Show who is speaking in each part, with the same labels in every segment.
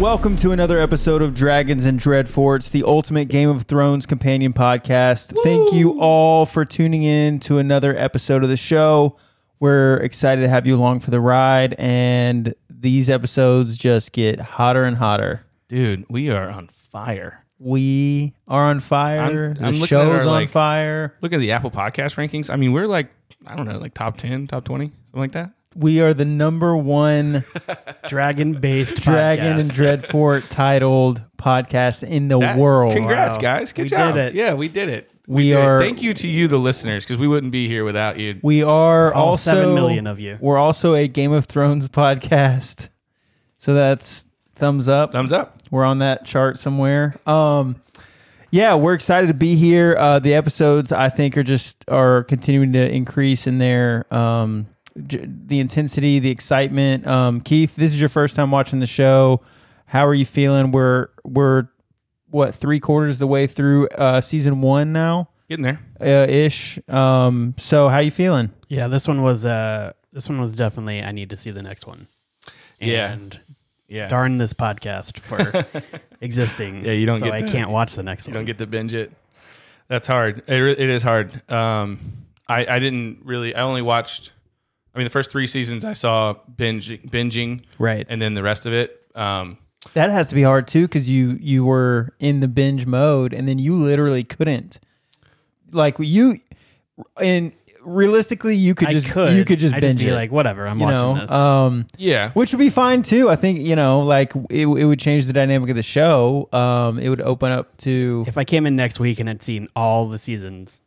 Speaker 1: Welcome to another episode of Dragons and Dreadforts, the ultimate Game of Thrones companion podcast. Thank you all for tuning in to another episode of the show. We're excited to have you along for the ride, and these episodes just get hotter and hotter.
Speaker 2: Dude, we are on fire.
Speaker 1: We are on fire.
Speaker 2: I'm-
Speaker 1: the
Speaker 2: I'm looking at our,
Speaker 1: show's on
Speaker 2: like-
Speaker 1: fire.
Speaker 2: Look at the Apple Podcast rankings. I mean, we're like, I don't know, like top 10, top 20, something like that.
Speaker 1: We are the number one
Speaker 3: dragon based
Speaker 1: Dragon and Dreadfort titled podcast in the
Speaker 2: That-
Speaker 1: world.
Speaker 2: Congrats,
Speaker 3: Wow.
Speaker 2: guys. Good
Speaker 3: We
Speaker 2: job.
Speaker 3: did it.
Speaker 2: Yeah, we did it.
Speaker 1: We
Speaker 2: did it.
Speaker 1: are-
Speaker 2: Thank you to you, the listeners, because we wouldn't be here without you.
Speaker 1: We are
Speaker 3: All
Speaker 1: also
Speaker 3: seven million of you.
Speaker 1: We're also a Game of Thrones podcast, so that's thumbs up.
Speaker 2: Thumbs up.
Speaker 1: We're on that chart somewhere. Um, yeah, we're excited to be here. Uh, the episodes I think are just are continuing to increase in their um, j- the intensity, the excitement. Um, Keith, this is your first time watching the show. How are you feeling? We're we're what three quarters of the way through uh, season one now
Speaker 2: Getting there.
Speaker 1: uh, ish. Um, so how you feeling?
Speaker 3: Yeah, this one was uh this one was definitely I need to see the next one.
Speaker 2: Yeah.
Speaker 3: And
Speaker 2: Yeah.
Speaker 3: darn this podcast for existing.
Speaker 2: Yeah, you don't
Speaker 3: so
Speaker 2: get
Speaker 3: I
Speaker 2: to-
Speaker 3: can't watch the next
Speaker 2: You
Speaker 3: one.
Speaker 2: don't get to binge it. That's hard. It, re- it is hard. Um, I, I didn't really, I only watched, I mean, the first three seasons I saw binge, binging,
Speaker 1: Right.
Speaker 2: and then the rest of it. Um,
Speaker 1: That has to be hard too, because you you were in the binge mode, and then you literally couldn't. Like you, and realistically, you could
Speaker 3: I
Speaker 1: just
Speaker 3: could
Speaker 1: you could just
Speaker 3: I'd
Speaker 1: binge
Speaker 3: be
Speaker 1: it,
Speaker 3: like, whatever, I'm
Speaker 1: you
Speaker 3: watching
Speaker 1: know,
Speaker 3: this.
Speaker 1: um,
Speaker 2: yeah.
Speaker 1: which would be fine too. I think you know, like it, it would change the dynamic of the show. Um, it would open up to.
Speaker 3: if I came in next week and had seen all the seasons,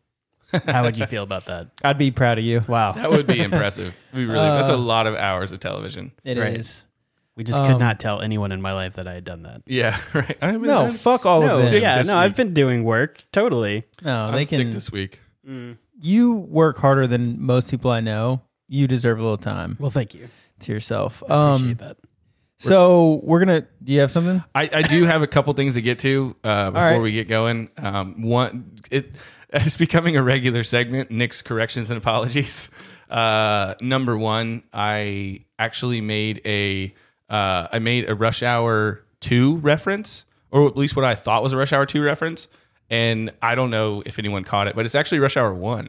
Speaker 3: how would you feel about that?
Speaker 1: I'd be proud of you.
Speaker 3: Wow.
Speaker 2: That would be impressive. We really, that's
Speaker 1: Uh,
Speaker 2: a lot of hours of television.
Speaker 1: It is
Speaker 3: Right. We just
Speaker 1: Um,
Speaker 3: could not tell anyone in my life that I had done that.
Speaker 2: Yeah, right. I mean,
Speaker 1: No, fuck all of
Speaker 2: sick
Speaker 1: them.
Speaker 2: this
Speaker 3: yeah,
Speaker 2: week.
Speaker 3: no, I've been doing work totally.
Speaker 1: No,
Speaker 2: I'm
Speaker 1: they
Speaker 2: sick
Speaker 1: can.
Speaker 2: this week.
Speaker 1: You work harder than most people I know. You deserve a little time
Speaker 3: Well, thank you.
Speaker 1: to yourself.
Speaker 3: Appreciate
Speaker 1: Um,
Speaker 3: that.
Speaker 1: so we're gonna. Do you have something?
Speaker 2: I, I do have a couple things to get to uh, before
Speaker 1: right.
Speaker 2: we get going. Um, one, it it's becoming a regular segment. Nick's corrections and apologies. Uh, number one, I actually made a uh, I made a Rush Hour two reference, or at least what I thought was a Rush Hour two reference. And I don't know if anyone caught it, but it's actually Rush Hour one,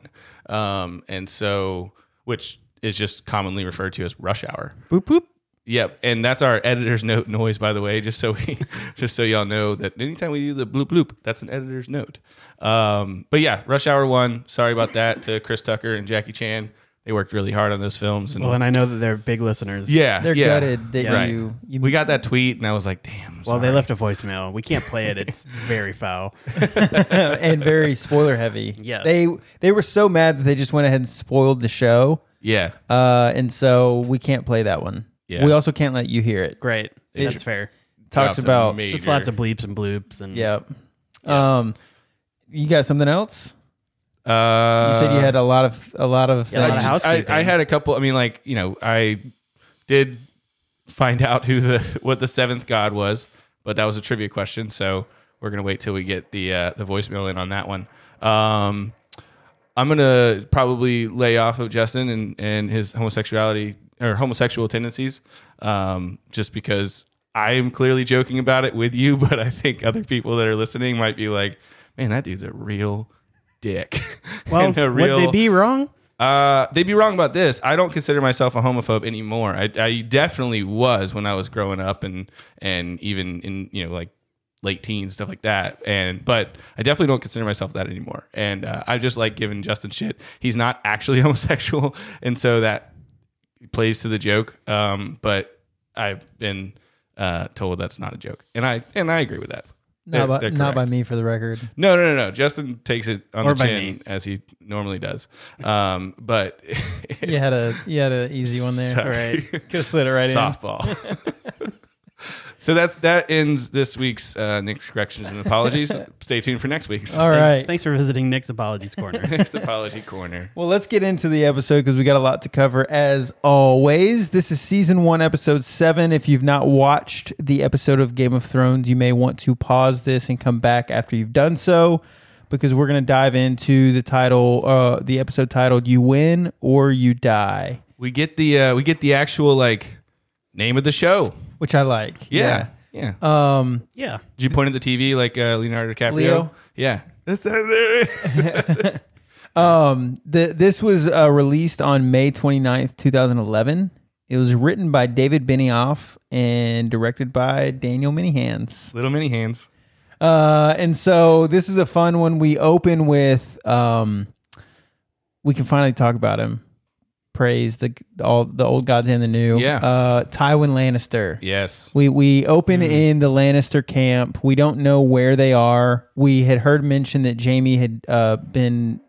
Speaker 2: um, and so which is just commonly referred to as Rush Hour.
Speaker 3: Boop boop.
Speaker 2: Yep, and that's our editor's note noise, by the way. Just so we, just so y'all know that anytime we do the bloop bloop, that's an editor's note. Um, but yeah, Rush Hour One. Sorry about that to Chris Tucker and Jackie Chan. They worked really hard on those films, and
Speaker 3: Well, and I know that they're big listeners.
Speaker 2: yeah,
Speaker 1: They're
Speaker 2: yeah,
Speaker 1: gutted that
Speaker 2: right.
Speaker 1: you, you
Speaker 2: We got that tweet, and I was like, damn.
Speaker 3: Well, they left a voicemail. We can't play it. It's very foul.
Speaker 1: and very spoiler heavy.
Speaker 3: Yes.
Speaker 1: They they were so mad that they just went ahead and spoiled the show.
Speaker 2: yeah,
Speaker 1: Uh, and so we can't play that one.
Speaker 2: Yeah.
Speaker 1: We also can't let you hear it.
Speaker 3: Great.
Speaker 2: They
Speaker 3: That's
Speaker 2: should-
Speaker 3: fair.
Speaker 1: Talks
Speaker 2: Dropped a
Speaker 1: about
Speaker 2: major-
Speaker 3: Just lots of bleeps and bloops and
Speaker 1: yep. Um, you got something else? You
Speaker 2: Uh,
Speaker 1: said you had a lot of a lot of
Speaker 3: Yeah, a lot
Speaker 2: I
Speaker 3: of
Speaker 1: things.
Speaker 3: house-
Speaker 2: just- I,
Speaker 3: housekeeping.
Speaker 2: I had a couple. I mean, like you know, I did find out who the what the seventh god was, but that was a trivia question. So we're gonna wait till we get the uh, the voicemail in on that one. Um, I'm gonna probably lay off of Justin and and his homosexuality or homosexual tendencies, um, just because I am clearly joking about it with you, but I think other people that are listening might be like, "Man, that dude's a real." Dick.
Speaker 3: Well,
Speaker 2: And a
Speaker 3: would they
Speaker 2: real-
Speaker 3: be wrong?
Speaker 2: uh, they'd be wrong about this. I don't consider myself a homophobe anymore. I, I definitely was when I was growing up and and even in you know like late teens stuff like that. And but I definitely don't consider myself that anymore. And uh, I just like giving Justin shit. He's not actually homosexual, and so that plays to the joke. Um, but I've been uh, told that's not a joke, and I and I agree with that. They're-
Speaker 1: not, by,
Speaker 2: they're
Speaker 1: not by
Speaker 2: correct.
Speaker 1: me for the record.
Speaker 2: No, no, no, no. Justin takes it on
Speaker 3: Or
Speaker 2: the
Speaker 3: by
Speaker 2: chin
Speaker 3: me.
Speaker 2: as he normally does. Um, but
Speaker 1: You had a you had an easy one there.
Speaker 2: Sorry.
Speaker 1: Right. Could have slid it right in.
Speaker 2: softball. so that's that ends this week's uh, Nick's corrections and apologies. Stay tuned for next week's
Speaker 1: All
Speaker 3: Thanks,
Speaker 1: right.
Speaker 3: thanks for visiting Nick's Apologies Corner.
Speaker 2: next apology corner.
Speaker 1: Well, let's get into the episode because we got a lot to cover as always. This is season one, episode seven. If you've not watched the episode of Game of Thrones, you may want to pause this and come back after you've done so because we're going to dive into the title, uh, the episode titled You Win or You Die,
Speaker 2: We get the uh, we get the actual like name of the show.
Speaker 1: which I like.
Speaker 2: Yeah. Yeah.
Speaker 1: Um,
Speaker 3: Yeah.
Speaker 2: Did you point at the TV like uh, Leonardo DiCaprio?
Speaker 1: Leo?
Speaker 2: Yeah. That's-
Speaker 1: um, the, this was uh, released on May 29th, 2011. It was written by David Benioff and directed by Daniel Minihans.
Speaker 2: Little mini hands.
Speaker 1: Uh, and so this is a fun one. We open with um, we can finally talk about him. Praise the all the old gods and the new.
Speaker 2: Yeah.
Speaker 1: Uh, Tywin Lannister.
Speaker 2: Yes.
Speaker 1: We we open in the Lannister camp. We don't know where they are. We had heard mention that Jamie had uh, been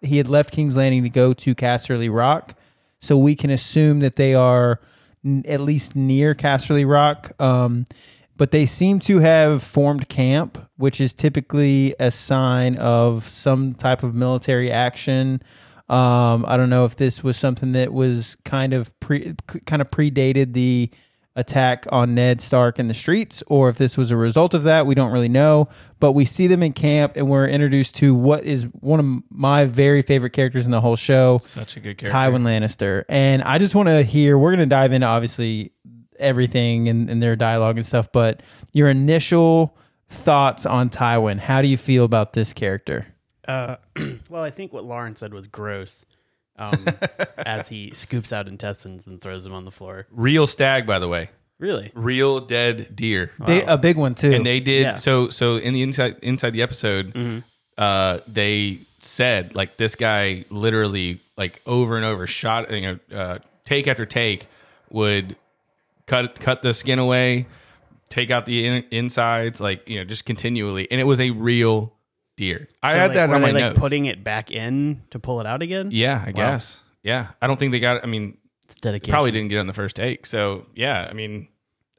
Speaker 1: he had left King's Landing to go to Casterly Rock, so we can assume that they are n- at least near Casterly Rock. Um, but they seem to have formed camp, which is typically a sign of some type of military action. Um, I don't know if this was something that was kind of pre kind of predated the attack on Ned Stark in the streets, or if this was a result of that. We don't really know, but we see them in camp, and we're introduced to what is one of my very favorite characters in the whole show,
Speaker 2: Such a good character.
Speaker 1: Tywin Lannister. And I just want to hear. We're going to dive into obviously everything and, and their dialogue and stuff, but your initial thoughts on Tywin. How do you feel about this character?
Speaker 3: Uh, well, I think what Lauren said was gross um, as he scoops out intestines and throws them on the floor.
Speaker 2: Real stag, by the way.
Speaker 3: Really?
Speaker 2: Real dead deer.
Speaker 1: They, a big one too.
Speaker 2: And they did
Speaker 3: Yeah. Mm-hmm.
Speaker 2: so. So in the inside inside the episode, uh, they said like this guy literally like over and over shot you know uh, take after take would cut cut the skin away, take out the in, insides like you know just continually, and it was a real deer. I
Speaker 3: So,
Speaker 2: had
Speaker 3: like,
Speaker 2: that
Speaker 3: were
Speaker 2: on
Speaker 3: they,
Speaker 2: my
Speaker 3: like
Speaker 2: nose.
Speaker 3: putting it back in to pull it out again.
Speaker 2: yeah, I guess. Yeah, I don't think they got. it. I mean,
Speaker 3: It's dedication.
Speaker 2: probably didn't get it on the first take. So yeah, I mean,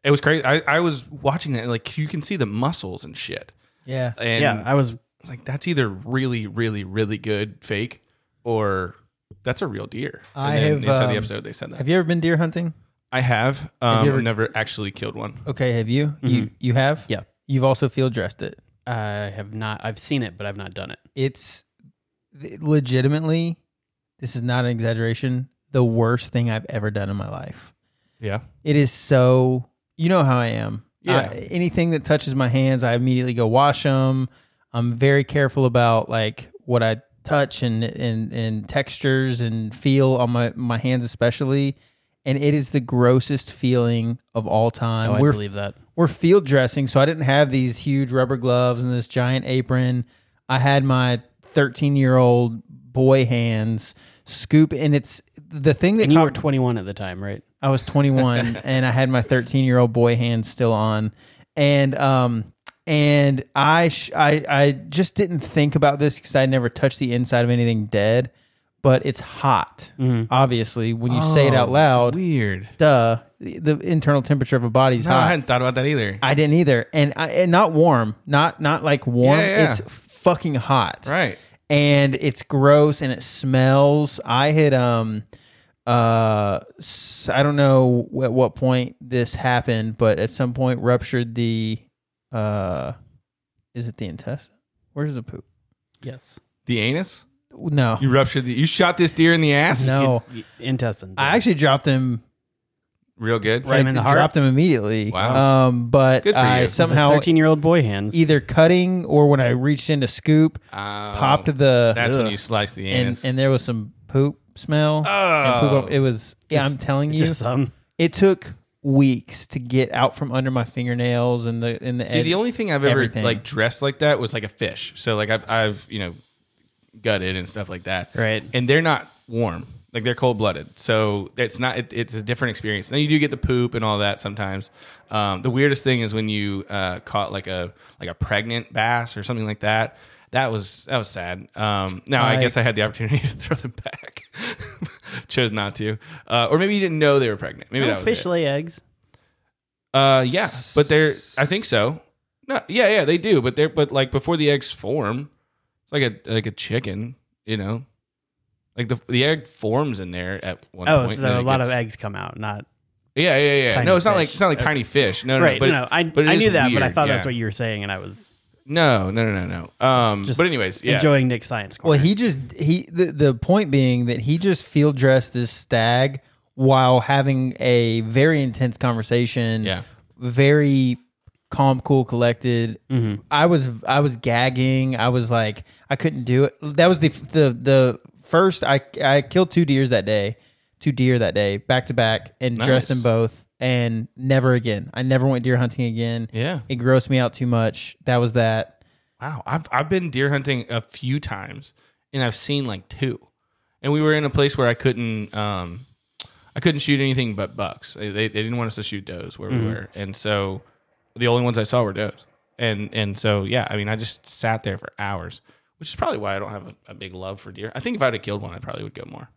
Speaker 2: it was crazy. I, I was watching that like you can see the muscles and shit.
Speaker 1: yeah.
Speaker 2: And
Speaker 3: Yeah, I was.
Speaker 2: It's like that's either really, really, really good fake, or that's a real deer. And
Speaker 1: I
Speaker 2: then
Speaker 1: have,
Speaker 2: inside
Speaker 1: um,
Speaker 2: the episode they said that.
Speaker 1: Have you ever been deer hunting?
Speaker 2: I have. Um,
Speaker 1: you ever-
Speaker 2: never actually killed one.
Speaker 1: Okay, have you? You you have?
Speaker 3: Yeah.
Speaker 1: You've also field dressed it.
Speaker 3: I have not. I've seen it, but I've not done it.
Speaker 1: It's th- legitimately, this is not an exaggeration, the worst thing I've ever done in my life.
Speaker 2: Yeah,
Speaker 1: It is so, you know how I am.
Speaker 2: Yeah.
Speaker 1: I- anything that touches my hands, I immediately go wash them. I'm very careful about like what I touch and and and textures and feel on my my hands especially. And it is the grossest feeling of all time.
Speaker 3: Oh, I
Speaker 1: We're
Speaker 3: believe that.
Speaker 1: we're field dressing, so I didn't have these huge rubber gloves and this giant apron. I had my 13 year old boy hands scoop, and it's the thing that
Speaker 3: And you
Speaker 1: caught-
Speaker 3: were 21 at the time, right?
Speaker 1: I was 21 and I had my 13 year old boy hands still on, and um and I sh- I I just didn't think about this because I never touched the inside of anything dead, but it's hot.
Speaker 3: Mm-hmm.
Speaker 1: Obviously, when you say it
Speaker 3: Oh,
Speaker 1: out loud,
Speaker 2: weird.
Speaker 1: duh, the, the internal temperature of a body's
Speaker 2: No, I
Speaker 1: hot.
Speaker 2: hadn't thought about that either.
Speaker 1: I didn't either, and I, and not warm, not not like warm.
Speaker 2: Yeah, yeah.
Speaker 1: It's fucking hot,
Speaker 2: right.
Speaker 1: and it's gross and it smells. I had um uh s- I don't know at what point this happened, but at some point ruptured the uh is it the intestine? Where's the poop?
Speaker 3: Yes.
Speaker 2: The anus.
Speaker 1: No.
Speaker 2: You ruptured the. You shot this deer in the ass.
Speaker 1: No.
Speaker 3: Intestines.
Speaker 1: I actually dropped him
Speaker 2: Real good.
Speaker 3: Right. him in the heart?
Speaker 1: dropped him immediately.
Speaker 2: Wow.
Speaker 1: Um but
Speaker 2: Good for
Speaker 1: I
Speaker 2: you.
Speaker 1: somehow
Speaker 3: 13 year old boy hands.
Speaker 1: either cutting or when I reached in to scoop,
Speaker 2: Oh,
Speaker 1: popped the
Speaker 2: That's when you sliced the
Speaker 1: and,
Speaker 2: anus.
Speaker 1: and there was some poop smell. And poop,
Speaker 2: oh,
Speaker 1: all- it was yeah, I'm
Speaker 3: Just-
Speaker 1: telling you.
Speaker 3: Just some.
Speaker 1: it took weeks to get out from under my fingernails and the and the
Speaker 2: See, the only thing I've ever
Speaker 1: everything.
Speaker 2: like dressed like that was like a fish. So like I've I've you know gutted and stuff like that.
Speaker 3: Right.
Speaker 2: And they're not warm. Like they're cold blooded. So it's not. It, it's a different experience. Now you do get the poop and all that sometimes. Um, the weirdest thing is when you uh, caught like a like a pregnant bass or something like that. That was that was sad. Um, now I,
Speaker 1: I-
Speaker 2: guess I had the opportunity to throw them back, chose not to, uh, or maybe you didn't know they were pregnant. Maybe that was it.
Speaker 3: fish lay eggs.
Speaker 2: Uh, yeah, but they're. I think so. No, yeah, yeah, they do, but they're. But like before the eggs form, it's like a like a chicken. You know, like the the egg forms in there at one
Speaker 3: Oh,
Speaker 2: point. and
Speaker 3: so
Speaker 2: then
Speaker 3: a
Speaker 2: it
Speaker 3: lot
Speaker 2: gets-
Speaker 3: of eggs come out, not.
Speaker 2: Yeah, yeah, yeah.
Speaker 3: tiny
Speaker 2: No, it's not
Speaker 3: fish.
Speaker 2: like it's not like tiny fish. No, no,
Speaker 3: right.
Speaker 2: no, but
Speaker 3: no, I,
Speaker 2: but it
Speaker 3: I
Speaker 2: is
Speaker 3: knew that, but I
Speaker 2: weird,
Speaker 3: thought
Speaker 2: yeah.
Speaker 3: that's what you were saying, and I was
Speaker 2: No, no, no, no, no. Um,
Speaker 3: Just
Speaker 2: but anyways, yeah.
Speaker 3: enjoying Nick's science. Corner.
Speaker 1: well he just he the, the point being that he just field dressed this stag while having a very intense conversation
Speaker 2: Yeah.
Speaker 1: very calm, cool, collected.
Speaker 2: Mm-hmm.
Speaker 1: I was I was gagging. I was like I couldn't do it. That was the the the first I I killed two deers that day, two deer that day back to back, and dressed in
Speaker 2: Nice.
Speaker 1: both. And never again. I never went deer hunting again.
Speaker 2: Yeah.
Speaker 1: it grossed me out too much. That was that.
Speaker 2: Wow, I've I've been deer hunting a few times, and I've seen like two, and we were in a place where I couldn't um, I couldn't shoot anything but bucks. They they they didn't want us to shoot does where
Speaker 1: Mm-hmm.
Speaker 2: we were, and so the only ones I saw were does, and and so yeah, I mean I just sat there for hours, which is probably why I don't have a, a big love for deer. I think if I'd have killed one, I probably would go more.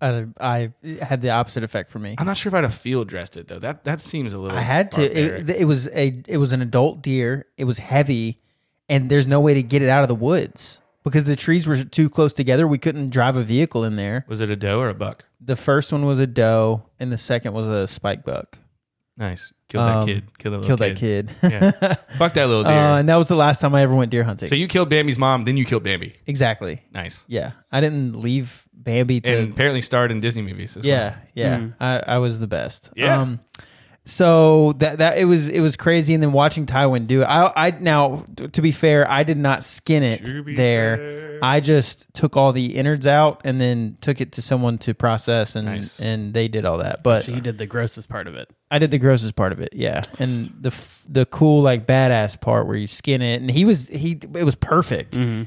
Speaker 1: I, I it had the opposite effect for me.
Speaker 2: I'm not sure if I'd have field dressed it though. That that seems a little.
Speaker 1: I had to.
Speaker 2: barbaric.
Speaker 1: It, it was a it was an adult deer. It was heavy, and there's no way to get it out of the woods because the trees were too close together. We couldn't drive a vehicle in there.
Speaker 2: was it a doe or a buck?
Speaker 1: The first one was a doe, and the second was a spike buck.
Speaker 2: Nice, kill that
Speaker 1: Um,
Speaker 2: kid, kill that little
Speaker 1: Killed
Speaker 2: kid.
Speaker 1: that kid.
Speaker 2: Yeah. Fuck that little deer.
Speaker 1: Uh, and that was the last time I ever went deer hunting.
Speaker 2: so you killed Bambi's mom, then you killed Bambi.
Speaker 1: exactly.
Speaker 2: Nice.
Speaker 1: Yeah, I didn't leave Bambi to
Speaker 2: And apparently starred in Disney movies. As
Speaker 1: Yeah, yeah. I, I was the best. Um,
Speaker 2: Yeah.
Speaker 1: so that that it was it was crazy, and then watching Tywin do it. I I now t- to be fair, I did not skin
Speaker 2: To be
Speaker 1: it there. I just took all the innards out and then took it to someone to process, and
Speaker 2: Nice.
Speaker 1: and they did all that. But
Speaker 3: So you did the grossest part of it.
Speaker 1: I did the grossest part of it, yeah, and the f- the cool like badass part where you skin it, and he was he it was perfect.
Speaker 2: Mm-hmm.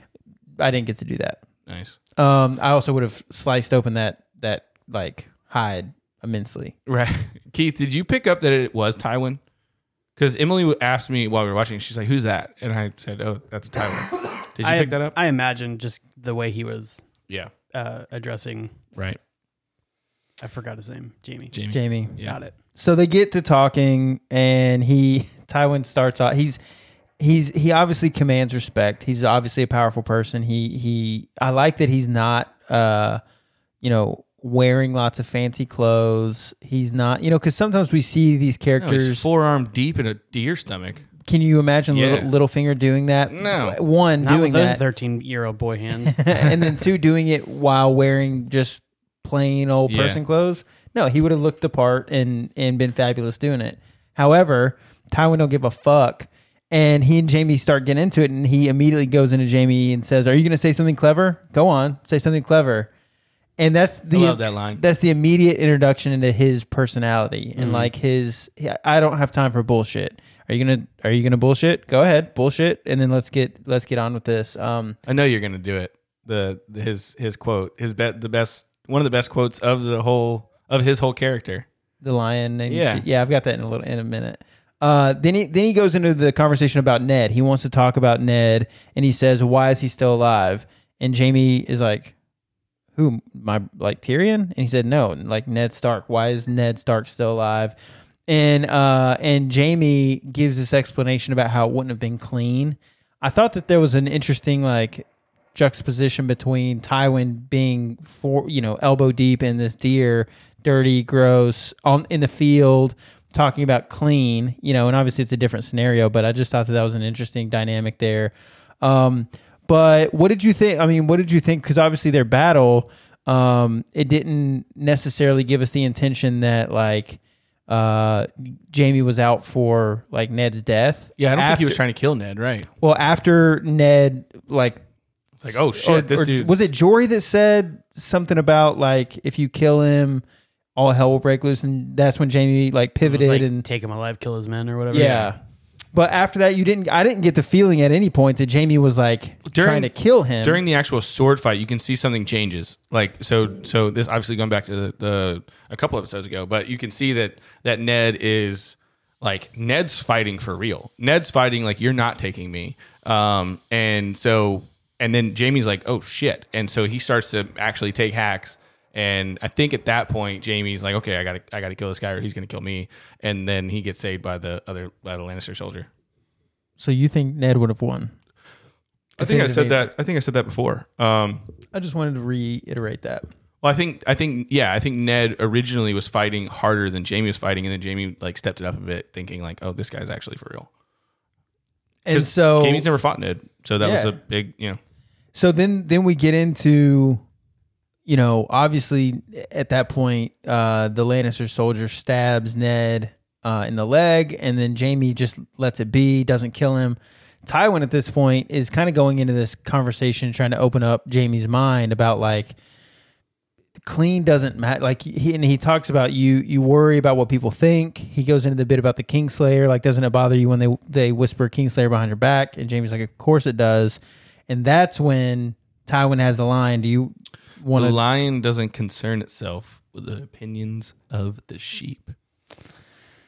Speaker 1: I didn't get to do that.
Speaker 2: Well. Nice.
Speaker 1: Um, I also would have sliced open that that like hide immensely.
Speaker 2: Right. Keith, did you pick up that it was Tywin? Because Emily asked me while we were watching, she's like, "Who's that?" And I said, "Oh, that's Tywin." Did you
Speaker 3: I,
Speaker 2: pick that up?
Speaker 3: I imagine just the way he was
Speaker 2: yeah.
Speaker 3: uh, addressing.
Speaker 2: Right.
Speaker 3: I forgot his name. Jamie.
Speaker 2: Jamie.
Speaker 1: Jamie.
Speaker 2: Yeah.
Speaker 3: Got it.
Speaker 1: So they get to talking, and he Tywin starts off. He's he's he obviously commands respect. He's obviously a powerful person. He he. I like that he's not uh, you know, wearing lots of fancy clothes. He's not you know because sometimes we see these
Speaker 2: No, Oh, he's
Speaker 1: characters.
Speaker 2: forearm deep in a deer stomach.
Speaker 1: Can you imagine
Speaker 2: Yeah.
Speaker 1: little Littlefinger doing that?
Speaker 2: No.
Speaker 1: one
Speaker 3: Not
Speaker 1: doing
Speaker 3: with those
Speaker 1: that.
Speaker 3: thirteen-year-old boy hands.
Speaker 1: and then two doing it while wearing just plain old
Speaker 2: Yeah.
Speaker 1: person clothes. No, he would have looked the part and and been fabulous doing it. However, Tywin don't give a fuck, and he and Jamie start getting into it, and he immediately goes into Jamie and says, "Are you going to say something clever? Go on, say something clever." And that's the
Speaker 2: love that line. Mm-hmm.
Speaker 1: That's the immediate introduction into his personality and like his. I don't have time for bullshit. Are you gonna Are you gonna bullshit? Go ahead, bullshit, and then let's get let's get on with this. Um,
Speaker 2: I know you're gonna do it. The the- his his quote, his bet, the best one of the best quotes of the whole of his whole character.
Speaker 1: the lion and
Speaker 2: Yeah.
Speaker 1: yeah, I've got that in a little in a minute. Uh, then he then he goes into the conversation about Ned. He wants to talk about Ned, and he says, "Why is he still alive?" And Jamie is like, "Who? My like Tyrion?" And he said, "No, like Ned Stark. Why is Ned Stark still alive?" And uh, and Jamie gives this explanation about how it wouldn't have been clean. I thought that there was an interesting like juxtaposition between Tywin being for you know elbow deep in this deer, dirty, gross on in the field, talking about clean, you know, and obviously it's a different scenario, but I just thought that that was an interesting dynamic there. Um, but what did you think? I mean, what did you think? Because obviously their battle, um, it didn't necessarily give us the intention that like uh Jamie was out for like Ned's death.
Speaker 2: Yeah, I don't think he
Speaker 1: After-
Speaker 2: was trying to kill Ned, right?
Speaker 1: well, after Ned, like,
Speaker 2: Like, oh, shit, this dude's-
Speaker 1: was it Jory that said something about like if you kill him, all hell will break loose, and that's when Jamie like
Speaker 3: It was
Speaker 1: pivoted
Speaker 3: like,
Speaker 1: and
Speaker 3: take him alive, kill his men, or whatever.
Speaker 1: yeah. But after that, you didn't. I didn't get the feeling at any point that Jamie was like
Speaker 2: During-
Speaker 1: trying to kill him.
Speaker 2: during the actual sword fight, you can see something changes. Like so, so this obviously going back to the, the a couple episodes ago, but you can see that that Ned is like Ned's fighting for real. Ned's fighting like you're not taking me. Um, and so and then Jamie's like, oh shit, and so he starts to actually take hacks. And I think at that point, Jamie's like, okay, I gotta I gotta kill this guy or he's gonna kill me. And then he gets saved by the other by the Lannister soldier.
Speaker 1: so you think Ned would have won?
Speaker 2: I think I said
Speaker 1: Definitive
Speaker 2: that. I think I said that before. Um,
Speaker 1: I just wanted to reiterate that.
Speaker 2: Well, I think I think yeah, I think Ned originally was fighting harder than Jamie was fighting, and then Jamie like stepped it up a bit, thinking like, "Oh, this guy's actually for real."
Speaker 1: And so
Speaker 2: Jamie's never fought Ned, so that was
Speaker 1: Yeah.
Speaker 2: a big you know.
Speaker 1: so then then we get into you know obviously at that point uh the lannister soldier stabs ned uh, in the leg, and then Jamie just lets it be, doesn't kill him. Tywin at this point is kind of going into this conversation, trying to open up Jamie's mind about like clean doesn't matter. Like he and he talks about you you worry about what people think. He goes into the bit about the Kingslayer. Like doesn't it bother you when they they whisper Kingslayer behind your back? And Jamie's like, of course it does. And that's when Tywin has the line. Do you want
Speaker 2: The
Speaker 1: to?
Speaker 2: lion doesn't concern itself with the opinions of the sheep.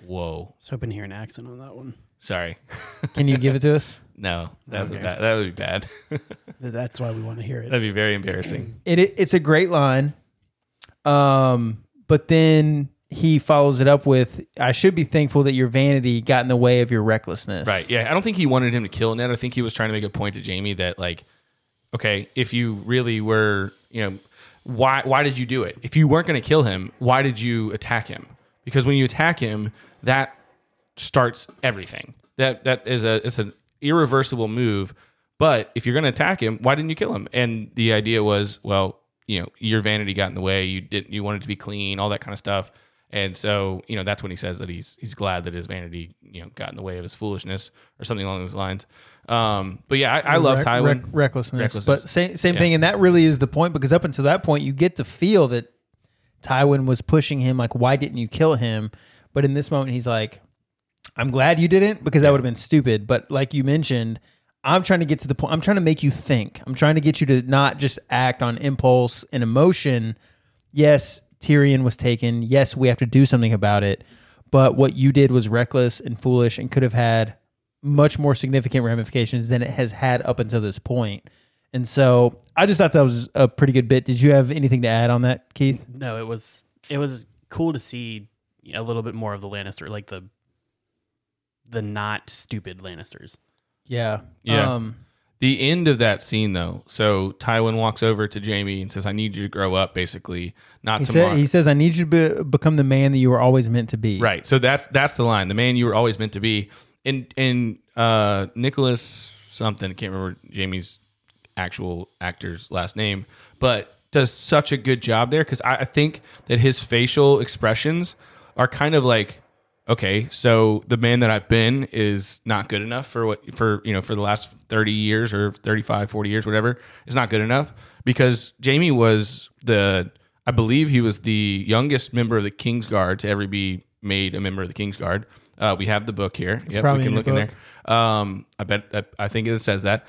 Speaker 2: Whoa.
Speaker 3: was hoping to hear an accent on that one.
Speaker 2: Sorry.
Speaker 1: Can you give it to us?
Speaker 2: No, that was a
Speaker 3: Okay.
Speaker 2: bad, that would be bad.
Speaker 3: That's why we want to hear it.
Speaker 2: That'd be very embarrassing.
Speaker 1: it, it it's a great line. Um, but then he follows it up with, "I should be thankful that your vanity got in the way of your recklessness."
Speaker 2: Right. Yeah. I don't think he wanted him to kill Ned. I think he was trying to make a point to Jamie that like, okay, if you really were, you know, why why did you do it? If you weren't going to kill him, why did you attack him? Because when you attack him, that starts everything. That that is a it's an irreversible move. But if you're going to attack him, why didn't you kill him? And the idea was, well, you know, your vanity got in the way. You didn't. You wanted to be clean, all that kind of stuff. And so, you know, that's when he says that he's he's glad that his vanity, you know, got in the way of his foolishness or something along those lines. Um, but yeah, I, I love
Speaker 1: Rec-
Speaker 2: Tywin.
Speaker 1: rec- recklessness.
Speaker 2: Recklessness.
Speaker 1: But same same thing, and that really is the point because up until that point, you get to feel that Tywin was pushing him, like, "Why didn't you kill him?" But in this moment, he's like, "I'm glad you didn't because that would have been stupid." But like you mentioned. I'm trying to get to the point. I'm trying to make you think. I'm trying to get you to not just act on impulse and emotion, yes, Tyrion was taken. Yes, we have to do something about it. But what you did was reckless and foolish and could have had much more significant ramifications than it has had up until this point. And so I just thought that was a pretty good bit. Did you have anything to add on that, Keith?
Speaker 3: No, it was it was cool to see a little bit more of the Lannister, like the the not stupid Lannisters.
Speaker 1: Yeah.
Speaker 2: Yeah.
Speaker 1: Um,
Speaker 2: The end of that scene, though, so Tywin walks over to Jamie and says, "I need you to grow up." Basically, not
Speaker 1: he,
Speaker 2: tomorrow.
Speaker 1: said, he says, I need you to be- become the man that you were always meant to be.
Speaker 2: Right. So that's that's the line. The man you were always meant to be. And and uh, Nicholas something. I can't remember Jamie's actual actor's last name, but does such a good job there because I, I think that his facial expressions are kind of like, okay, so the man that I've been is not good enough for what for you know for the last thirty years or 35, 40 years, whatever, is not good enough because Jamie was the I believe he was the youngest member of the King's Guard to ever be made a member of the King's Guard. Uh, we have the book here. Yep,
Speaker 1: probably
Speaker 2: we can
Speaker 1: in your
Speaker 2: look in
Speaker 1: book.
Speaker 2: there. Um, I bet I, I think it says that.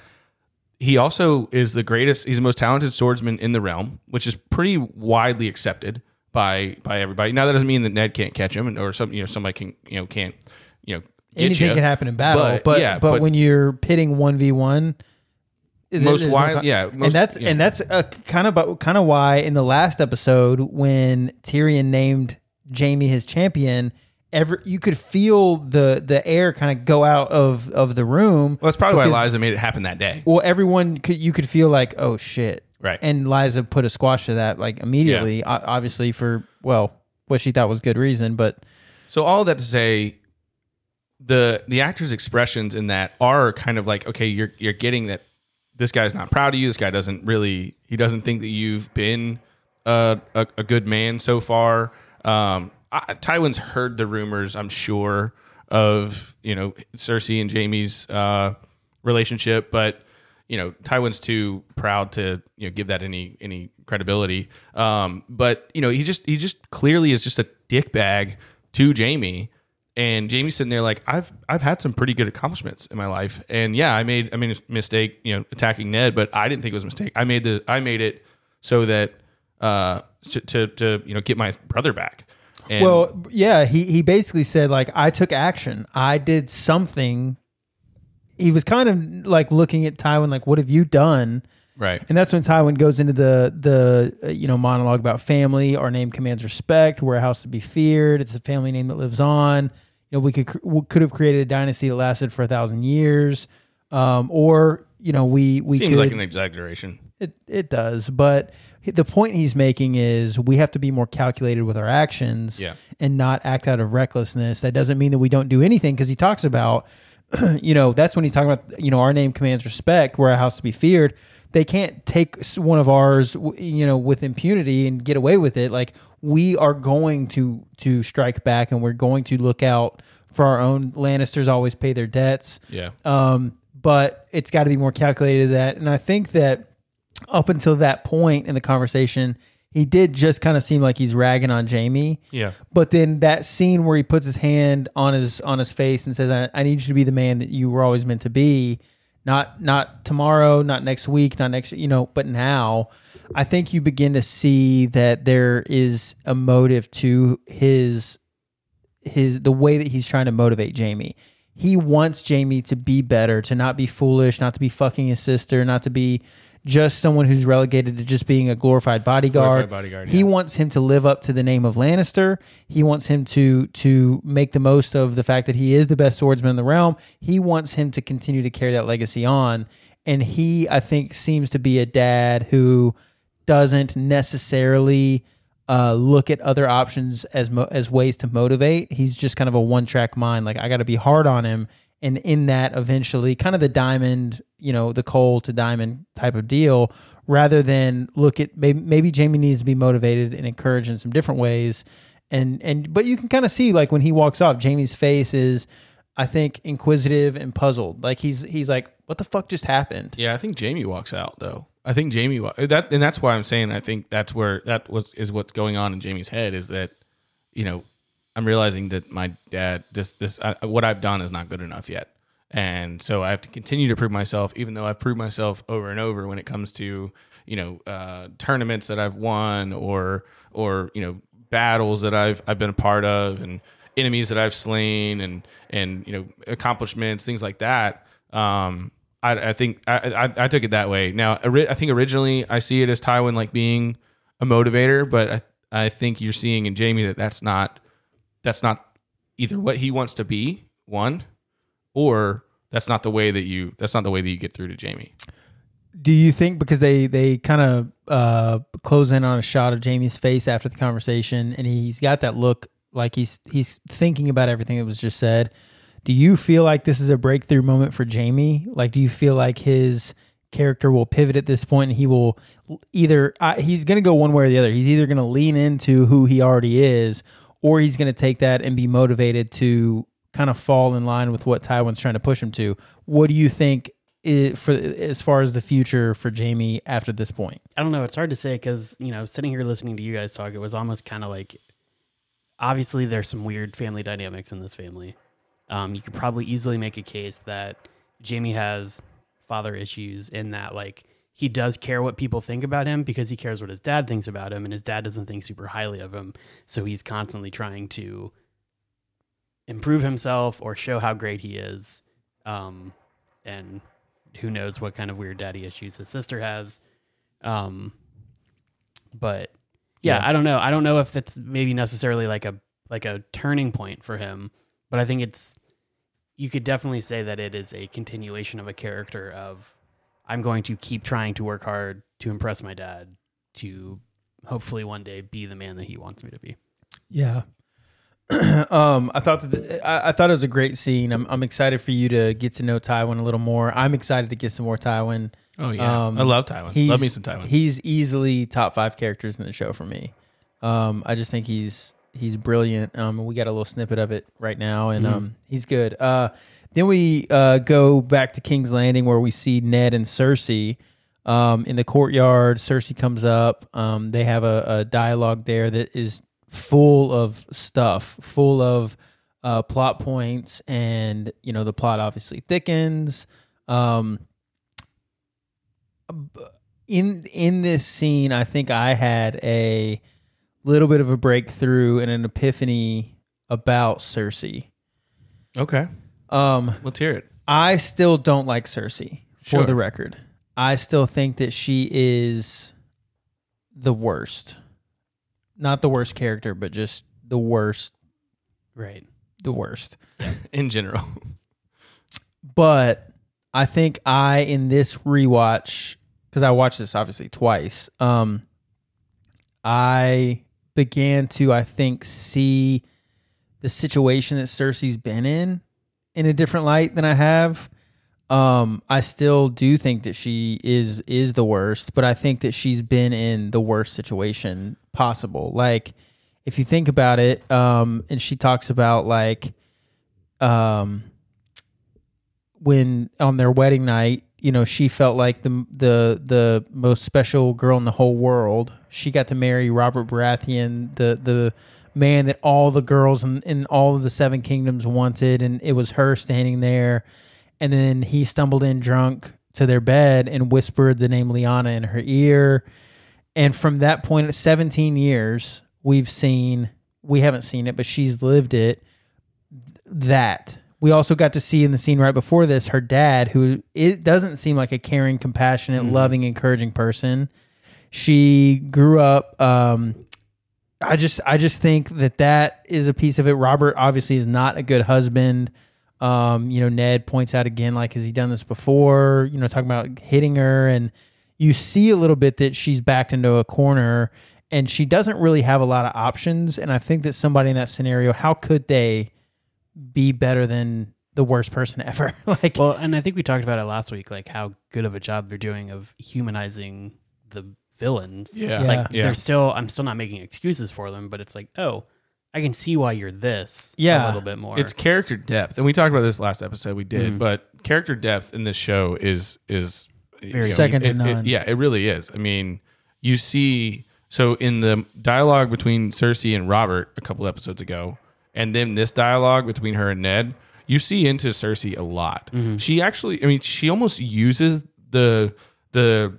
Speaker 2: He also is the greatest. He's the most talented swordsman in the realm, which is pretty widely accepted by by everybody. Now that doesn't mean that Ned can't catch him, and, or some you know somebody can you know can't you know get
Speaker 1: Anything
Speaker 2: ya.
Speaker 1: can happen in battle. But, but,
Speaker 2: yeah,
Speaker 1: when you're pitting 1v1, th-
Speaker 2: Most
Speaker 1: there's
Speaker 2: wide-
Speaker 1: con-
Speaker 2: yeah, most-
Speaker 1: and that's
Speaker 2: yeah.
Speaker 1: and that's uh, kind of kind of why in the last episode when Tyrion named Jamie his champion, ever you could feel the the air kind of go out of of the room.
Speaker 2: well, that's probably why
Speaker 1: because-
Speaker 2: Eliza made it happen that day.
Speaker 1: Well, everyone could you could feel like oh shit,
Speaker 2: Right.
Speaker 1: And Liza put a squash to that like immediately, o- obviously for well what she thought was good reason, but
Speaker 2: So all that to say, the the actors' expressions in that are kind of like, okay, you're you're getting that this guy's not proud of you. This guy doesn't really he doesn't think that you've been a a, a good man so far. Um, I, Tywin's heard the rumors, I'm sure, of you know Cersei and Jamie's uh, relationship, but you know Tywin's too proud to you know give that any any credibility. Um, but you know he just he just clearly is just a dickbag to Jamie, and Jamie's sitting there like I've I've had some pretty good accomplishments in my life, and yeah I made I made a mistake you know attacking Ned, but I didn't think it was a mistake. I made the I made it so that uh to to, to you know get my brother back. And
Speaker 1: Well, yeah, he he basically said like I took action. I did something. He was kind of like looking at Tywin like what have you done?
Speaker 2: right.
Speaker 1: And that's when Tywin goes into the the uh, you know monologue about family. Our name commands respect. We're a house to be feared. It's a family name that lives on. You know, we could cr- we could have created a dynasty that lasted for a thousand years, um, or you know, we we
Speaker 2: Seems
Speaker 1: could,
Speaker 2: like an exaggeration.
Speaker 1: it, it does, but he- the point he's making is we have to be more calculated with our actions
Speaker 2: Yeah.
Speaker 1: and not act out of recklessness. That doesn't mean that we don't do anything because he talks about you know, that's when he's talking about, you know, our name commands respect, we're a house to be feared. They can't take s- one of ours, w- you know, with impunity and get away with it. Like we are going to to strike back, and we're going to look out for our own. Lannisters always pay their debts.
Speaker 2: Yeah.
Speaker 1: Um, but it's got to be more calculated than that. And I think that up until that point in the conversation, he did just kind of seem like he's ragging on Jamie.
Speaker 2: Yeah.
Speaker 1: But then that scene where he puts his hand on his on his face and says, I, "I need you to be the man that you were always meant to be, not not tomorrow, not next week, not next, you know, but now." I think you begin to see that there is a motive to his his the way that he's trying to motivate Jamie. He wants Jamie to be better, to not be foolish, not to be fucking his sister, not to be just someone who's relegated to just being a glorified bodyguard.
Speaker 2: Glorified bodyguard,
Speaker 1: he
Speaker 2: yeah.
Speaker 1: wants him to live up to the name of Lannister. He wants him to to make the most of the fact that he is the best swordsman in the realm. He wants him to continue to carry that legacy on. And he, I think, seems to be a dad who doesn't necessarily uh, look at other options as mo- as ways to motivate. He's just kind of a one track mind. Like I got to be hard on him, and in that, eventually, kind of the diamond, you know, the coal to diamond type of deal. Rather than look at maybe, maybe Jamie needs to be motivated and encouraged in some different ways, and and but you can kind of see like when he walks off, Jamie's face is, I think, inquisitive and puzzled. Like he's he's like, what the fuck just happened?
Speaker 2: Yeah, I think Jamie walks out though. I think Jamie wa- uh, that, and that's why I'm saying I think that's where that was is what's going on in Jamie's head is that, you know, I'm realizing that my dad this this I, what I've done is not good enough yet, and so I have to continue to prove myself, even though I've proved myself over and over when it comes to you know uh, tournaments that I've won or or you know battles that I've I've been a part of and enemies that I've slain and and you know accomplishments things like that. Um, I, I think I, I I took it that way. Now ori- I think originally I see it as Tywin like being a motivator, but I I think you're seeing in Jamie that that's not that's not either what he wants to be one, or that's not the way that you that's not the way that you get through to Jamie.
Speaker 1: Do you think because they they kind of uh, close in on a shot of Jamie's face after the conversation, and he's got that look like he's he's thinking about everything that was just said? Do you feel like this is a breakthrough moment for Jamie? Like, do you feel like his character will pivot at this point, and he will either I, he's going to go one way or the other. He's either going to lean into who he already is, or he's going to take that and be motivated to kind of fall in line with what Tywin's trying to push him to. What do you think i for as far as the future for Jamie after this point?
Speaker 3: I don't know. It's hard to say because you know, sitting here listening to you guys talk, it was almost kind of like, obviously, there's some weird family dynamics in this family. Um, you could probably easily make a case that Jamie has father issues in that, like, he does care what people think about him because he cares what his dad thinks about him, and his dad doesn't think super highly of him, so he's constantly trying to improve himself or show how great he is. Um, and who knows what kind of weird daddy issues his sister has. Um, but yeah, I don't know. I don't know if it's maybe necessarily like a like a turning point for him, but I think it's you could definitely say that it is a continuation of a character of I'm going to keep trying to work hard to impress my dad to hopefully one day be the man that he wants me to be.
Speaker 1: Yeah. um, I thought that I, I thought it was a great scene. I'm, I'm excited for you to get to know Tywin a little more. I'm excited to get some more Tywin.
Speaker 2: Oh yeah,
Speaker 1: Um,
Speaker 2: I love Tywin.
Speaker 1: he's-
Speaker 2: Love me some Tywin.
Speaker 1: He's easily top five characters in the show for me. Um, I just think he's he's brilliant. Um, we got a little snippet of it right now, and
Speaker 2: Mm-hmm.
Speaker 1: um, he's good. Uh, then we uh, go back to King's Landing where we see Ned and Cersei. Um, in the courtyard, Cersei comes up. Um, they have a, a dialogue there that is full of stuff, full of uh, plot points, and you know the plot obviously thickens. Um, in in this scene, I think I had a little bit of a breakthrough and an epiphany about Cersei.
Speaker 2: okay,
Speaker 1: Um,
Speaker 2: let's hear it.
Speaker 1: I still don't like Cersei for
Speaker 2: Sure.
Speaker 1: the record. I still think that she is the worst. Not the worst character, but just the worst,
Speaker 3: Right.
Speaker 1: the worst.
Speaker 2: In general,
Speaker 1: but I think I in this rewatch because I watched this obviously twice. Um, I began to I think see the situation that Cersei's been in in a different light than I have. Um, I still do think that she is is the worst, but I think that she's been in the worst situation possible. Like, if you think about it, um, and she talks about like, um, when on their wedding night, you know, she felt like the the the most special girl in the whole world. She got to marry Robert Baratheon, the the man that all the girls in, in all of the Seven Kingdoms wanted, and it was her standing there. And then he stumbled in drunk to their bed and whispered the name Liana in her ear. And from that point, at 17 years, we've seen, we haven't seen it, but she's lived it that. We also got to see in the scene right before this her dad, who it doesn't seem like a caring, compassionate, loving, encouraging person. She grew up. Um, I just, I just think that that is a piece of it. Robert obviously is not a good husband. Um, you know, Ned points out again, like, has he done this before? You know, talking about hitting her, and you see a little bit that she's backed into a corner, and she doesn't really have a lot of options. And I think that somebody in that scenario, how could they? be better than the worst person ever. like,
Speaker 3: Well, and I think we talked about it last week, like how good of a job they're doing of humanizing the villains.
Speaker 2: Yeah.
Speaker 1: Yeah.
Speaker 2: Like,
Speaker 1: Like,
Speaker 2: yeah.
Speaker 3: They're still, I'm still not making excuses for them, but it's like, oh, I can see why you're this.
Speaker 1: Yeah.
Speaker 3: a little bit more.
Speaker 2: It's character depth. And we talked about this last episode we
Speaker 1: Mm-hmm.
Speaker 2: did, but character depth in this show is is
Speaker 3: Very
Speaker 1: Second to
Speaker 2: it- it-
Speaker 1: none.
Speaker 2: yeah, it really is. I mean, you see so in the dialogue between Cersei and Robert a couple episodes ago, and then this dialogue between her and Ned, you see into Cersei a lot.
Speaker 1: Mm-hmm.
Speaker 2: She actually I mean, she almost uses the the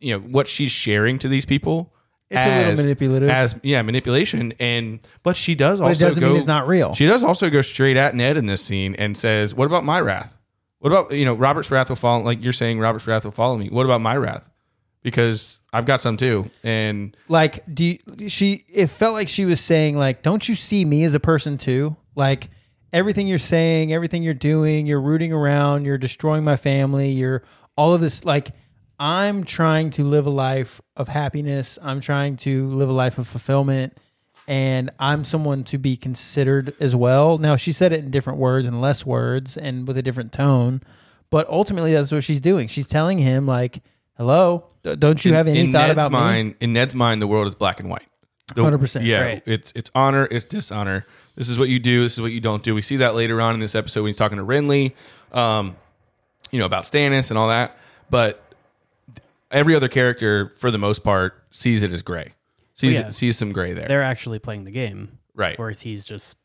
Speaker 2: you know what she's sharing to these people.
Speaker 1: It's a little manipulative.
Speaker 2: As yeah, manipulation, and but she does
Speaker 1: but it
Speaker 2: also
Speaker 1: doesn't
Speaker 2: go,
Speaker 1: mean it's not real.
Speaker 2: she does also go straight at Ned in this scene and says, "What about my wrath? What about you know Robert's wrath will follow? Like you're saying, Robert's wrath will follow me. What about my wrath? Because I've got some too." And
Speaker 1: like, do you, she? It felt like she was saying, like, don't you see me as a person too? Like, everything you're saying, everything you're doing, you're rooting around, you're destroying my family, you're all of this. Like, I'm trying to live a life of happiness. I'm trying to live a life of fulfillment. And I'm someone to be considered as well. Now, she said it in different words and less words and with a different tone, but ultimately, that's what she's doing. She's telling him, like, hello, d- don't you have any
Speaker 2: in
Speaker 1: thought
Speaker 2: Ned's
Speaker 1: about me?
Speaker 2: mind, in Ned's mind, the world is black and white. The-
Speaker 1: 100%.
Speaker 2: Yeah,
Speaker 3: Right.
Speaker 2: it's it's honor, it's dishonor. This is what you do. This is what you don't do. We see that later on in this episode when he's talking to Renly, um, you know about Stannis and all that. But every other character, for the most part, sees it as gray. Sees
Speaker 1: Oh,
Speaker 3: yeah.
Speaker 2: sees some gray there.
Speaker 3: they're actually playing the game,
Speaker 2: right.
Speaker 3: whereas he's just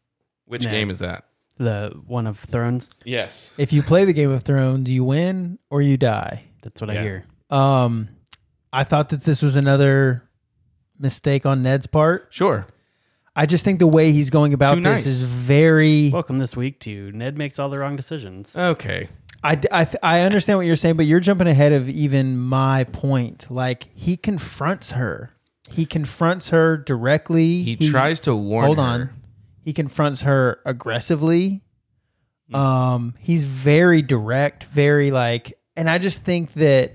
Speaker 2: Which
Speaker 3: Ned.
Speaker 2: game is that?
Speaker 3: the one of Thrones.
Speaker 2: Yes.
Speaker 1: if you play the Game of Thrones, you win or you die.
Speaker 3: That's what
Speaker 2: Yeah.
Speaker 3: I hear.
Speaker 1: Um, I thought that this was another mistake on Ned's part.
Speaker 2: Sure.
Speaker 1: I just think the way he's going about
Speaker 2: Too
Speaker 1: this
Speaker 2: nice.
Speaker 1: is very.
Speaker 3: Welcome this week to Ned makes all the wrong decisions.
Speaker 2: Okay.
Speaker 1: I, I, th- I understand what you're saying, but you're jumping ahead of even my point. Like, he confronts her. He confronts her directly.
Speaker 2: He, tries to warn
Speaker 1: Hold
Speaker 2: her.
Speaker 1: on. He confronts her aggressively. Um, he's very direct, very like, and I just think that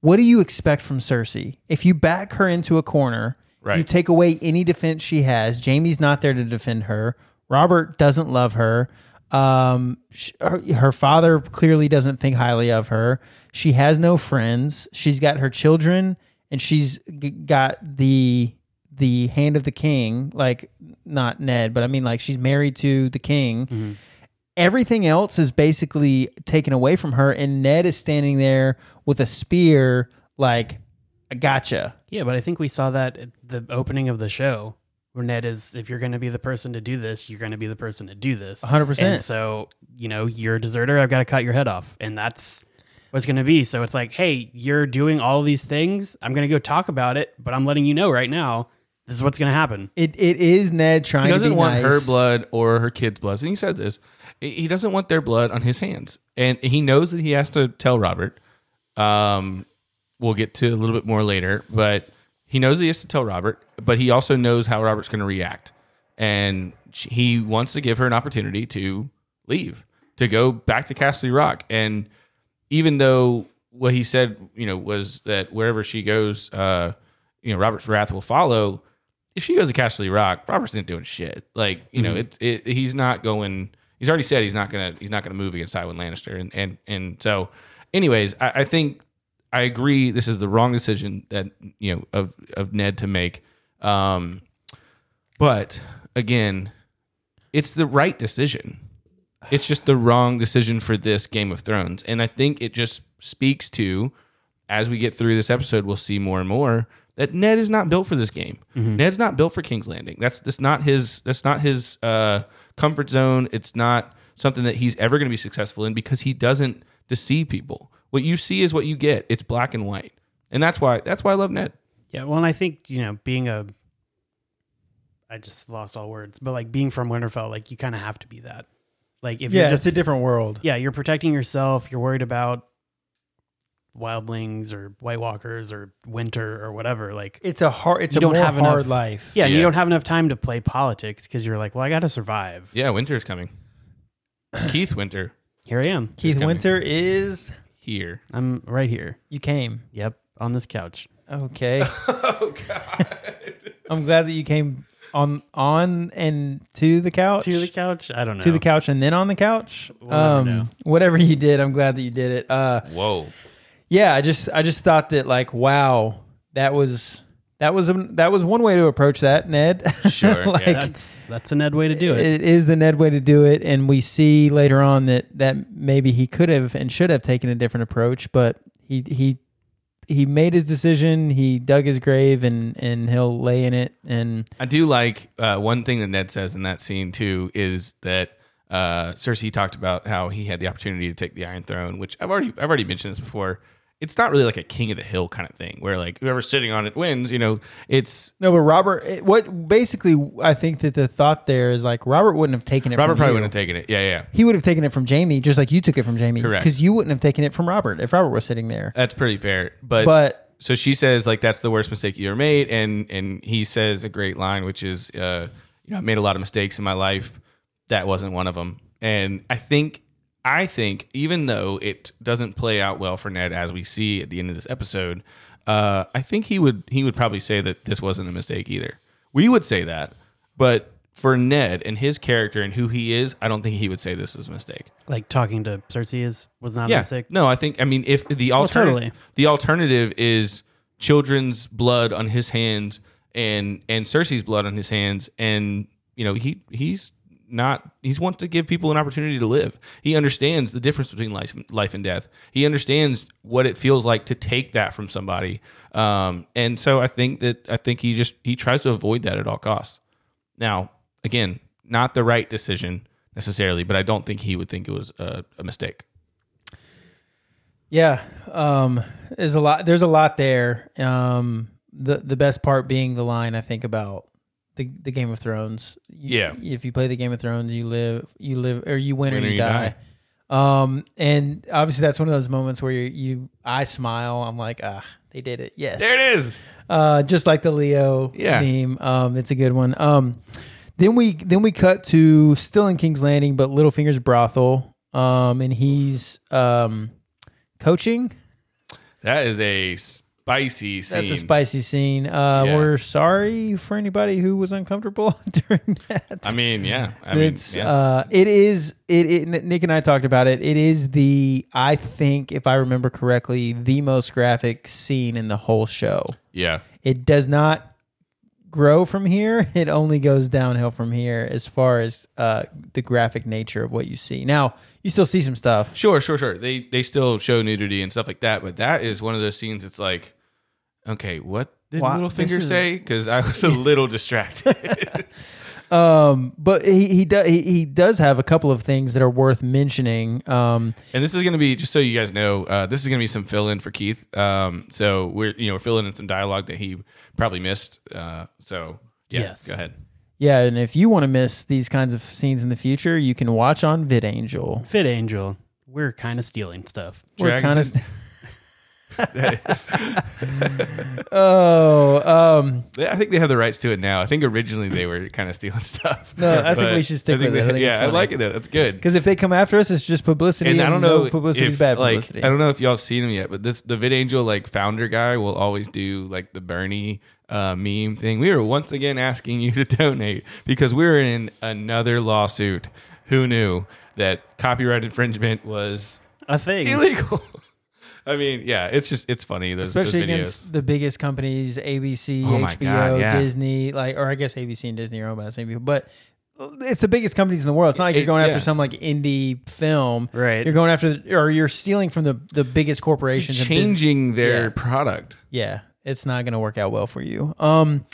Speaker 1: what do you expect from Cersei? If you back her into a corner,
Speaker 2: Right.
Speaker 1: you take away any defense she has. Jamie's not there to defend her. Robert doesn't love her. Um, sh her, her father clearly doesn't think highly of her. She has no friends. She's got her children, and she's g- got the the hand of the king, like not Ned, but I mean like she's married to the king. Everything else is basically taken away from her, and Ned is standing there with a spear, like I gotcha.
Speaker 3: Yeah, but I think we saw that at the opening of the show where Ned is, if you're going to be the person to do this, you're going to be the person to do this.
Speaker 1: 100%.
Speaker 3: And so, you know, you're a deserter. I've got to cut your head off. And that's what's going to be. So it's like, hey, you're doing all these things. I'm going to go talk about it, but I'm letting you know right now, this is what's going to happen.
Speaker 1: It it is Ned trying
Speaker 2: He doesn't
Speaker 1: to be
Speaker 2: want
Speaker 1: nice.
Speaker 2: her blood or her kids' blood. And he said this. He he doesn't want their blood on his hands. And he knows that he has to tell Robert. Um, we'll get to a little bit more later, but he knows he has to tell Robert, but he also knows how Robert's going to react. And she- he wants to give her an opportunity to leave, to go back to Castle Rock. And even though what he said, you know, was that wherever she goes, uh, you know, Robert's wrath will follow. If she goes to Castle Rock, Robert's not doing shit. Like, you know, it's it, he's not going. he's already said he's not gonna he's not gonna move against Tywin Lannister, and and and so, anyways, I, I think I agree. This is the wrong decision that you know of of Ned to make. Um, but again, it's the right decision. It's just the wrong decision for this Game of Thrones, and I think it just speaks to as we get through this episode, we'll see more and more that Ned is not built for this game. Ned's not built for King's Landing. That's that's not his that's not his uh, comfort zone. It's not something that he's ever going to be successful in because he doesn't deceive people. What you see is what you get. It's black and white, and that's why that's why I love Ned.
Speaker 3: Yeah, well, and I think you know, being a, I just lost all words, but like being from Winterfell, like you kind of have to be that. Like if
Speaker 1: yeah,
Speaker 3: you're just
Speaker 1: it's a different world.
Speaker 3: yeah, you're protecting yourself. You're worried about wildlings or White Walkers or winter or whatever. Like
Speaker 1: It's a hard. It's
Speaker 3: You
Speaker 1: a
Speaker 3: don't
Speaker 1: more
Speaker 3: have
Speaker 1: hard
Speaker 3: enough-
Speaker 1: life.
Speaker 3: yeah, you
Speaker 2: Yeah.
Speaker 3: don't have enough time to play politics because you're like, well, I got to survive.
Speaker 2: Yeah, winter is coming. Keith Winter
Speaker 3: Here I am.
Speaker 1: Keith
Speaker 2: coming.
Speaker 1: Winter is
Speaker 2: here.
Speaker 3: I'm right here.
Speaker 1: you came.
Speaker 3: Yep, on this couch.
Speaker 1: Okay. oh God. I'm glad that you came on on and to the couch.
Speaker 3: To the couch. I don't know.
Speaker 1: to the couch and then on the couch.
Speaker 3: never know.
Speaker 1: um, whatever you did, I'm glad that you did it. Uh,
Speaker 2: Whoa.
Speaker 1: yeah, I just I just thought that like wow, that was that was um that was one way to approach that, Ned.
Speaker 2: Sure, yeah.
Speaker 1: like
Speaker 3: That's that's a Ned way to do it.
Speaker 1: it is the Ned way to do it, and we see later on that that maybe he could have and should have taken a different approach, but he he he made his decision. He dug his grave, and and he'll lay in it. And
Speaker 2: I do like uh, one thing that Ned says in that scene too is that uh, Cersei talked about how he had the opportunity to take the Iron Throne, which I've already I've already mentioned this before. It's not really like a King of the Hill kind of thing where like whoever's sitting on it wins. You know, it's
Speaker 1: no, but Robert, it- what basically I think that the thought there is like Robert wouldn't have taken it.
Speaker 2: Robert
Speaker 1: from
Speaker 2: probably
Speaker 1: you.
Speaker 2: wouldn't have taken it. Yeah, yeah,
Speaker 1: he would have taken it from Jamie, just like you took it from Jamie.
Speaker 2: Correct.
Speaker 1: Because you wouldn't have taken it from Robert if Robert was sitting there.
Speaker 2: that's pretty fair.
Speaker 1: But
Speaker 2: so she says like that's the worst mistake you ever made and and he says a great line which is uh you know i made a lot of mistakes in my life that wasn't one of them and i think i think even though it doesn't play out well for ned as we see at the end of this episode uh i think he would he would probably say that this wasn't a mistake either we would say that but for ned and his character and who he is i don't think he would say this was a mistake
Speaker 3: like talking to Cersei is was not a
Speaker 2: yeah.
Speaker 3: mistake.
Speaker 2: No, I think I mean if the alternative
Speaker 3: totally.
Speaker 2: the alternative is children's blood on his hands and and Cersei's blood on his hands and you know he he's not he's wants to give people an opportunity to live. He understands the difference between life life and death. He understands what it feels like to take that from somebody. Um and so I think that I think he just he tries to avoid that at all costs. Now, again, not the right decision necessarily, but I don't think he would think it was a, a mistake.
Speaker 1: yeah, um, there's a lot. There's a lot there. Um, the the best part being the line I think about the the Game of Thrones. You-
Speaker 2: Yeah.
Speaker 1: If you play the Game of Thrones, you live, you live, or you win,
Speaker 2: Win
Speaker 1: or you, die. Um, and obviously that's one of those moments where you, you I smile. I'm like, ah, they did it. Yes,
Speaker 2: There it is.
Speaker 1: uh, just like the Leo
Speaker 2: Yeah.
Speaker 1: meme. Um, it's a good one. Um, then we then we cut to still in King's Landing, but Littlefinger's brothel. Um, and he's um, coaching.
Speaker 2: That is a spicy scene.
Speaker 1: That's a spicy scene. Uh,
Speaker 2: Yeah.
Speaker 1: We're sorry for anybody who was uncomfortable during that.
Speaker 2: I mean, yeah. I mean,
Speaker 1: it's
Speaker 2: yeah.
Speaker 1: uh, it is it, it. Nick and I talked about it. It is the I think if I remember correctly, the most graphic scene in the whole show.
Speaker 2: yeah.
Speaker 1: it does not grow from here it only goes downhill from here as far as uh, the graphic nature of what you see now you still see some stuff
Speaker 2: Sure, sure, sure. They they still show nudity and stuff like that, but that is one of those scenes. It's like, okay, what did
Speaker 1: Why-
Speaker 2: Littlefinger
Speaker 1: this is-
Speaker 2: say? Because I was a little distracted.
Speaker 1: um, but he he, do, he he does have a couple of things that are worth mentioning um,
Speaker 2: and this is going to be just so you guys know. Uh, this is going to be some fill in for Keith. Um, so we're you know we're filling in some dialogue that he probably missed. Uh, so yeah,
Speaker 3: Yes.
Speaker 2: go ahead.
Speaker 1: yeah and if you want to miss these kinds of scenes in the future you can watch on vidangel
Speaker 3: Fit Angel, we're kind of stealing stuff.
Speaker 1: we're
Speaker 2: Dragons
Speaker 1: kind
Speaker 2: and-
Speaker 1: of oh um
Speaker 2: They- I think they have the rights to it now. I think originally they were kind of stealing stuff.
Speaker 1: No, I think
Speaker 2: But
Speaker 1: we should stick
Speaker 2: think
Speaker 1: with it. I
Speaker 2: they-
Speaker 1: think it's
Speaker 2: yeah, I
Speaker 1: funny.
Speaker 2: like it though. That's good.
Speaker 1: because if they come after us it's just publicity and,
Speaker 2: And I don't know
Speaker 1: no publicity is
Speaker 2: if,
Speaker 1: bad
Speaker 2: like,
Speaker 1: publicity
Speaker 2: I don't know if y'all have seen him yet, but this the VidAngel like founder guy will always do like the Bernie uh, meme thing. We were once again asking you to donate because we were in another lawsuit. Who knew that copyright infringement was
Speaker 3: a thing.
Speaker 2: illegal? I mean, yeah, it's just it's funny those, those
Speaker 1: especially
Speaker 2: videos.
Speaker 1: against the biggest companies, ABC,
Speaker 2: Oh my
Speaker 1: HBO,
Speaker 2: God, yeah.
Speaker 1: Disney, like, or I guess ABC and Disney are owned by the same people, but it's the biggest companies in the world. It's not like you're
Speaker 2: It-
Speaker 1: going after
Speaker 2: yeah.
Speaker 1: some like indie film,
Speaker 3: Right.
Speaker 1: You're going after, or you're stealing from the the biggest corporations. and business-
Speaker 2: changing their
Speaker 1: Yeah.
Speaker 2: product.
Speaker 1: yeah, it's not going to work out well for you. Um,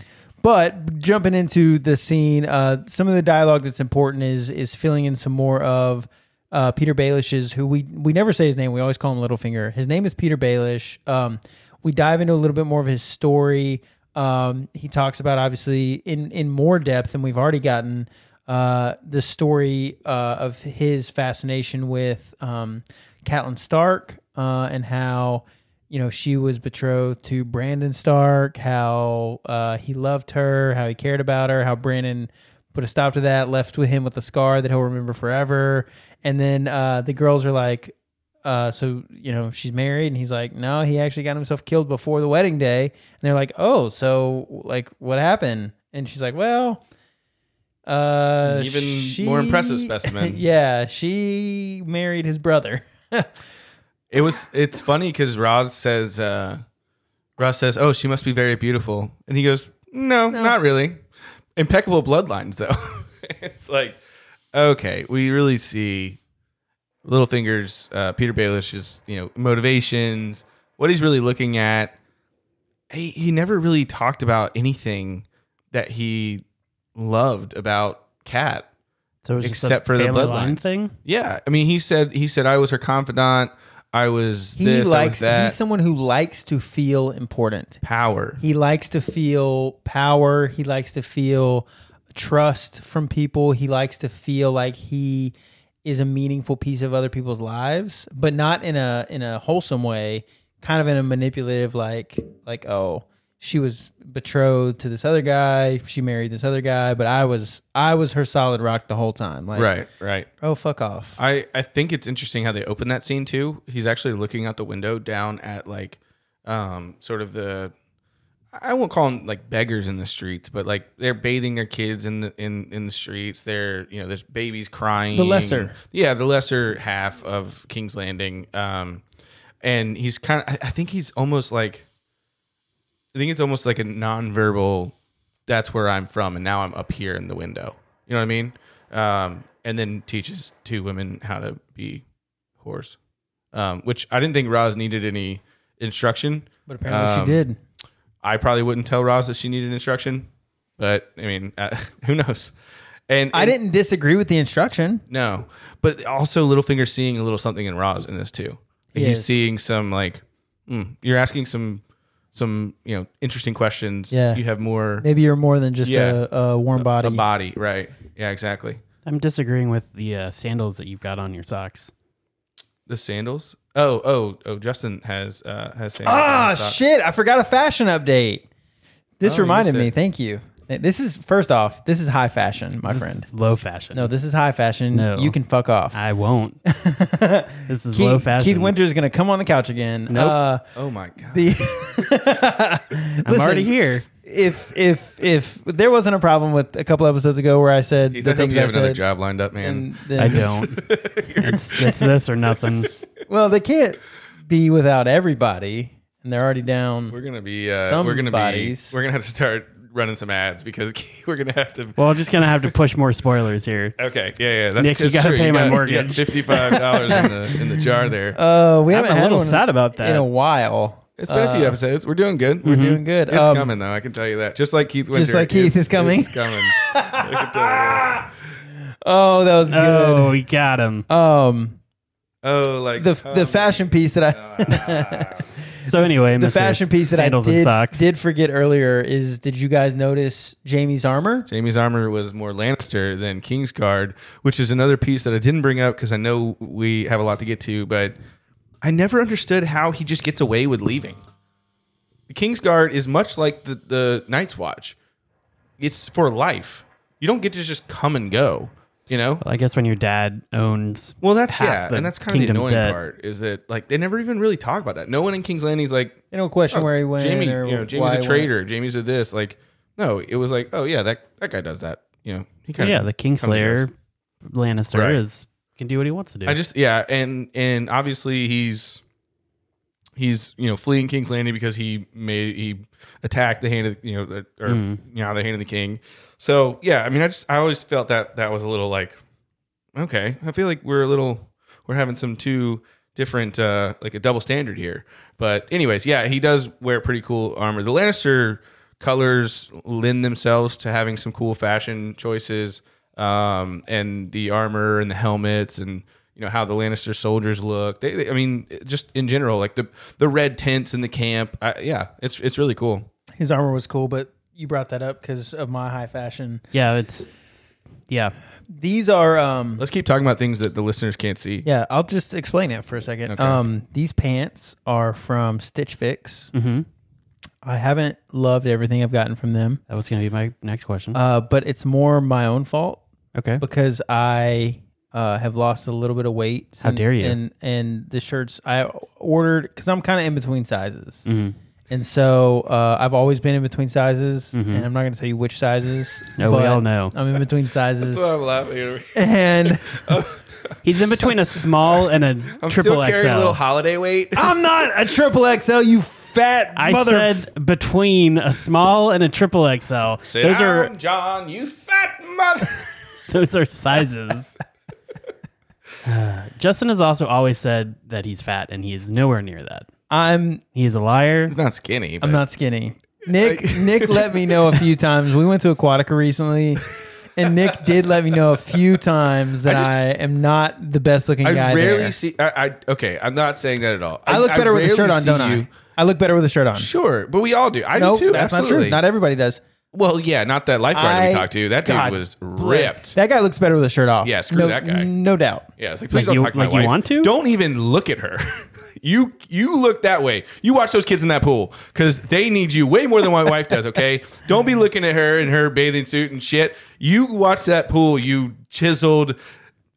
Speaker 1: but jumping into the scene, uh, some of the dialogue that's important is is filling in some more of uh, Peter Baelish's, who we we never say his name. We always call him Littlefinger. His name is Peter Baelish. Um, we dive into a little bit more of his story. Um, he talks about obviously in in more depth than we've already gotten uh, the story uh, of his fascination with um, Catelyn Stark uh, and how you know, she was betrothed to Brandon Stark, how uh, he loved her, how he cared about her, how Brandon put a stop to that, left with him with a scar that he'll remember forever. And then uh, the girls are like, uh, so, you know, she's married. And he's like, no, he actually got himself killed before the wedding day. And they're like, oh, so, like, what happened? And she's like, well, uh,
Speaker 2: Even more impressive specimen.
Speaker 1: yeah, she married his brother.
Speaker 2: It was it's funny because Roz says uh Roz says, Oh, she must be very beautiful. And he goes, No, not really. Impeccable bloodlines though. it's like, okay, we really see Littlefinger's uh Peter Baelish's, you know, motivations, what he's really looking at. He he never really talked about anything that he loved about Cat.
Speaker 3: So it was
Speaker 2: Except for the
Speaker 3: family
Speaker 2: bloodlines.
Speaker 3: thing.
Speaker 2: Yeah, I mean, he said he said I was her confidant. I was
Speaker 1: He
Speaker 2: this. I was
Speaker 1: likes,
Speaker 2: that.
Speaker 1: he's someone who likes to feel important.
Speaker 2: power.
Speaker 1: He likes to feel power. He likes to feel trust from people. He likes to feel like he is a meaningful piece of other people's lives, but not in a in a wholesome way, kind of in a manipulative like like oh, she was betrothed to this other guy, she married this other guy, but I was I was her solid rock the whole time. Like
Speaker 2: Right, right.
Speaker 1: oh fuck off.
Speaker 2: I I think it's interesting how they open that scene too. He's actually looking out the window down at like, um, sort of the, I won't call them like beggars in the streets, but like they're bathing their kids in the in in the streets. They're you know there's babies crying.
Speaker 1: The lesser.
Speaker 2: yeah, the lesser half of King's Landing. Um, and he's kind of I, I think he's almost like, I think it's almost like a nonverbal that's where I'm from, and now I'm up here in the window. You know what I mean? Um, and then teaches two women how to be whores, um, which I didn't think Roz needed any instruction.
Speaker 1: But apparently
Speaker 2: Um,
Speaker 1: she did.
Speaker 2: I probably wouldn't tell Roz that she needed instruction, but I mean, uh, who knows? And,
Speaker 1: I
Speaker 2: and-
Speaker 1: didn't disagree with the instruction.
Speaker 2: no, but also Littlefinger seeing a little something in Roz in this too.
Speaker 1: He
Speaker 2: He's
Speaker 1: is.
Speaker 2: seeing some like mm, you're asking some some you know interesting questions.
Speaker 1: Yeah.
Speaker 2: you have more
Speaker 1: Maybe you're more than just
Speaker 2: Yeah.
Speaker 1: a, a warm body.
Speaker 2: a body, right? Yeah, exactly.
Speaker 3: I'm disagreeing with the uh, sandals that you've got on your socks.
Speaker 2: The sandals. Oh, oh, oh! Justin has uh has sandals. on
Speaker 1: Ah,
Speaker 2: his socks.
Speaker 1: shit. I forgot a fashion update. This
Speaker 2: Oh, you
Speaker 1: reminded
Speaker 2: missed
Speaker 1: me.
Speaker 2: it.
Speaker 1: Thank you. This is, first off, this is high fashion, my friend.
Speaker 3: Low fashion.
Speaker 1: No, this is high fashion.
Speaker 3: No.
Speaker 1: You can fuck off.
Speaker 3: I won't. this is low fashion.
Speaker 1: Keith Winters is going to come on the couch again.
Speaker 3: Nope.
Speaker 1: Uh,
Speaker 2: Oh my god!
Speaker 1: the,
Speaker 3: I'm already here.
Speaker 1: If, if, if there wasn't a problem with a couple episodes ago where I said
Speaker 2: Keith,
Speaker 1: the
Speaker 2: I hope
Speaker 1: things
Speaker 2: you
Speaker 1: I
Speaker 2: have another
Speaker 1: said,
Speaker 2: job lined up, man.
Speaker 1: and then-
Speaker 3: I don't. it's, it's this or nothing.
Speaker 1: Well, they can't be without everybody, and they're already down.
Speaker 2: We're gonna be uh,
Speaker 1: Some
Speaker 2: we're gonna
Speaker 1: bodies.
Speaker 2: be we're gonna have to start running some ads because we're gonna have to.
Speaker 3: Well, I'm just gonna have to push more spoilers here.
Speaker 2: Okay, yeah, yeah. That's,
Speaker 3: Nick, you
Speaker 2: that's
Speaker 3: gotta
Speaker 2: true.
Speaker 3: pay my
Speaker 2: got- you got
Speaker 3: mortgage.
Speaker 2: Fifty-five dollars in the in the jar there.
Speaker 1: Uh, we
Speaker 3: I'm
Speaker 1: haven't
Speaker 3: a
Speaker 1: had
Speaker 3: little
Speaker 1: one
Speaker 3: sad about that.
Speaker 1: in a while. Uh,
Speaker 2: it's been a few episodes. We're doing good. We're
Speaker 1: Doing good.
Speaker 2: Hmm? It's
Speaker 1: Um,
Speaker 2: coming though. I can tell you that. Just like Keith Winter.
Speaker 1: like Keith
Speaker 2: it's-
Speaker 1: is coming.
Speaker 2: It's coming. I can tell you that.
Speaker 1: Oh, that was
Speaker 3: Oh,
Speaker 1: good.
Speaker 3: we got him.
Speaker 1: Um,
Speaker 2: Oh, like
Speaker 1: the
Speaker 2: oh,
Speaker 1: the fashion piece that I
Speaker 3: So anyway,
Speaker 1: the
Speaker 3: Mr.
Speaker 1: fashion piece that I
Speaker 3: sandals and
Speaker 1: did,
Speaker 3: socks.
Speaker 1: did forget earlier is did you guys notice Jamie's armor?
Speaker 2: Jamie's armor was more Lannister than Kingsguard, which is another piece that I didn't bring up because I know we have a lot to get to, but I never understood how he just gets away with leaving. The Kingsguard is much like the, the Night's Watch. It's for life. You don't get to just come and go, you know?
Speaker 3: Well, I guess when your dad owns
Speaker 2: Well, that's
Speaker 3: half
Speaker 2: yeah,
Speaker 3: the
Speaker 2: and that's kind of the
Speaker 3: kingdom's
Speaker 2: annoying
Speaker 3: dead.
Speaker 2: part is that like they never even really talk about that. No one in King's Landing's like oh,
Speaker 1: You know, question where he went.
Speaker 2: Jamie,
Speaker 1: or
Speaker 2: you know,
Speaker 1: why
Speaker 2: Jamie's
Speaker 1: he
Speaker 2: a
Speaker 1: went.
Speaker 2: traitor. Jamie's a this. Like, no, it was like, oh yeah, that that guy does that. You know, he kind
Speaker 3: yeah,
Speaker 2: of
Speaker 3: the Kingslayer Lannister
Speaker 2: Right.
Speaker 3: is can do what he wants to do.
Speaker 2: I just yeah, and and obviously he's he's you know fleeing King's Landing because he made he attacked the hand of you know the, or
Speaker 3: Mm-hmm.
Speaker 2: you know the hand of the king. So yeah, I mean I just I always felt that that was a little like okay, I feel like we're a little we're having some two different uh like a double standard here. But anyways, yeah, he does wear pretty cool armor. The Lannister colors lend themselves to having some cool fashion choices um and the armor and the helmets and you know how the Lannister soldiers look. They, they I mean just in general like the the red tents in the camp. I, yeah, it's it's really cool.
Speaker 4: His armor was cool, but you brought that up because of my high fashion.
Speaker 3: yeah, it's yeah.
Speaker 1: These are um
Speaker 2: Let's keep talking about things that the listeners can't see.
Speaker 1: yeah, I'll just explain it for a second. Um these pants are from Stitch Fix.
Speaker 3: Mm-hmm.
Speaker 1: I haven't loved everything I've gotten from them.
Speaker 3: That was gonna be my next question.
Speaker 1: Uh but it's more my own fault
Speaker 3: okay,
Speaker 1: because I uh, have lost a little bit of weight.
Speaker 3: How dare you.
Speaker 1: And and the shirts I ordered because I'm kind of in between sizes, and so uh, I've always been in between sizes, and I'm not going to tell you which sizes.
Speaker 3: No, we
Speaker 1: but
Speaker 3: all know.
Speaker 1: I'm in between sizes,
Speaker 2: I'm laughing. at.
Speaker 1: and
Speaker 3: he's in between a small and a
Speaker 2: I'm
Speaker 3: triple
Speaker 2: still carrying a little
Speaker 3: XL.
Speaker 2: holiday weight.
Speaker 1: I'm not a triple XL. You fat
Speaker 3: I
Speaker 1: mother.
Speaker 3: said between a small and a triple XL.
Speaker 2: Sit
Speaker 3: those
Speaker 2: down,
Speaker 3: are
Speaker 2: John, you fat mother.
Speaker 3: those are sizes. Uh, Justin has also always said that he's fat, and he is nowhere near that.
Speaker 1: I'm
Speaker 3: He is a liar.
Speaker 2: He's not skinny.
Speaker 1: I'm not skinny. Nick Nick let me know a few times. We went to Aquatica recently. And Nick did let me know a few times that I,
Speaker 2: I just-
Speaker 1: am not the best looking
Speaker 2: I
Speaker 1: guy.
Speaker 2: rarely
Speaker 1: there.
Speaker 2: see. I, I okay. I'm not saying that at all.
Speaker 1: I look better with a
Speaker 2: rarely
Speaker 1: shirt on,
Speaker 2: see
Speaker 1: don't
Speaker 2: you-
Speaker 1: I? I look better with a shirt on.
Speaker 2: Sure, but we all do. I
Speaker 1: No,
Speaker 2: do too.
Speaker 1: that's not
Speaker 2: absolutely.
Speaker 1: true. Not everybody does.
Speaker 2: well, yeah, not that lifeguard that we
Speaker 1: I-
Speaker 2: talked to. That dude
Speaker 1: God,
Speaker 2: was
Speaker 1: Blake,
Speaker 2: ripped.
Speaker 1: That guy looks better with a shirt off.
Speaker 2: Yeah, screw
Speaker 1: no,
Speaker 2: that guy.
Speaker 1: No doubt.
Speaker 2: yeah, it's like please
Speaker 3: Like
Speaker 2: don't
Speaker 3: you-
Speaker 2: talk to my
Speaker 3: like you
Speaker 2: wife.
Speaker 3: want to?
Speaker 2: Don't even look at her. you you look that way. You watch those kids in that pool because they need you way more than my wife does. Okay, don't be looking at her in her bathing suit and shit. You watch that pool. You chiseled,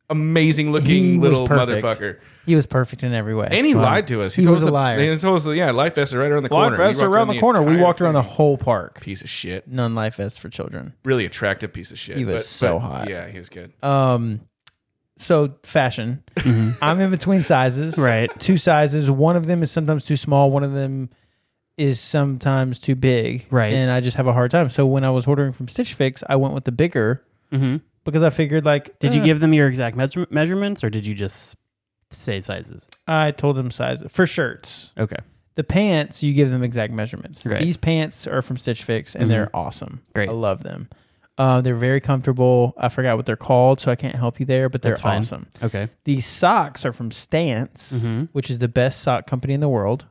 Speaker 2: amazing
Speaker 1: He
Speaker 2: looking little
Speaker 1: was perfect.
Speaker 2: motherfucker.
Speaker 1: He was perfect in every way.
Speaker 2: And he lied to us.
Speaker 1: He
Speaker 2: told
Speaker 1: was
Speaker 2: us
Speaker 1: a
Speaker 2: the-
Speaker 1: liar.
Speaker 2: He told us, the, yeah, life vests are right around the
Speaker 1: life
Speaker 2: corner. He
Speaker 1: vests
Speaker 2: walked
Speaker 1: around the corner. We
Speaker 2: entire
Speaker 1: walked around the
Speaker 2: thing.
Speaker 1: whole park.
Speaker 2: piece of shit.
Speaker 1: None life vests for children.
Speaker 2: Really attractive piece of shit.
Speaker 1: He was so hot.
Speaker 2: Yeah, he was good.
Speaker 1: Um, so fashion. I'm in between sizes.
Speaker 3: Right.
Speaker 1: Two sizes. One of them is sometimes too small. One of them is sometimes too big.
Speaker 3: Right.
Speaker 1: And I just have a hard time. So when I was ordering from Stitch Fix, I went with the bigger because I figured like
Speaker 3: Mm-hmm. Did
Speaker 2: Uh.
Speaker 3: you
Speaker 1: eh,
Speaker 3: give them your exact measure- measurements, or did you just say sizes?
Speaker 1: I told them size for shirts.
Speaker 3: Okay,
Speaker 1: The pants, you give them exact measurements.
Speaker 3: Right.
Speaker 1: These pants are from Stitch Fix and
Speaker 2: Mm-hmm.
Speaker 1: they're awesome.
Speaker 3: Great.
Speaker 1: I love them. Uh, they're very comfortable. I forgot what they're called, so I can't help you there, but they're
Speaker 3: That's fine.
Speaker 1: awesome.
Speaker 3: okay.
Speaker 1: These socks are from Stance,
Speaker 2: Mm-hmm.
Speaker 3: Mhm.
Speaker 1: which is the best sock company in the world.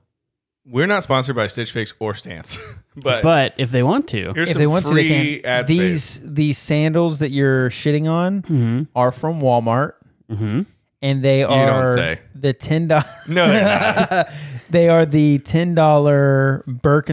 Speaker 2: We're not sponsored by Stitch Fix or Stance, but,
Speaker 3: But if they want to,
Speaker 2: here's
Speaker 1: if
Speaker 2: some
Speaker 1: they want
Speaker 2: free
Speaker 1: to, they can.
Speaker 2: ad
Speaker 1: These
Speaker 2: space.
Speaker 1: these sandals that you're shitting on
Speaker 3: mm-hmm.
Speaker 1: are from Walmart,
Speaker 3: Mm-hmm.
Speaker 1: and they
Speaker 2: don't
Speaker 1: are
Speaker 2: say.
Speaker 1: the ten dollars.
Speaker 2: No, they're not.
Speaker 1: they are the ten dollar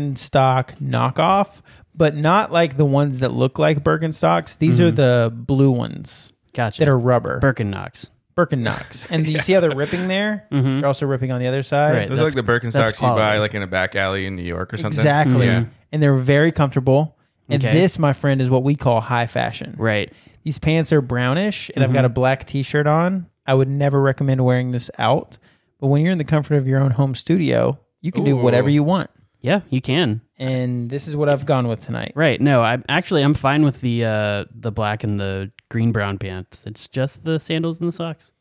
Speaker 1: Birkenstock knockoff, but not like the ones that look like Birkenstocks. These
Speaker 3: Mm-hmm.
Speaker 1: are the blue ones
Speaker 3: gotcha.
Speaker 1: that are rubber
Speaker 3: Birkenstocks.
Speaker 1: Birkennocks, and you see how they're ripping there. They're also ripping on the other side.
Speaker 3: Mm-hmm. Right.
Speaker 2: Those are like the
Speaker 3: that's
Speaker 2: Birkenstocks you
Speaker 3: quality.
Speaker 2: buy like in a back alley in New York or something.
Speaker 1: Exactly.
Speaker 2: Yeah.
Speaker 1: And they're very comfortable. And
Speaker 3: Okay.
Speaker 1: this, my friend, is what we call high fashion.
Speaker 3: Right. Mm-hmm.
Speaker 1: These pants are brownish, and I've got a black t shirt on. I would never recommend wearing this out. But when you're in the comfort of your own home studio, you can do whatever
Speaker 2: Ooh.
Speaker 1: you want.
Speaker 3: Yeah, you can.
Speaker 1: And this is what I've gone with tonight.
Speaker 3: Right. No, I'm actually I'm fine with the uh the black and the green brown pants. It's just the sandals and the socks.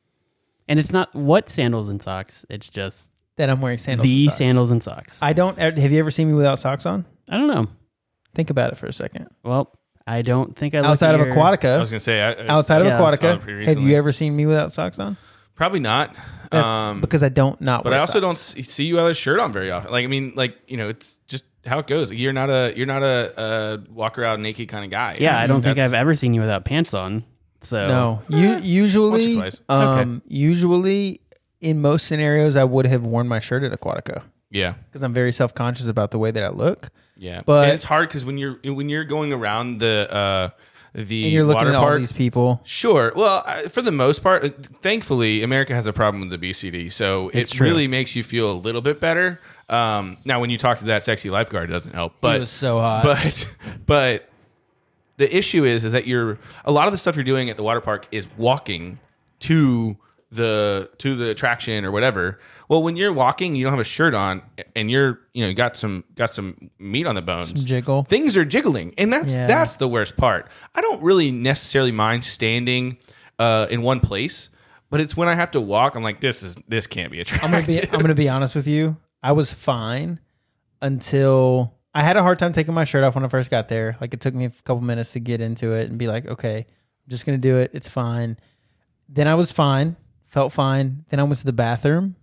Speaker 3: And it's not what sandals and socks, it's just
Speaker 1: That I'm wearing sandals.
Speaker 3: the
Speaker 1: and socks.
Speaker 3: sandals and socks. I,
Speaker 1: I don't. e, Have you ever seen me without socks on?
Speaker 3: don't know.
Speaker 1: Think about it for a second.
Speaker 3: Well, I don't think I look
Speaker 1: Outside of
Speaker 3: your-
Speaker 2: I
Speaker 1: Aquatica,
Speaker 2: was gonna say I, uh, I-
Speaker 1: outside of
Speaker 3: Yeah, I saw
Speaker 2: it pretty
Speaker 1: Aquatica, have
Speaker 2: recently.
Speaker 1: you ever seen me without socks on?
Speaker 2: probably not.
Speaker 1: That's
Speaker 2: um,
Speaker 1: because I don't not.
Speaker 2: but
Speaker 1: wear
Speaker 2: I
Speaker 1: socks.
Speaker 2: also don't see see you out of shirt on very often. Like I mean, like you know, it's just how it goes. You're not a you're not a, a walk around naked kind of guy.
Speaker 3: Yeah, I don't think
Speaker 2: That's-
Speaker 3: I've ever seen you without pants on. So
Speaker 1: No, you usually,
Speaker 2: twice.
Speaker 1: um, usually in most scenarios, I would have worn my shirt at Aquatica
Speaker 2: Yeah,
Speaker 1: because I'm very self conscious about the way that I look.
Speaker 2: Yeah,
Speaker 1: But-
Speaker 2: and it's hard because when you're when you're going around the uh, the
Speaker 1: And you're looking
Speaker 2: water
Speaker 1: at
Speaker 2: park.
Speaker 1: all these people.
Speaker 2: Sure. Well, I- for the most part, uh, thankfully, America has a problem with the BCD, so it really makes you feel a little bit better. Um, now, when you talk to that sexy lifeguard, it doesn't help. But
Speaker 1: was so hot.
Speaker 2: But but the issue is is that you're a lot of the stuff you're doing at the water park is walking to the to the attraction or whatever. Well, when you're walking, you don't have a shirt on, and you're you know you got some got some meat on the bones,
Speaker 1: jiggle.
Speaker 2: Things are jiggling, and that's
Speaker 1: Yeah.
Speaker 2: that's the worst part. I don't really necessarily mind standing uh, in one place, but it's when I have to walk, I'm like, this is this can't be attractive.
Speaker 1: I'm gonna be I'm gonna be honest with you. I was fine until I had a hard time taking my shirt off when I first got there. Like it took me a couple minutes to get into it and be like, okay, I'm just gonna do it. It's fine. Then I was fine, felt fine. Then I went to the bathroom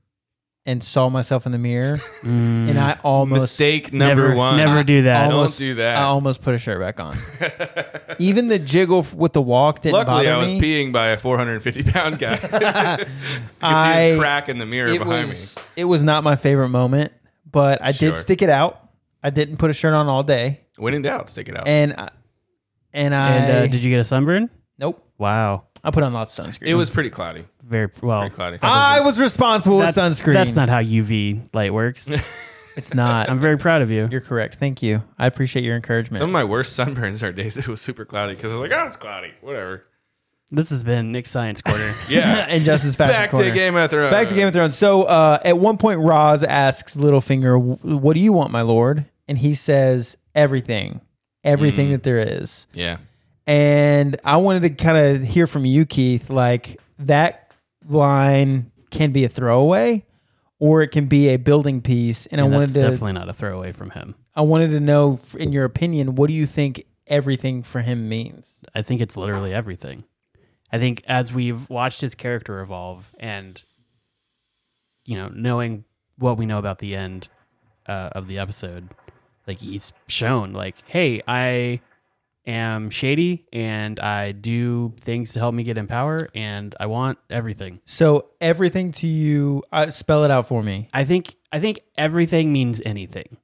Speaker 1: and saw myself in the mirror, Mm. and I almost
Speaker 2: Mm. Mistake number
Speaker 3: never,
Speaker 2: one.
Speaker 3: Never do that.
Speaker 1: Oh
Speaker 2: Don't do that.
Speaker 1: I almost put a shirt back on. Even the jiggle f- with the walk didn't
Speaker 2: Luckily,
Speaker 1: bother
Speaker 2: I was
Speaker 1: me.
Speaker 2: peeing by a 450 pound guy. you can see
Speaker 1: I-
Speaker 2: his crack in the mirror
Speaker 1: it
Speaker 2: behind
Speaker 1: was, It was not my favorite moment, but I
Speaker 2: Sure.
Speaker 1: did stick it out. I didn't put a shirt on all day,
Speaker 2: me. When in doubt, stick it out.
Speaker 1: and I, and I
Speaker 3: and uh, did you get a sunburn?
Speaker 1: nope.
Speaker 3: Wow.
Speaker 1: I put on lots of sunscreen.
Speaker 2: it was pretty cloudy.
Speaker 3: Very well.
Speaker 2: Pretty cloudy.
Speaker 1: I was responsible with
Speaker 3: That's,
Speaker 1: sunscreen.
Speaker 3: that's not how UV light works.
Speaker 1: It's not.
Speaker 3: I'm very proud of you.
Speaker 1: You're correct. Thank you. I appreciate your encouragement.
Speaker 2: Some of my worst sunburns are days that it was super cloudy because I was like, oh, it's cloudy. Whatever.
Speaker 3: This has been Nick's Science Corner.
Speaker 2: Yeah.
Speaker 1: and Justin's fashion
Speaker 2: Back
Speaker 1: corner.
Speaker 2: to Game of Thrones.
Speaker 1: Back to Game of Thrones. So uh, at one point, Roz asks Littlefinger, "W- "What do you want, my lord?" And he says, "Everything,
Speaker 2: Mm.
Speaker 1: everything that there is."
Speaker 2: Yeah.
Speaker 1: And I wanted to kind of hear from you, Keith. Like that line can be a throwaway, or it can be a building piece. And I
Speaker 3: And that's
Speaker 1: wanted to,
Speaker 3: definitely not a throwaway from him.
Speaker 1: I wanted to know, f- in your opinion, what do you think everything for him means?
Speaker 3: I think it's literally everything. I think as we've watched his character evolve and, you know, knowing what we know about the end uh, of the episode, like he's shown, like, hey, I am shady and I do things to help me get in power and I want everything.
Speaker 1: So everything to you, uh, spell it out for me.
Speaker 3: I think I think everything means anything.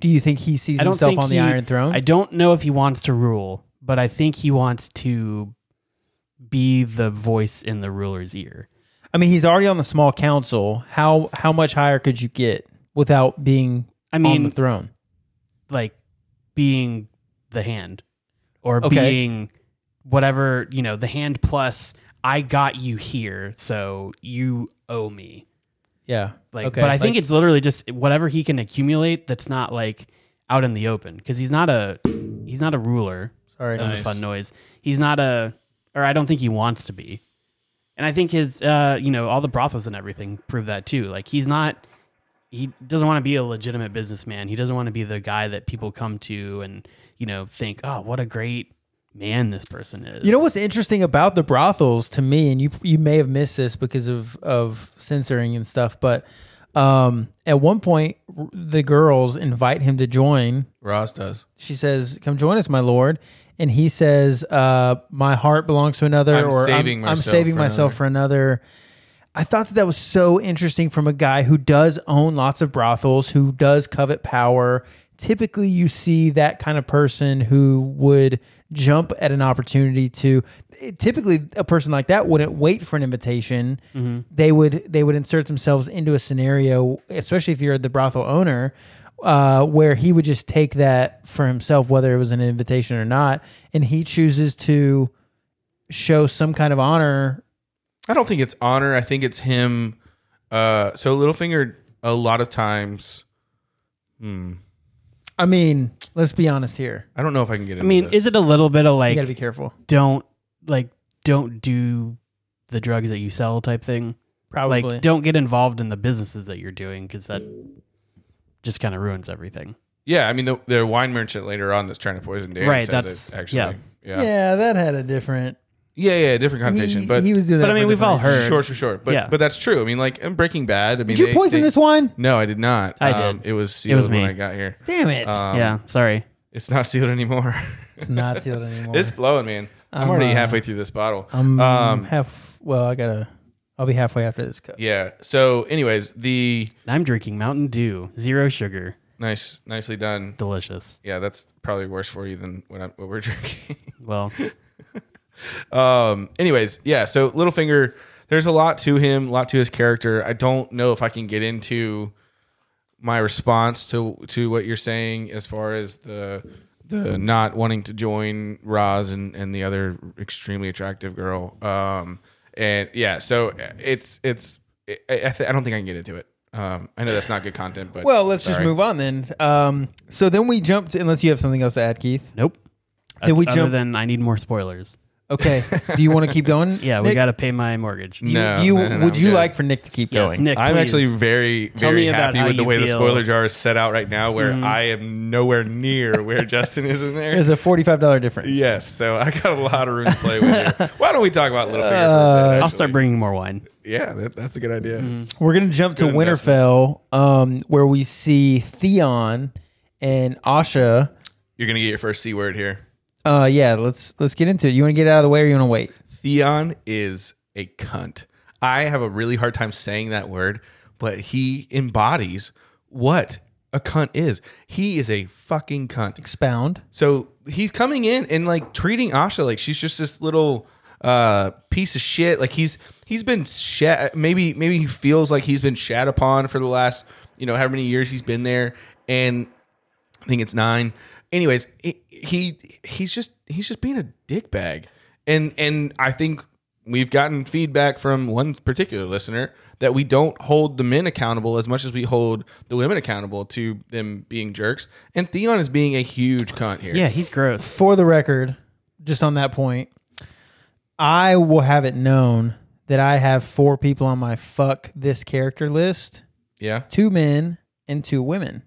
Speaker 1: Do you think he sees
Speaker 3: I don't
Speaker 1: himself
Speaker 3: think
Speaker 1: on the
Speaker 3: he-
Speaker 1: Iron Throne?
Speaker 3: I don't know if he wants to rule, but I think he wants to be the voice in the ruler's ear.
Speaker 1: I mean, he's already on the small council. How how much higher could you get without being
Speaker 3: I
Speaker 1: on the
Speaker 3: mean,
Speaker 1: throne?
Speaker 3: like being the hand or
Speaker 1: Okay.
Speaker 3: being whatever, you know, the hand plus I got you here, so you owe me.
Speaker 1: Yeah.
Speaker 3: Like but I think it's literally just whatever he can accumulate that's not like out in the open cuz he's not a he's not a ruler.
Speaker 1: sorry.
Speaker 3: That was
Speaker 2: Nice.
Speaker 3: a fun noise. He's not a, or I don't think he wants to be. And I think his, uh, you know, all the brothels and everything prove that too. Like he's not, he doesn't want to be a legitimate businessman. He doesn't want to be the guy that people come to and you know think, oh, what a great man this person is.
Speaker 1: You know what's interesting about the brothels to me, and you you may have missed this because of of censoring and stuff, but um, at one point r- the girls invite him to join.
Speaker 2: Ross does.
Speaker 1: She says, "Come join us, my lord," and he says, uh, "My heart belongs to another,"
Speaker 2: I'm
Speaker 1: or
Speaker 2: saving
Speaker 1: "I'm, I'm
Speaker 2: myself
Speaker 1: saving
Speaker 2: for
Speaker 1: myself
Speaker 2: another."
Speaker 1: for another." I thought that that was so interesting from a guy who does own lots of brothels, who does covet power. Typically, you see that kind of person who would jump at an opportunity to. Typically, a person like that wouldn't wait for an invitation. They would they would insert themselves into a scenario, especially if you're the brothel owner, uh, where he would just take that for himself, whether it was an invitation or not, and he chooses to show some kind of honor
Speaker 2: I don't think it's honor. I think it's him. Uh, so Littlefinger, a lot of times,
Speaker 1: I mean, let's be honest here.
Speaker 2: I don't know if I can get.
Speaker 3: I mean, is it a little bit of
Speaker 1: You
Speaker 3: like
Speaker 1: got to be careful.
Speaker 3: don't like don't do the drugs that you sell type thing?
Speaker 1: Probably.
Speaker 3: Like don't get involved in the businesses that you're doing because that just kind of ruins everything.
Speaker 2: yeah. I mean, the, the wine merchant later on that's trying to poison Dan.
Speaker 3: Right,
Speaker 2: says
Speaker 3: that's-
Speaker 2: it, actually.
Speaker 3: yeah.
Speaker 2: Yeah.
Speaker 1: yeah.
Speaker 2: yeah,
Speaker 1: that had a different.
Speaker 2: yeah, Different connotation,
Speaker 1: He,
Speaker 2: but
Speaker 1: he was doing that.
Speaker 3: But I
Speaker 1: for
Speaker 3: mean, we've
Speaker 1: different
Speaker 3: all
Speaker 1: reasons.
Speaker 3: heard.
Speaker 2: Sure, sure, sure. But
Speaker 3: Yeah.
Speaker 2: but that's true. I mean, like in Breaking Bad. I mean,
Speaker 1: Did you
Speaker 2: they-
Speaker 1: poison
Speaker 2: they-
Speaker 1: this wine?
Speaker 2: No, I did not.
Speaker 3: I did.
Speaker 2: Um, it was sealed
Speaker 3: It was
Speaker 2: when
Speaker 3: me.
Speaker 2: I got here.
Speaker 1: Damn it!
Speaker 2: Um,
Speaker 3: yeah, sorry.
Speaker 2: it's not sealed anymore.
Speaker 1: it's not sealed anymore.
Speaker 2: it's flowing, man. I'm, already
Speaker 1: uh,
Speaker 2: halfway through this bottle.
Speaker 1: I'm
Speaker 2: um,
Speaker 1: half. Well, I gotta. I'll be halfway after this cup.
Speaker 2: yeah. So, anyways, the
Speaker 3: And I'm drinking Mountain Dew, zero sugar,
Speaker 2: nice, nicely done.
Speaker 3: delicious.
Speaker 2: Yeah, that's probably worse for you than what, I'm, what we're drinking.
Speaker 3: Well,
Speaker 2: um. Anyways, yeah. So Littlefinger, there's a lot to him, a lot to his character. I don't know if I can get into my response to to what you're saying as far as the the not wanting to join Roz and, and the other extremely attractive girl. Um, and yeah, so it's it's I, I, th- I don't think I can get into it. Um, I know that's not good content, but
Speaker 1: Well, let's just
Speaker 2: sorry.
Speaker 1: move on then. Um, so then we jumped, unless you have something else to add, Keith.
Speaker 3: Nope.
Speaker 1: Did we
Speaker 3: Other
Speaker 1: jump-
Speaker 3: than I need more spoilers.
Speaker 1: Okay. Do you want to keep going?
Speaker 3: Yeah, we
Speaker 1: Nick?
Speaker 3: got to pay my mortgage.
Speaker 1: You,
Speaker 2: No,
Speaker 1: you-
Speaker 2: no, no, no,
Speaker 1: would
Speaker 2: I'm
Speaker 1: you
Speaker 2: good.
Speaker 1: like for Nick to keep
Speaker 3: Yes,
Speaker 1: going?
Speaker 3: Nick,
Speaker 2: I'm
Speaker 3: please.
Speaker 2: actually very,
Speaker 3: Tell
Speaker 2: very
Speaker 3: me about
Speaker 2: happy
Speaker 3: how
Speaker 2: with the
Speaker 3: you
Speaker 2: way the
Speaker 3: feel. Mm-hmm.
Speaker 2: spoiler jar is set out right now, where I am nowhere near where Justin is in there.
Speaker 1: There's a forty-five dollar difference.
Speaker 2: Yes, so I got a lot of room to play with here. Why don't we talk about Littlefinger for a bit?
Speaker 3: Uh, I'll
Speaker 2: actually?
Speaker 3: start bringing Mm-hmm. more wine.
Speaker 2: Yeah, that, that's a good idea.
Speaker 1: We're gonna jump to
Speaker 2: Good
Speaker 1: Winterfell, um, where we see Theon and Asha.
Speaker 2: You're gonna get your first c word here.
Speaker 1: Uh, yeah, let's let's get into it. You want to get out of the way, or you want to wait?
Speaker 2: Theon is a cunt. I have a really hard time saying that word, but he embodies what a cunt is. He is a fucking cunt.
Speaker 1: Expound.
Speaker 2: So he's coming in and like treating Asha like she's just this little uh piece of shit. Like he's he's been shat maybe maybe he feels like he's been shat upon for the last, you know, however many years he's been there and I think it's 9. Anyways, he, he he's just he's just being a dickbag. And and I think we've gotten feedback from one particular listener that we don't hold the men accountable as much as we hold the women accountable to them being jerks. And Theon is being a huge cunt here.
Speaker 3: Yeah, he's gross.
Speaker 1: For the record, just on that point, I will have it known that I have four people on my fuck this character list:
Speaker 2: Yeah.
Speaker 1: two men and two women.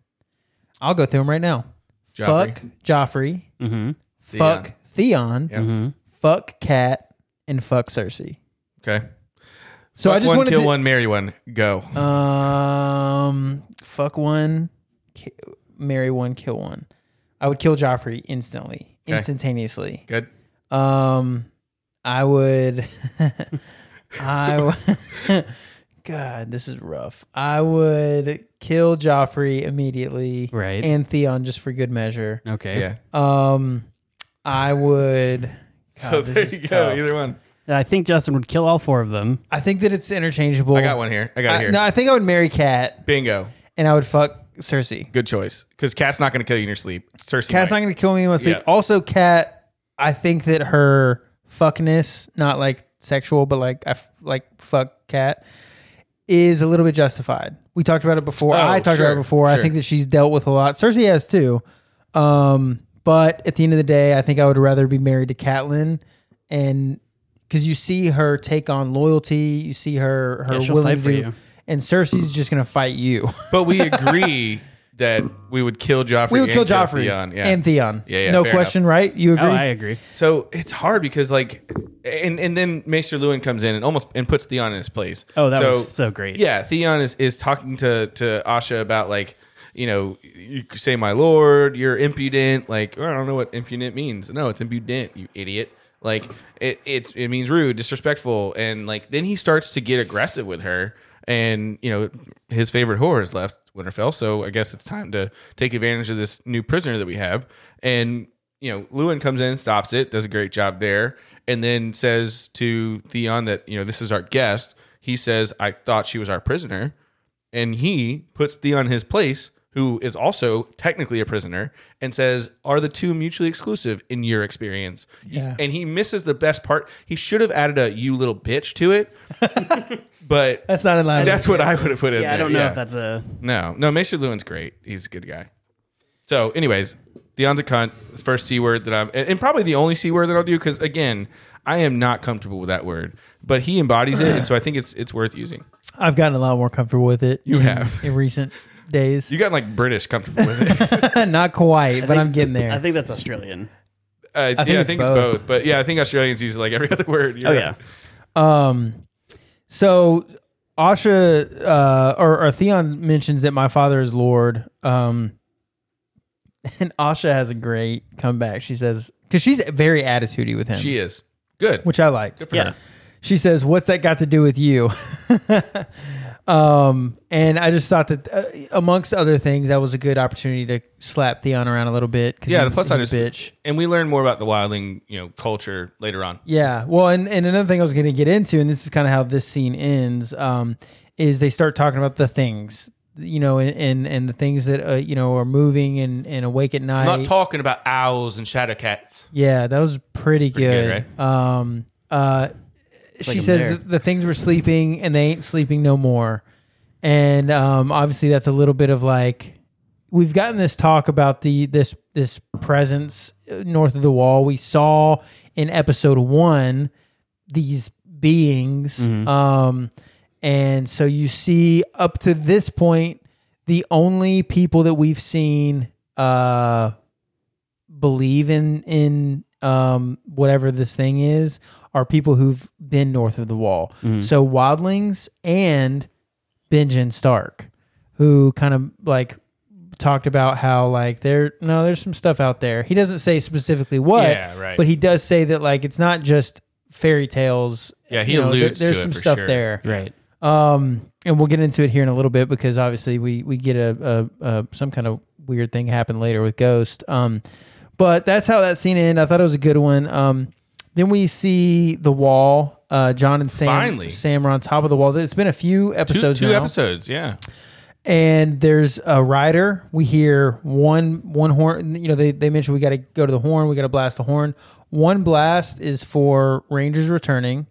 Speaker 1: I'll go through them right now.
Speaker 2: Joffrey.
Speaker 1: Fuck Joffrey.
Speaker 3: Mm-hmm.
Speaker 1: Fuck Theon.
Speaker 2: Yeah.
Speaker 1: Fuck Cat. And fuck Cersei.
Speaker 2: Okay.
Speaker 1: So
Speaker 2: Fuck
Speaker 1: I just
Speaker 2: one,
Speaker 1: wanted
Speaker 2: kill
Speaker 1: to,
Speaker 2: one, marry one. Go.
Speaker 1: Um, fuck one, ki- marry one, kill one. I would kill Joffrey instantly,
Speaker 2: Okay.
Speaker 1: instantaneously.
Speaker 2: Good.
Speaker 1: Um, I would. I. w- God, this is rough. I would kill Joffrey immediately,
Speaker 3: Right.
Speaker 1: And Theon just for good measure.
Speaker 3: Okay.
Speaker 2: Yeah.
Speaker 1: Um, I would. God,
Speaker 2: so
Speaker 1: this
Speaker 2: there
Speaker 1: is
Speaker 2: you
Speaker 1: tough.
Speaker 2: go. Either one.
Speaker 3: I think Justin would kill all four of them.
Speaker 1: I think that it's interchangeable.
Speaker 2: I got one here. I got it
Speaker 1: I-
Speaker 2: here.
Speaker 1: no, I think I would marry Cat,
Speaker 2: Bingo.
Speaker 1: and I would fuck Cersei.
Speaker 2: Good choice. Because Cat's not going to kill you in your sleep. Cersei.
Speaker 1: Cat's
Speaker 2: might.
Speaker 1: not going to kill me in my sleep.
Speaker 2: Yeah.
Speaker 1: Also, Cat, I think that her fuckness, not like sexual, but like I f- like fuck Cat, is a little bit justified. We talked about it before.
Speaker 2: Oh,
Speaker 1: I talked about
Speaker 2: sure,
Speaker 1: it before. I
Speaker 2: sure.
Speaker 1: think that she's dealt with a lot. Cersei has too. Um, but at the end of the day, I think I would rather be married to Catelyn and because you see her take on loyalty, you see her her
Speaker 3: Yeah, she'll
Speaker 1: willing
Speaker 3: fight for
Speaker 1: to,
Speaker 3: you.
Speaker 1: do, and Cersei's just gonna fight you.
Speaker 2: But we agree that we would kill Joffrey.
Speaker 1: we would
Speaker 2: and
Speaker 1: kill Joffrey
Speaker 2: Theon. Yeah.
Speaker 1: and Theon.
Speaker 2: Yeah, yeah,
Speaker 1: no
Speaker 2: fair
Speaker 1: question, right? You agree?
Speaker 3: Oh, I agree.
Speaker 2: so it's hard because like, and and then Maester Lewin comes in and almost and puts Theon in his place.
Speaker 3: Oh, that
Speaker 2: so,
Speaker 3: was so great.
Speaker 2: Yeah, Theon is is talking to to Asha about like. You know, you could say my lord, you're impudent. Like, "Oh, I don't know what impudent means. No, it's impudent, you idiot. Like, it it's it means rude, disrespectful, and like then he starts to get aggressive with her. And you know, his favorite whore has left Winterfell, so I guess it's time to take advantage of this new prisoner that we have. And you know, Lewin comes in, stops it, does a great job there, and then says to Theon that, you know, this is our guest. He says, I thought she was our prisoner. And he puts Theon in his place, who is also technically a prisoner, and says, Are the two mutually exclusive in your experience?
Speaker 1: Yeah.
Speaker 2: And he misses the best part. He should have added a you little bitch to it. but
Speaker 1: That's not in line.
Speaker 2: that's what I would have put in
Speaker 3: Yeah, I
Speaker 2: there,
Speaker 3: don't know
Speaker 2: yeah.
Speaker 3: if that's a.
Speaker 2: No, no, Maester Lewin's great. He's a good guy. So, anyways, Theon's a cunt. His first C word that I'm, and and probably the only C word that I'll do because again, I am not comfortable with that word. But he embodies it, and so I think it's it's worth using.
Speaker 1: I've gotten a lot more comfortable with it. You
Speaker 2: have.
Speaker 1: in recent days.
Speaker 2: You got like British comfortable with it.
Speaker 1: Not quite, but I'm getting there.
Speaker 3: I think that's Australian.
Speaker 2: Uh, yeah, I
Speaker 1: it's
Speaker 2: think it's
Speaker 1: both.
Speaker 2: both. But yeah, I think Australians use like every other word. You're
Speaker 3: Oh
Speaker 2: right.
Speaker 3: yeah.
Speaker 1: um, so Asha uh, or, or Theon mentions that my father is Lord. Um, and Asha has a great comeback. She says because she's very attitudey with him,
Speaker 2: she is good.
Speaker 1: which I liked.
Speaker 3: Yeah.
Speaker 1: she says, "What's that got to do with you?" um, and I just thought that, uh, amongst other things, that was a good opportunity to slap Theon around a little bit. 'cause
Speaker 2: Yeah, the
Speaker 1: he's-
Speaker 2: plus side
Speaker 1: he's
Speaker 2: is
Speaker 1: a bitch.
Speaker 2: and we learn more about the wildling, you know, culture later on.
Speaker 1: Yeah. Well, and, and another thing I was going to get into, and this is kind of how this scene ends, um, is they start talking about the things, you know, and and, and the things that uh, you know are moving and, and awake at night.
Speaker 2: I'm not talking about owls and shadow cats.
Speaker 1: Yeah, that was pretty,
Speaker 2: good,
Speaker 1: good. Um, uh, she
Speaker 3: like I'm
Speaker 1: says
Speaker 3: there.
Speaker 1: that the things were sleeping and they ain't sleeping no more. And um, obviously, that's a little bit of like we've gotten this talk about the this this presence uh, north of the wall. We saw in episode one these beings. Um, and so you see up to this point, the only people that we've seen uh, believe in in um, whatever this thing is are people who've been north of the wall.
Speaker 2: Mm-hmm.
Speaker 1: So wildlings and Benjamin Stark, who kind of like talked about how like there no there's some stuff out there. He doesn't say specifically what,
Speaker 2: Yeah, right.
Speaker 1: but he does say that like it's not just fairy tales.
Speaker 2: Yeah, he
Speaker 1: You know, there-
Speaker 2: alludes
Speaker 1: there's
Speaker 2: to it
Speaker 1: some
Speaker 2: for
Speaker 1: stuff
Speaker 2: sure.
Speaker 1: there.
Speaker 3: Right.
Speaker 1: Um, and we'll get into it here in a little bit because obviously we we get a, a, a some kind of weird thing happen later with Ghost. Um, but that's how that scene ended. I thought it was a good one. Um, then we see the wall. Uh, John and Sam,
Speaker 2: Finally.
Speaker 1: Sam are on top of the wall. It's been a few
Speaker 2: Two,
Speaker 1: episodes
Speaker 2: two
Speaker 1: now,
Speaker 2: episodes, yeah.
Speaker 1: and there's a rider. We hear one one horn. You know, they they mentioned we got to go to the horn. We got to blast the horn. One blast is for Rangers returning.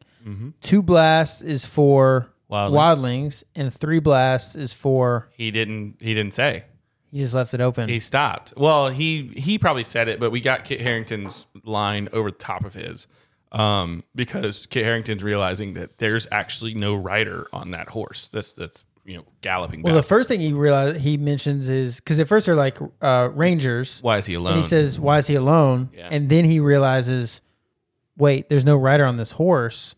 Speaker 1: Two blasts is for
Speaker 2: Wildlings.
Speaker 1: wildlings, and three blasts is for
Speaker 2: He didn't. He didn't say.
Speaker 1: he just left it open.
Speaker 2: He stopped. Well, he he probably said it, but we got Kit Harrington's line over the top of his um, because Kit Harrington's realizing that there's actually no rider on that horse. That's that's you know galloping.
Speaker 1: well, the
Speaker 2: back.
Speaker 1: first thing he realized he mentions is because at first they're like uh, Rangers,
Speaker 2: Why is he alone?
Speaker 1: and he says, "Why is he alone?" And then he realizes, "Wait, there's no rider on this horse.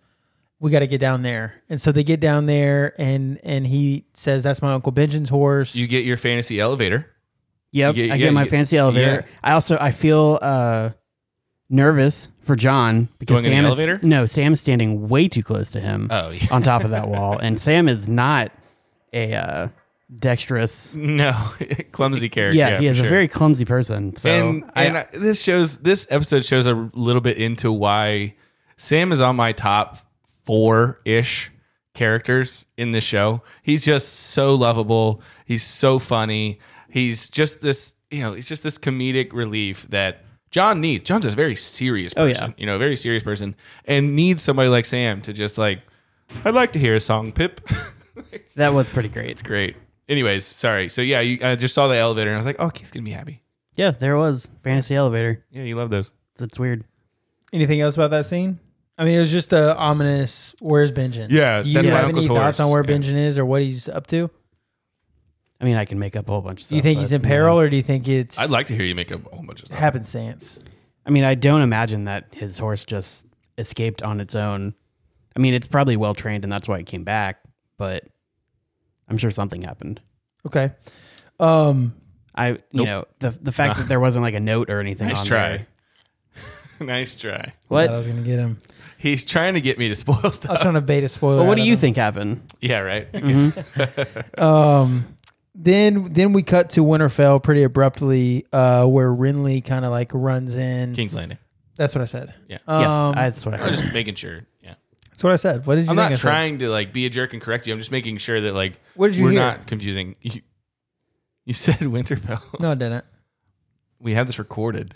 Speaker 1: We got to get down there." And so they get down there, and and he says, "That's my uncle Benjamin's horse."
Speaker 2: you get your fantasy elevator.
Speaker 3: Yep.
Speaker 2: You get-
Speaker 3: I
Speaker 2: yeah,
Speaker 3: get my
Speaker 2: you-
Speaker 3: fancy elevator.
Speaker 2: yeah.
Speaker 3: I also I feel uh nervous for John because
Speaker 2: Going in the
Speaker 3: Sam is,
Speaker 2: elevator?
Speaker 3: no Sam's standing way too close to him
Speaker 2: Oh, yeah.
Speaker 3: on top of that wall, and Sam is not a uh, dexterous.
Speaker 2: No, clumsy character.
Speaker 3: Yeah, he
Speaker 2: for
Speaker 3: is
Speaker 2: sure.
Speaker 3: a very clumsy person. So
Speaker 2: and
Speaker 3: I,
Speaker 2: and I, this shows this episode shows a little bit into why Sam is on my top four ish characters in this show. He's just so lovable. He's so funny. He's just this you know he's just this comedic relief that John needs. John's a very serious
Speaker 3: Oh, yeah.
Speaker 2: person, you know, a very serious person, and needs somebody like Sam to just like. I'd like to hear a song, Pip.
Speaker 3: that was pretty great.
Speaker 2: Great. Anyways, sorry. So yeah, you, I just saw the elevator and I was like, oh, he's gonna be happy.
Speaker 3: Yeah, there was fantasy elevator.
Speaker 2: Yeah, you love those.
Speaker 3: It's, it's weird.
Speaker 1: Anything else about that scene? I mean, it was just a ominous. Where's Benjamin?
Speaker 2: Yeah,
Speaker 1: Do you
Speaker 2: that's my
Speaker 1: have
Speaker 2: uncle's
Speaker 1: any thoughts
Speaker 2: horse.
Speaker 1: on where
Speaker 2: Yeah.
Speaker 1: Benjamin is or what he's up to?
Speaker 3: I mean, I can make up a whole bunch. of
Speaker 1: Do you
Speaker 3: stuff,
Speaker 1: think
Speaker 3: but,
Speaker 1: he's in
Speaker 3: no.
Speaker 1: peril, or do you think it's
Speaker 2: I'd like to hear you make a whole bunch of stuff.
Speaker 1: happenstance?
Speaker 3: I mean, I don't imagine that his horse just escaped on its own. I mean, it's probably well trained, and that's why it came back. But I'm sure something happened.
Speaker 1: Okay. Um,
Speaker 3: I, you know, the the fact that there wasn't like a note or anything.
Speaker 2: Nice
Speaker 3: on
Speaker 2: try.
Speaker 3: there.
Speaker 2: nice try.
Speaker 1: I thought I
Speaker 3: What?
Speaker 1: was gonna get him.
Speaker 2: He's trying to get me to spoil
Speaker 1: I was
Speaker 2: stuff. Mm-hmm.
Speaker 1: trying to bait a spoiler.
Speaker 3: But
Speaker 1: out
Speaker 3: what do
Speaker 1: of
Speaker 3: you
Speaker 1: him.
Speaker 3: think happened?
Speaker 2: Yeah, right. Okay.
Speaker 1: Um, then then we cut to Winterfell pretty abruptly, uh, where Renly kind of like runs in.
Speaker 2: King's Landing.
Speaker 1: That's what I said.
Speaker 2: Yeah.
Speaker 3: yeah,
Speaker 1: Um,
Speaker 3: I, that's what I
Speaker 2: I'm
Speaker 3: heard.
Speaker 2: just making sure. Yeah.
Speaker 1: that's what I said. What did you?
Speaker 2: I'm
Speaker 1: think
Speaker 2: not
Speaker 1: I said?
Speaker 2: trying to like be a jerk and correct you. I'm just making sure that like
Speaker 1: What did you
Speaker 2: we're
Speaker 1: hear?
Speaker 2: not confusing. You, you said Winterfell.
Speaker 1: No, I didn't.
Speaker 2: We have this recorded.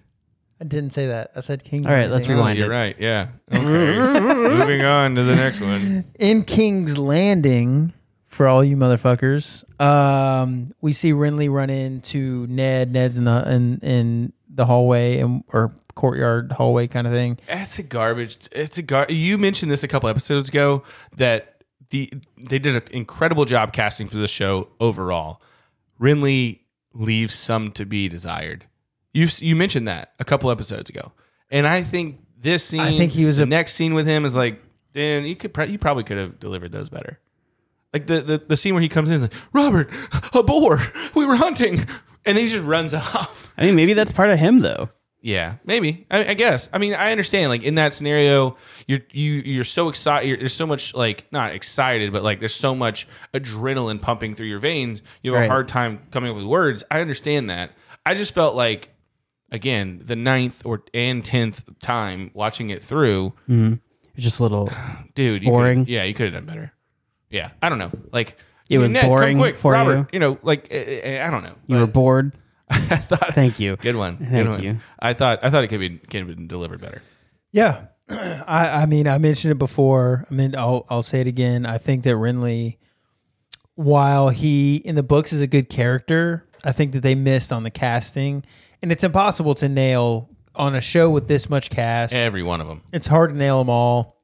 Speaker 1: I didn't say that. I said King's.
Speaker 3: All right, let's
Speaker 1: Landing.
Speaker 2: Oh,
Speaker 3: rewind
Speaker 2: you're
Speaker 3: it.
Speaker 2: right. Yeah. Okay. Moving on to the next one.
Speaker 1: in King's Landing. For all you motherfuckers, um, we see Renly run into Ned. Ned's in the in, in the hallway and or courtyard hallway kind of thing.
Speaker 2: That's a garbage. It's a gar. You mentioned this a couple episodes ago that the they did an incredible job casting for the show overall. Rinley leaves some to be desired. You you mentioned that a couple episodes ago, and I think this scene.
Speaker 1: I think he was
Speaker 2: the
Speaker 1: a-
Speaker 2: next scene with him is like, Dan, you could pro- you probably could have delivered those better. Like the, the the scene where he comes in, like Robert, a boar. We were hunting, and then he just runs off.
Speaker 3: I mean, maybe that's part of him though.
Speaker 2: Yeah, maybe. I, I guess. I mean, I understand. Like in that scenario, you're you you're so excited. You're, there's so much like not excited, but like there's so much adrenaline pumping through your veins. You have a
Speaker 3: Right.
Speaker 2: hard time coming up with words. I understand that. I just felt like, again, the ninth or and tenth time watching it through,
Speaker 3: It's Just a little.
Speaker 2: dude. You could-
Speaker 3: Boring.
Speaker 2: Yeah, you could have done better. Yeah, I don't know. Like I
Speaker 5: It
Speaker 2: mean,
Speaker 5: was
Speaker 2: Ned, come
Speaker 5: boring
Speaker 2: quick.
Speaker 5: for
Speaker 2: Robert,
Speaker 5: you.
Speaker 2: You know, like eh, I, I- I don't know.
Speaker 5: You were
Speaker 2: but
Speaker 5: bored.
Speaker 2: I thought
Speaker 5: Thank you.
Speaker 2: good one. Good
Speaker 5: Thank
Speaker 2: one.
Speaker 5: you.
Speaker 2: I thought I thought it could be could have been delivered better.
Speaker 6: Yeah.
Speaker 1: I, I mean, I mentioned it before. I mean, I'll, I'll say it again. I think that Renly, while he in the books is a good character, I think that they missed on the casting. And it's impossible to nail on a show with this much cast.
Speaker 2: Every one of them.
Speaker 1: It's hard to nail them all.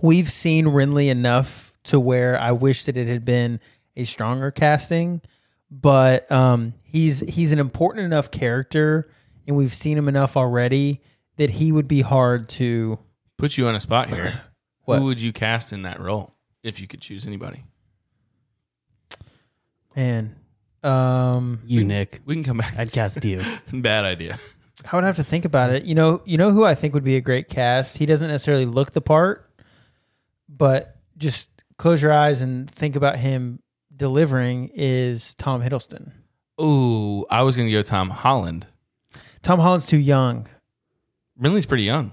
Speaker 1: We've seen Renly enough to where I wish that it had been a stronger casting, but um, he's he's an important enough character, and we've seen him enough already that he would be hard to
Speaker 2: Put you on a spot here.
Speaker 1: What?
Speaker 2: Who would you cast in that role if you could choose anybody?
Speaker 1: man. Um,
Speaker 3: You, Nick.
Speaker 2: We can come back.
Speaker 3: I'd cast you.
Speaker 2: Bad idea.
Speaker 1: I would have to think about it. You know, you know who I think would be a great cast. He doesn't necessarily look the part, but just close your eyes and think about him delivering is Tom Hiddleston.
Speaker 2: Ooh, I was gonna go Tom Holland.
Speaker 1: Tom Holland's too young.
Speaker 2: Rinley's pretty young.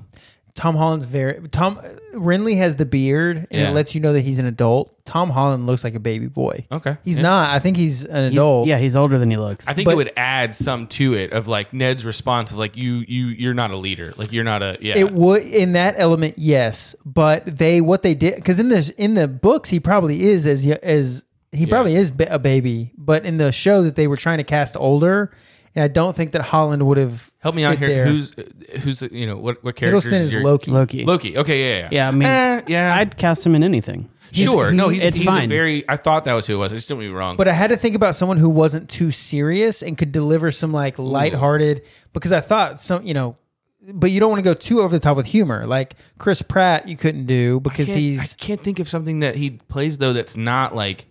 Speaker 1: Tom Holland's very Tom Renly has the beard and
Speaker 2: Yeah.
Speaker 1: it lets you know that he's an adult. Tom Holland looks like a baby boy.
Speaker 2: Okay.
Speaker 1: He's
Speaker 2: Yeah.
Speaker 1: not. I think he's an
Speaker 3: He's-
Speaker 1: adult.
Speaker 3: yeah, he's older than he looks.
Speaker 2: I think it
Speaker 1: but-
Speaker 2: would add some to it of like Ned's response of like you you you're not a leader. Like you're not a yeah.
Speaker 1: It would in that element, yes. But they what they did because in this in the books he probably is as y- as he probably is ba- a baby. But in the show that they were trying to cast older, and I don't think that Holland would have
Speaker 2: Help me out
Speaker 1: fit
Speaker 2: here.
Speaker 1: there.
Speaker 2: Who's who's the, you know what what character
Speaker 1: Hiddleston is Loki.
Speaker 3: Loki.
Speaker 2: Loki. Okay, yeah, yeah.
Speaker 3: Yeah, I mean,
Speaker 2: Eh, yeah.
Speaker 3: I'd cast him in anything.
Speaker 2: sure. no, he's,
Speaker 3: it's
Speaker 2: he's
Speaker 3: fine.
Speaker 2: A very. I thought that was who it was. I just don't be wrong.
Speaker 1: But I had to think about someone who wasn't too serious and could deliver some like lighthearted because I thought some you know, but you don't want to go too over the top with humor. Like Chris Pratt, you couldn't do because
Speaker 2: can't-
Speaker 1: he's
Speaker 2: I can't think of something that he plays though that's not like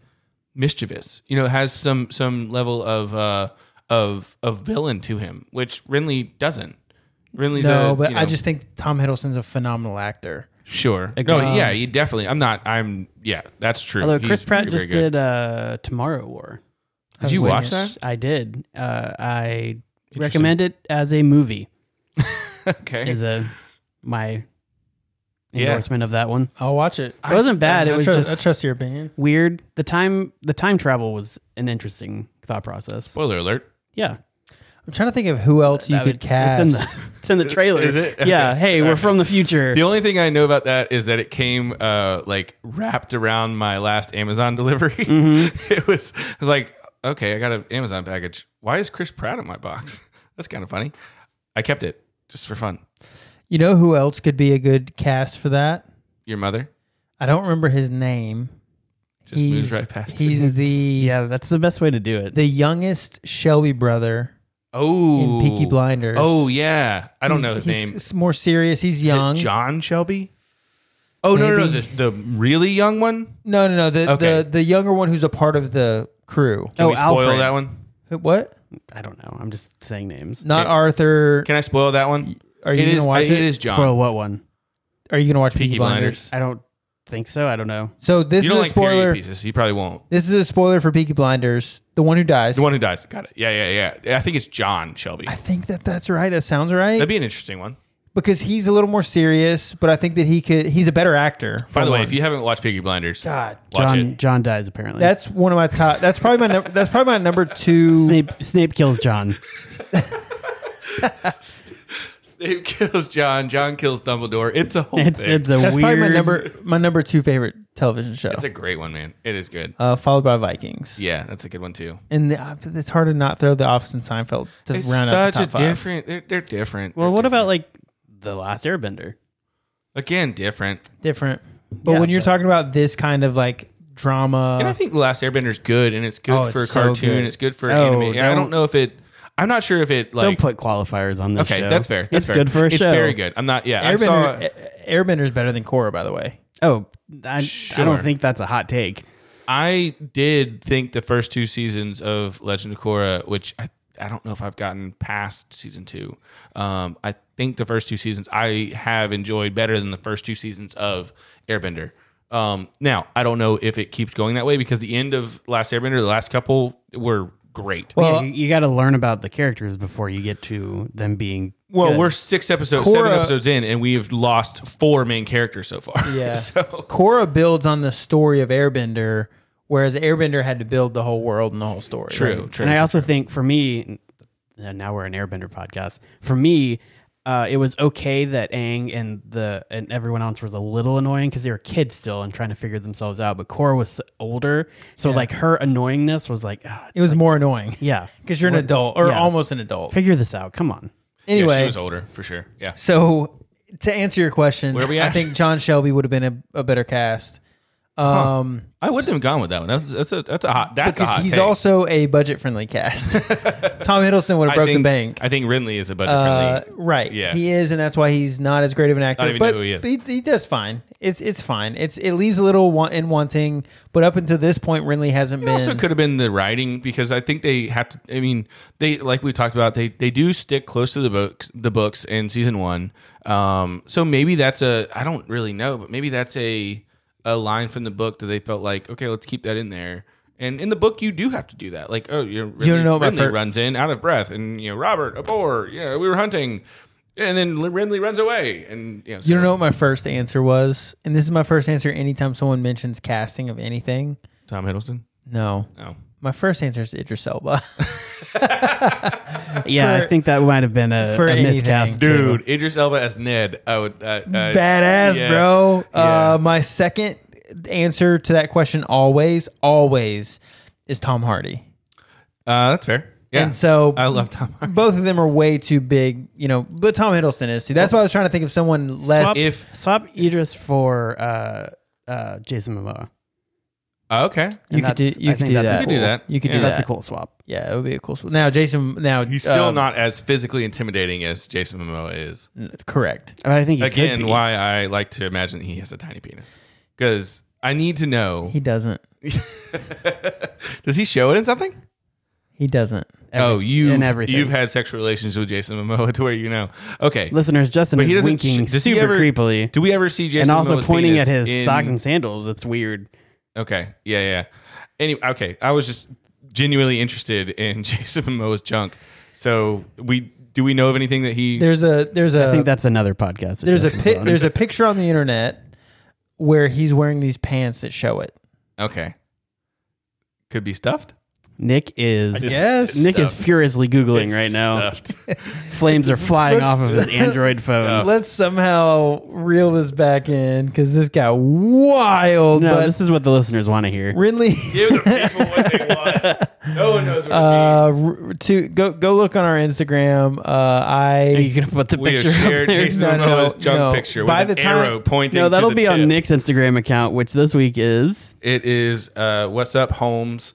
Speaker 2: mischievous. You know, has some some level of uh of of villain to him, which Renly doesn't. Renly's
Speaker 1: no.
Speaker 2: a,
Speaker 1: but
Speaker 2: you know,
Speaker 1: I just think Tom Hiddleston's a phenomenal actor.
Speaker 2: sure. No,
Speaker 1: uh,
Speaker 2: yeah, he definitely. I'm not. I'm yeah. That's true.
Speaker 3: Although
Speaker 2: He's
Speaker 3: Chris Pratt
Speaker 2: very
Speaker 3: just
Speaker 2: good.
Speaker 3: did uh, Tomorrow War.
Speaker 2: Did you
Speaker 1: Oh, Wait,
Speaker 2: watch
Speaker 1: yes.
Speaker 2: that?
Speaker 3: I did. Uh, I recommend it as a movie.
Speaker 2: Okay.
Speaker 3: Is a my
Speaker 2: Yeah.
Speaker 3: endorsement of that one.
Speaker 1: I'll watch it.
Speaker 3: It wasn't bad. It
Speaker 1: I
Speaker 3: was
Speaker 1: trust, I
Speaker 3: just
Speaker 1: trust your opinion.
Speaker 3: weird. The time the time travel was an interesting thought process.
Speaker 2: Spoiler alert.
Speaker 3: Yeah,
Speaker 1: I'm trying to think of who else you
Speaker 3: That-
Speaker 1: could
Speaker 3: it's,
Speaker 1: cast.
Speaker 3: It's in the it's in the trailer.
Speaker 2: Is it?
Speaker 3: Yeah.
Speaker 2: Okay.
Speaker 3: Hey, we're from the future.
Speaker 2: The only thing I know about that is that it came uh, like wrapped around my last Amazon delivery.
Speaker 1: Mm-hmm.
Speaker 2: it was I was like, okay, I got an Amazon package. Why is Chris Pratt in my box? That's kind of funny. I kept it just for fun.
Speaker 1: you know who else could be a good cast for that?
Speaker 2: Your mother
Speaker 1: I don't remember his name.
Speaker 2: just moves right past. it.
Speaker 1: He's the
Speaker 3: yeah, that's the best way to do it.
Speaker 1: the youngest Shelby brother
Speaker 2: Oh,
Speaker 1: in Peaky Blinders.
Speaker 2: Oh yeah, I don't
Speaker 1: He's-
Speaker 2: know his
Speaker 1: he's
Speaker 2: name. Is
Speaker 1: s- more serious. He's
Speaker 2: it
Speaker 1: young.
Speaker 2: John Shelby. Oh no, no, no,
Speaker 1: Maybe.
Speaker 2: the, the really young one.
Speaker 1: No, no, no. The
Speaker 2: Okay.
Speaker 1: the the younger one who's a part of the crew.
Speaker 2: Can
Speaker 3: Oh,
Speaker 2: we spoil
Speaker 3: Alfred.
Speaker 2: that one?
Speaker 1: Who- What?
Speaker 3: I don't know. I'm just saying names.
Speaker 1: Not
Speaker 2: Okay.
Speaker 1: Arthur.
Speaker 2: Can I spoil that one?
Speaker 1: Are you
Speaker 2: It
Speaker 1: gonna
Speaker 2: is-
Speaker 1: watch it?
Speaker 2: It is John.
Speaker 3: Spoil what one?
Speaker 1: Are you gonna watch Peaky,
Speaker 2: Peaky
Speaker 1: Blinders?
Speaker 2: Blinders.
Speaker 3: I don't think so. I don't know.
Speaker 1: So this
Speaker 2: you
Speaker 1: is
Speaker 2: don't
Speaker 1: a
Speaker 2: like period
Speaker 1: spoiler.
Speaker 2: pieces. You probably won't.
Speaker 1: This is a spoiler for Peaky Blinders. The one who dies.
Speaker 2: The one who dies. Got it. Yeah, yeah, yeah. I think it's John Shelby.
Speaker 1: I think that that's right. That sounds right.
Speaker 2: That'd be an interesting one.
Speaker 1: because he's a little more serious, but I think that he could. He's a better actor.
Speaker 2: By the way, if
Speaker 1: one.
Speaker 2: you haven't watched Piggy Blinders,
Speaker 1: God,
Speaker 2: watch
Speaker 3: John
Speaker 2: it.
Speaker 3: John dies apparently.
Speaker 1: that's one of my top. That's probably my. Num- that's probably my number two.
Speaker 3: Snape Snape kills John.
Speaker 2: Snape kills John. John kills Dumbledore. It's a whole
Speaker 3: It's
Speaker 2: thing.
Speaker 3: it's
Speaker 2: It's
Speaker 3: a
Speaker 1: That's
Speaker 3: weird
Speaker 1: probably my number. My number two favorite television show.
Speaker 2: a great one, man. It is good.
Speaker 1: uh, followed by Vikings.
Speaker 2: Yeah, that's a good one too.
Speaker 1: and the, uh, it's hard to not throw The Office and Seinfeld to
Speaker 2: It's
Speaker 1: round out
Speaker 2: such
Speaker 1: the
Speaker 2: a
Speaker 1: top five.
Speaker 2: different. They're, they're different.
Speaker 3: Well,
Speaker 2: They're
Speaker 3: what
Speaker 2: different.
Speaker 3: about like the last Airbender?
Speaker 2: again different?
Speaker 3: Uh,
Speaker 1: different. But
Speaker 3: Yeah,
Speaker 1: when you're
Speaker 3: but-
Speaker 1: talking about this kind of like drama,
Speaker 2: And I think The Last Airbender's good, and it's good
Speaker 1: Oh, it's
Speaker 2: for
Speaker 1: so
Speaker 2: cartoon.
Speaker 1: good.
Speaker 2: It's good for
Speaker 3: Oh,
Speaker 2: anime. I
Speaker 3: don't-
Speaker 2: don't know if it. I'm not sure if it
Speaker 3: Don't
Speaker 2: like.
Speaker 3: put qualifiers on this.
Speaker 2: okay,
Speaker 3: show.
Speaker 2: that's fair. That's
Speaker 3: it's
Speaker 2: fair.
Speaker 3: good for a
Speaker 2: it's
Speaker 3: show.
Speaker 2: It's very good. I'm not. Yeah, I saw-
Speaker 1: Airbender, Airbender's better than Korra, by the way.
Speaker 3: Oh, I, I
Speaker 2: Sure.
Speaker 3: don't think that's a hot take.
Speaker 2: I did think the first two seasons of Legend of Korra, which I, I don't know if I've gotten past season two. Um, I think the first two seasons I have enjoyed better than the first two seasons of Airbender. Um, now I don't know if it keeps going that way because the end of Last Airbender, the last couple were great. Well,
Speaker 3: you got to learn about the characters before you get to them being. good.
Speaker 2: we're six episodes, seven
Speaker 1: Korra-
Speaker 2: episodes in, and we've lost four main characters so far.
Speaker 1: Yeah.
Speaker 2: so
Speaker 1: Korra builds on the story of Airbender, Whereas Airbender had to build the whole world and the whole story.
Speaker 2: True, true.
Speaker 3: and I also think for me, uh, now we're an Airbender podcast. For me, uh, it was okay that Aang and the and everyone else was a little annoying because they were kids still and trying to figure themselves out. But Korra was older, so like her annoyingness was like, ah,
Speaker 1: It was more annoying
Speaker 3: yeah,
Speaker 1: because you're an adult or
Speaker 3: yeah.
Speaker 1: almost an adult.
Speaker 3: figure this out. Come on.
Speaker 1: Anyway,
Speaker 2: yeah, she was older for sure. Yeah,
Speaker 1: So to answer your question,
Speaker 2: Where are we
Speaker 1: I
Speaker 2: at?
Speaker 1: think John Shelby would have been a, a better cast. Um,
Speaker 2: I wouldn't have gone with that one. That's that's a that's a hot. That's a
Speaker 1: because
Speaker 2: hot
Speaker 1: he's
Speaker 2: take.
Speaker 1: also a budget friendly cast. Tom Hiddleston would have
Speaker 2: I
Speaker 1: broke
Speaker 2: think,
Speaker 1: the bank.
Speaker 2: I think Rinley is a budget
Speaker 1: Uh,
Speaker 2: friendly.
Speaker 1: right.
Speaker 2: Yeah.
Speaker 1: He is, and that's why he's not as great of an actor.
Speaker 2: Not even
Speaker 1: but
Speaker 2: know who he is.
Speaker 1: He, does fine. It's it's fine. It's it leaves a little want in wanting, but up until this point, Rinley hasn't
Speaker 2: It
Speaker 1: been.
Speaker 2: also could have been the writing because I think they have to. I mean, they like we talked about they they do stick close to the books the books in season one. Um, so maybe that's a I don't really know, but maybe that's a a line from the book that they felt like okay, let's keep that in there. And in the book, you do have to do that. Like, oh, you're really,
Speaker 1: know what my
Speaker 2: Ridley
Speaker 1: fir-
Speaker 2: runs in out of breath, and you know Robert a boar. You know we were hunting, and then Ridley runs away, and you know, so-
Speaker 1: You don't know what my first answer was, and this is my first answer anytime someone mentions casting of anything.
Speaker 2: Tom Hiddleston. Oh.
Speaker 1: No,
Speaker 2: No,
Speaker 1: my first answer is Idris Elba.
Speaker 3: Yeah, I
Speaker 1: For-
Speaker 3: think that might have been a,
Speaker 1: for
Speaker 3: a
Speaker 1: anything.
Speaker 3: miscast, too.
Speaker 2: dude, Idris Elba as Ned. I would uh, uh,
Speaker 1: badass,
Speaker 2: yeah.
Speaker 1: bro.
Speaker 2: Yeah.
Speaker 1: Uh, my second answer to that question always, always is Tom Hardy.
Speaker 2: Uh, that's fair. Yeah.
Speaker 1: And so
Speaker 2: I love Tom Hardy.
Speaker 1: both of them are way too big, you know, but Tom Hiddleston is too. That's why I was trying to think of someone less.
Speaker 2: Swap- If-
Speaker 3: swap Idris for uh, uh, Jason Momoa,
Speaker 2: Oh, okay.
Speaker 1: you could
Speaker 3: and
Speaker 1: do,
Speaker 3: that's-
Speaker 1: you
Speaker 3: I
Speaker 1: could
Speaker 3: think
Speaker 1: do,
Speaker 3: that's
Speaker 1: that.
Speaker 2: You
Speaker 3: a
Speaker 2: could do that.
Speaker 1: You could
Speaker 2: Yeah.
Speaker 1: do
Speaker 3: that's
Speaker 1: that.
Speaker 3: a cool swap.
Speaker 1: Yeah, it would be a cool. Sw- now, Jason, now
Speaker 2: He's still
Speaker 1: um,
Speaker 2: not as physically intimidating as Jason Momoa is.
Speaker 1: n- correct.
Speaker 3: But I think he could
Speaker 2: Again,
Speaker 3: be.
Speaker 2: why I like to imagine he has a tiny penis because I need to know.
Speaker 1: He doesn't.
Speaker 2: Does he show it in something?
Speaker 1: He doesn't.
Speaker 2: oh, you
Speaker 3: in everything.
Speaker 2: you've had sexual relations with Jason Momoa to where you know. Okay,
Speaker 3: listeners, Justin
Speaker 2: But he
Speaker 3: is
Speaker 2: doesn't
Speaker 3: winking
Speaker 2: sh- does he
Speaker 3: super
Speaker 2: ever-
Speaker 3: creepily
Speaker 2: do we ever see Jason
Speaker 3: and also
Speaker 2: Momoa's
Speaker 3: pointing
Speaker 2: penis
Speaker 3: at his
Speaker 2: in-
Speaker 3: socks and sandals. It's weird.
Speaker 2: Okay, yeah, yeah. Anyway, okay, I was just genuinely interested in Jason Momoa's junk. So we do we know of anything that he
Speaker 1: There's a there's a
Speaker 3: I think that's another podcast. that
Speaker 1: there's a
Speaker 3: Justin's
Speaker 1: pi-
Speaker 3: on.
Speaker 1: there's a picture on the internet where he's wearing these pants that show it.
Speaker 2: Okay. Could be stuffed.
Speaker 3: Nick is
Speaker 1: guess.
Speaker 3: Nick is furiously googling right now.
Speaker 2: Stuffed.
Speaker 3: Flames are flying off of his Android phone.
Speaker 1: Let's somehow reel this back in because this got wild.
Speaker 3: No,
Speaker 1: but
Speaker 3: this is what the listeners want to hear.
Speaker 1: Ridley,
Speaker 2: Give the people what they want. No one knows what
Speaker 1: uh, r- to go go look on our Instagram. Uh,
Speaker 3: Are you
Speaker 1: I
Speaker 3: gonna put the
Speaker 2: We
Speaker 3: picture
Speaker 2: have shared
Speaker 3: up there?
Speaker 2: Jason
Speaker 1: No, no,
Speaker 2: Momoa's
Speaker 1: no,
Speaker 2: junk
Speaker 1: no.
Speaker 2: picture
Speaker 1: By
Speaker 2: with
Speaker 1: the
Speaker 2: an
Speaker 1: time-
Speaker 2: arrow pointing.
Speaker 3: No,
Speaker 2: to
Speaker 3: that'll
Speaker 2: the
Speaker 3: be on
Speaker 2: tip.
Speaker 3: Nick's Instagram account, which this week is
Speaker 2: It is uh, what's up Holmes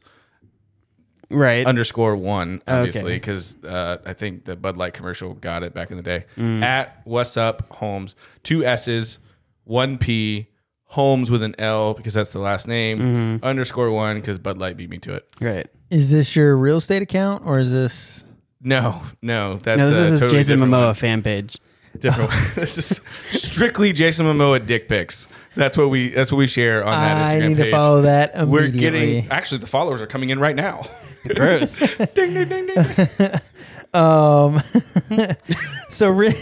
Speaker 3: right.
Speaker 2: underscore one, obviously, because uh, I think the Bud Light commercial got it back in the day. At what's up Holmes, two S's, one P, Holmes with an L because that's the last name. Underscore one because Bud Light beat me to it.
Speaker 3: right.
Speaker 1: is this your real estate account or is this?
Speaker 2: No, no, that's
Speaker 3: No, this
Speaker 2: a
Speaker 3: is his
Speaker 2: totally
Speaker 3: Jason
Speaker 2: different
Speaker 3: Momoa
Speaker 2: one.
Speaker 3: fan page.
Speaker 2: different. one. this is strictly Jason Momoa dick pics. That's what we that's what we share on that
Speaker 1: I
Speaker 2: Instagram
Speaker 1: need
Speaker 2: page.
Speaker 1: to follow that
Speaker 2: We're
Speaker 1: immediately.
Speaker 2: getting actually the followers are coming in right now.
Speaker 3: Gross.
Speaker 2: ding ding ding ding.
Speaker 1: um, so Rid-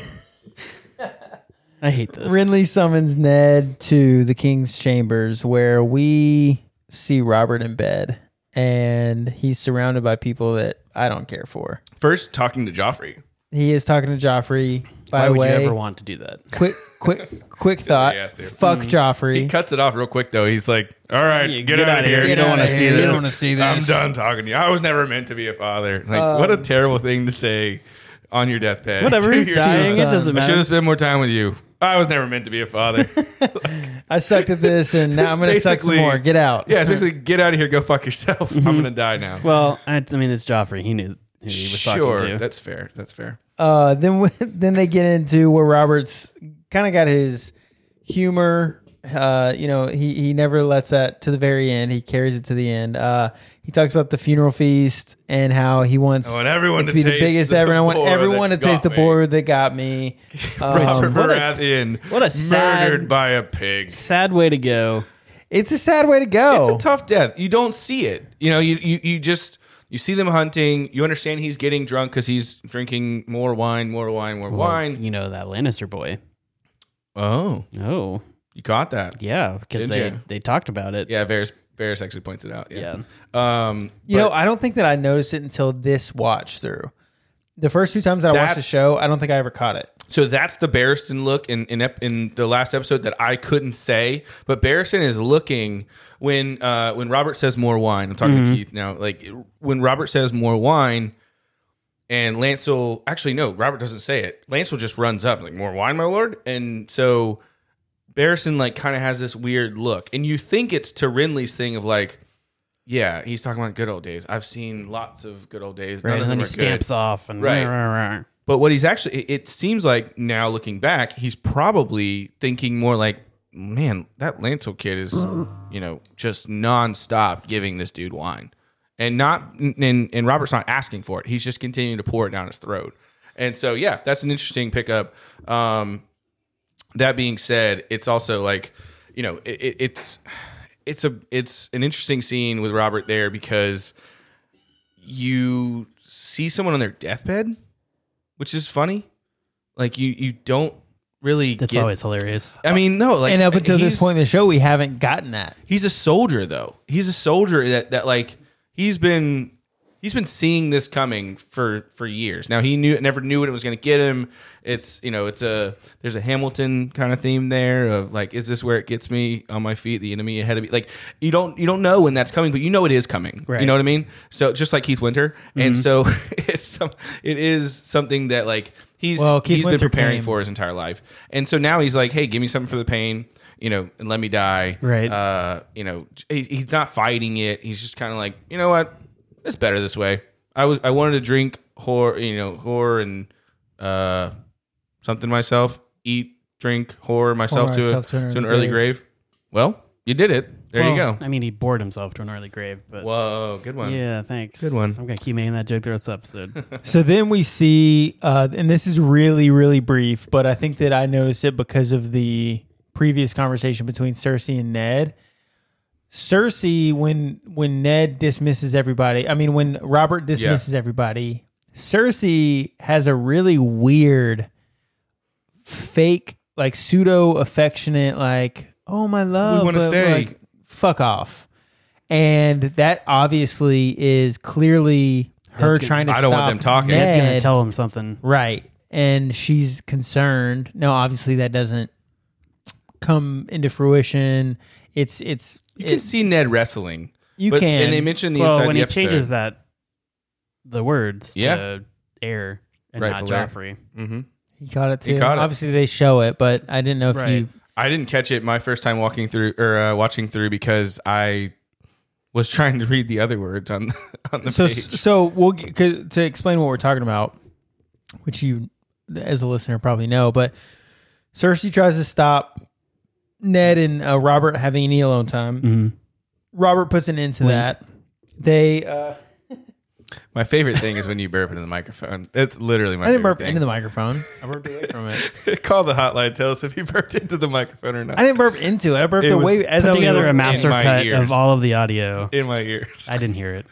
Speaker 3: I hate this.
Speaker 1: Ridley summons Ned to the king's chambers, where we see Robert in bed, and he's surrounded by people that I don't care for.
Speaker 2: First talking to Joffrey.
Speaker 1: He is talking to Joffrey. By
Speaker 3: Why
Speaker 1: the
Speaker 3: would
Speaker 1: way,
Speaker 3: you ever want to do that?
Speaker 1: quick, quick, quick thought.
Speaker 2: has to.
Speaker 1: Fuck Joffrey.
Speaker 2: Mm-hmm. He cuts it off real quick though. He's like, "All right,
Speaker 3: Yeah,
Speaker 2: get,
Speaker 3: get
Speaker 2: out
Speaker 3: outta
Speaker 2: of here.
Speaker 3: here.
Speaker 2: Get
Speaker 3: You don't
Speaker 2: outta
Speaker 3: wanna see
Speaker 2: here.
Speaker 3: this. Um,
Speaker 1: You don't want to see this.
Speaker 2: I'm done talking to you. I was never meant to be a father. Like, what a terrible thing to say on your deathbed.
Speaker 3: Whatever,
Speaker 2: To
Speaker 3: he's
Speaker 2: your
Speaker 3: dying.
Speaker 2: son.
Speaker 3: It doesn't
Speaker 2: I should
Speaker 3: matter.
Speaker 2: have spent more time with you. I was never meant to be a father.
Speaker 1: I sucked at this, and now I'm going to suck some
Speaker 2: Basically-
Speaker 1: more. Get out.
Speaker 2: Yeah, essentially, get out of here, go fuck yourself. I'm gonna die now.
Speaker 3: Mm-hmm. Well, I I mean, it's Joffrey. He knew who he was
Speaker 2: sure,
Speaker 3: talking to.
Speaker 2: that's fair. That's fair.
Speaker 1: Uh, then we- then they get into where Roberts kind of got his humor. Uh, you know, he he never lets that to the very end. He carries it to the end. Uh, he talks about the funeral feast and how he wants
Speaker 2: I want everyone
Speaker 1: it
Speaker 2: to
Speaker 1: to be the
Speaker 2: taste
Speaker 1: biggest
Speaker 2: the
Speaker 1: ever. And I want
Speaker 2: boar
Speaker 1: everyone to
Speaker 2: that
Speaker 1: taste
Speaker 2: got
Speaker 1: the
Speaker 2: me.
Speaker 1: board that got me.
Speaker 2: Robert
Speaker 1: Um,
Speaker 3: what a-
Speaker 2: Baratheon,
Speaker 3: what a sad-
Speaker 2: murdered by a pig.
Speaker 3: Sad way to go.
Speaker 1: it's a sad way to go.
Speaker 2: It's a tough death. You don't see it. You know, you you, you just you see them hunting. You understand he's getting drunk because he's drinking more wine, more wine, more wine.
Speaker 3: You know that Lannister boy.
Speaker 2: Oh,
Speaker 3: Oh,
Speaker 2: you got that?
Speaker 3: yeah,
Speaker 2: Did
Speaker 3: because they
Speaker 2: ya?
Speaker 3: they talked about it.
Speaker 2: Yeah, Varys Ferris actually points it out. Yeah. Um,
Speaker 1: You
Speaker 2: but
Speaker 1: know, I don't think that I noticed it until this watch through. The first two times that I watched the
Speaker 2: That's-
Speaker 1: show, I don't think I ever caught it.
Speaker 2: so that's the Barristan look in in, ep- in the last episode that I couldn't say, but Barristan is looking when uh, when Robert says more wine. I'm talking
Speaker 3: Mm-hmm.
Speaker 2: to Keith now. Like when Robert says more wine, and Lancel actually no, Robert doesn't say it. Lancel just runs up like more wine, my lord, and so Barristan like kind of has this weird look, and you think it's to Rinley's thing of like. Yeah, he's talking about good old days. I've seen lots of good old days. None
Speaker 3: Right,
Speaker 2: of
Speaker 3: and then
Speaker 2: them
Speaker 3: he
Speaker 2: are good.
Speaker 3: stamps off and
Speaker 2: Right.
Speaker 3: right.
Speaker 2: But what he's actually, it- it seems like now looking back, he's probably thinking more like, man, that Lancel kid is, you know, just nonstop giving this dude wine. And not, and, and Robert's not asking for it. He's just continuing to pour it down his throat. And so, yeah, that's an interesting pickup. Um, that being said, it's also like, you know, it, it, it's, it's a, it's an interesting scene with Robert there because you see someone on their deathbed which is funny. Like you, you don't really.
Speaker 3: That's
Speaker 2: get-
Speaker 3: always hilarious.
Speaker 2: I mean, no. Like
Speaker 1: And up until this
Speaker 2: he's-
Speaker 1: point in the show, we haven't gotten that.
Speaker 2: he's a soldier though. He's a soldier that that like he's been he's been seeing this coming for for years. Now he knew never knew what it was going to get him. It's you know it's a there's a Hamilton kind of theme there of like is this where it gets me on my feet the enemy ahead of me like you don't you don't know when that's coming but you know it is coming. You
Speaker 3: Right.
Speaker 2: know what I mean? So just like Keith Winter and
Speaker 1: Mm-hmm.
Speaker 2: so it's some, it is something that like he's
Speaker 1: Well, Keith
Speaker 2: he's
Speaker 1: Winter
Speaker 2: been preparing
Speaker 1: came-
Speaker 2: for his entire life. And so now he's like, hey, give me something for the pain, you know, and let me die.
Speaker 3: Right.
Speaker 2: Uh, you know, he, he's not fighting it. He's just kind of like, you know what? It's better this way. I was I wanted to drink whore, you know, whore and uh something myself, eat, drink, whore myself, to,
Speaker 1: myself
Speaker 2: a, to an early grave. Well, you did it. There you
Speaker 3: Well,
Speaker 2: go.
Speaker 3: I mean, he bored himself to an early grave, but
Speaker 2: Whoa, good one.
Speaker 3: yeah, thanks.
Speaker 2: Good one.
Speaker 3: I'm gonna keep making that joke throughout this episode.
Speaker 1: So then we see, uh, and this is really, really brief, but I think that I noticed it because of the previous conversation between Cersei and Ned. Cersei, when when Ned dismisses everybody, I mean when Robert dismisses everybody, Cersei has a really weird, fake, like pseudo affectionate, like oh my love,
Speaker 2: wanna
Speaker 1: but,
Speaker 2: stay.
Speaker 1: like, fuck off, and that obviously is clearly her
Speaker 3: gonna-
Speaker 1: trying to.
Speaker 2: I don't want
Speaker 1: stop
Speaker 2: them talking.
Speaker 1: Ned.
Speaker 2: That's
Speaker 3: That's gonna tell him something.
Speaker 1: Right. And she's concerned. No, obviously that doesn't come into fruition. It's it's
Speaker 2: You can
Speaker 1: it-
Speaker 2: see Ned wrestling.
Speaker 1: you
Speaker 2: but-
Speaker 1: can
Speaker 2: And they mentioned the
Speaker 3: Well,
Speaker 2: inside
Speaker 3: when
Speaker 2: the
Speaker 3: he
Speaker 2: episode.
Speaker 3: changes that, the words
Speaker 2: Yeah.
Speaker 3: to air and
Speaker 2: Rightful heir.
Speaker 3: not Joffrey.
Speaker 2: mm-hmm.
Speaker 1: he caught it
Speaker 2: He
Speaker 1: too.
Speaker 2: caught it.
Speaker 1: Obviously they show it, but I didn't know if
Speaker 3: Right.
Speaker 1: you
Speaker 2: I didn't catch it my first time walking through or uh, watching through because I was trying to read the other words on on the
Speaker 1: so
Speaker 2: page.
Speaker 1: so we'll get, 'cause- to explain what we're talking about, which you as a listener probably know, but Cersei tries to stop Ned and uh, Robert having any alone time. Robert puts an end to that. They uh,
Speaker 2: My favorite thing is when you burp into the microphone. That's literally my
Speaker 1: I didn't
Speaker 2: favorite
Speaker 1: burp
Speaker 2: thing.
Speaker 1: into the microphone. I burped away from it.
Speaker 2: Call the hotline. Tell us if you burped into the microphone or not.
Speaker 1: I didn't burp into it. I burped
Speaker 2: It was
Speaker 1: away as I was
Speaker 3: Put together a
Speaker 1: listening.
Speaker 3: master
Speaker 2: my
Speaker 3: cut
Speaker 2: ears.
Speaker 3: of all of the audio.
Speaker 2: in my ears.
Speaker 3: I didn't hear it.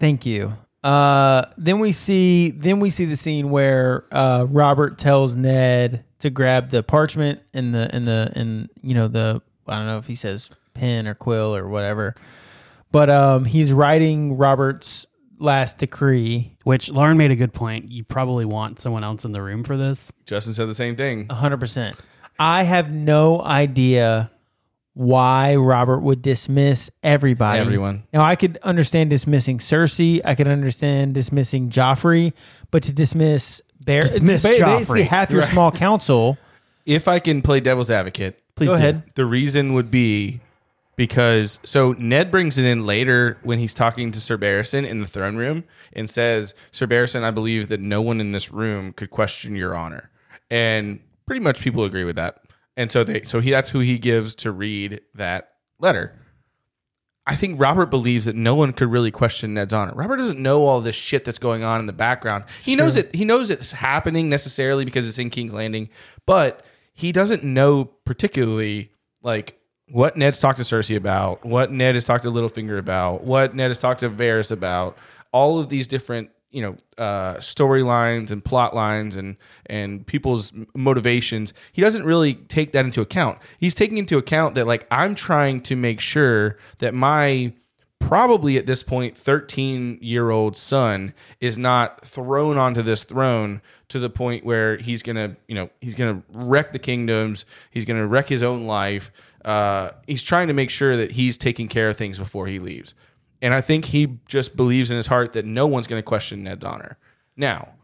Speaker 1: Thank you. Uh, then we see then we see the scene where uh, Robert tells Ned to grab the parchment and the and the and you know the I don't know if he says pen or quill or whatever, but um, he's writing Robert's last decree.
Speaker 3: Which Lauren made a good point. You probably want someone else in the room for this.
Speaker 2: Justin said the same thing.
Speaker 1: hundred percent. I have no idea why Robert would dismiss everybody.
Speaker 2: Everyone.
Speaker 1: Now I could understand dismissing Cersei. I could understand dismissing Joffrey, but to dismiss Bear,
Speaker 3: Dismiss
Speaker 1: ba- basically
Speaker 3: Joffrey.
Speaker 1: half your small council.
Speaker 2: If I can play devil's advocate,
Speaker 3: Please
Speaker 1: Go
Speaker 3: do.
Speaker 1: ahead.
Speaker 2: the reason would be because so Ned brings it in later when he's talking to Sir Barrison in the throne room and says, Sir Barrison, I believe that no one in this room could question your honor. And pretty much people agree with that. And so they so he that's who he gives to read that letter. I think Robert believes that no one could really question Ned's honor. Robert doesn't know all this shit that's going on in the background. He knows it. He knows it's happening necessarily because it's in King's Landing, but he doesn't know particularly like what Ned's talked to Cersei about, what Ned has talked to Littlefinger about, what Ned has talked to Varys about. All of these different you know uh, storylines and plot lines and and people's m- motivations. He doesn't really take that into account. He's taking into account that like I'm trying to make sure that my probably at this point 13 year old son is not thrown onto this throne to the point where he's gonna you know he's gonna wreck the kingdoms he's gonna wreck his own life uh, he's trying to make sure that he's taking care of things before he leaves and i think he just believes in his heart that no one's gonna question ned's honor now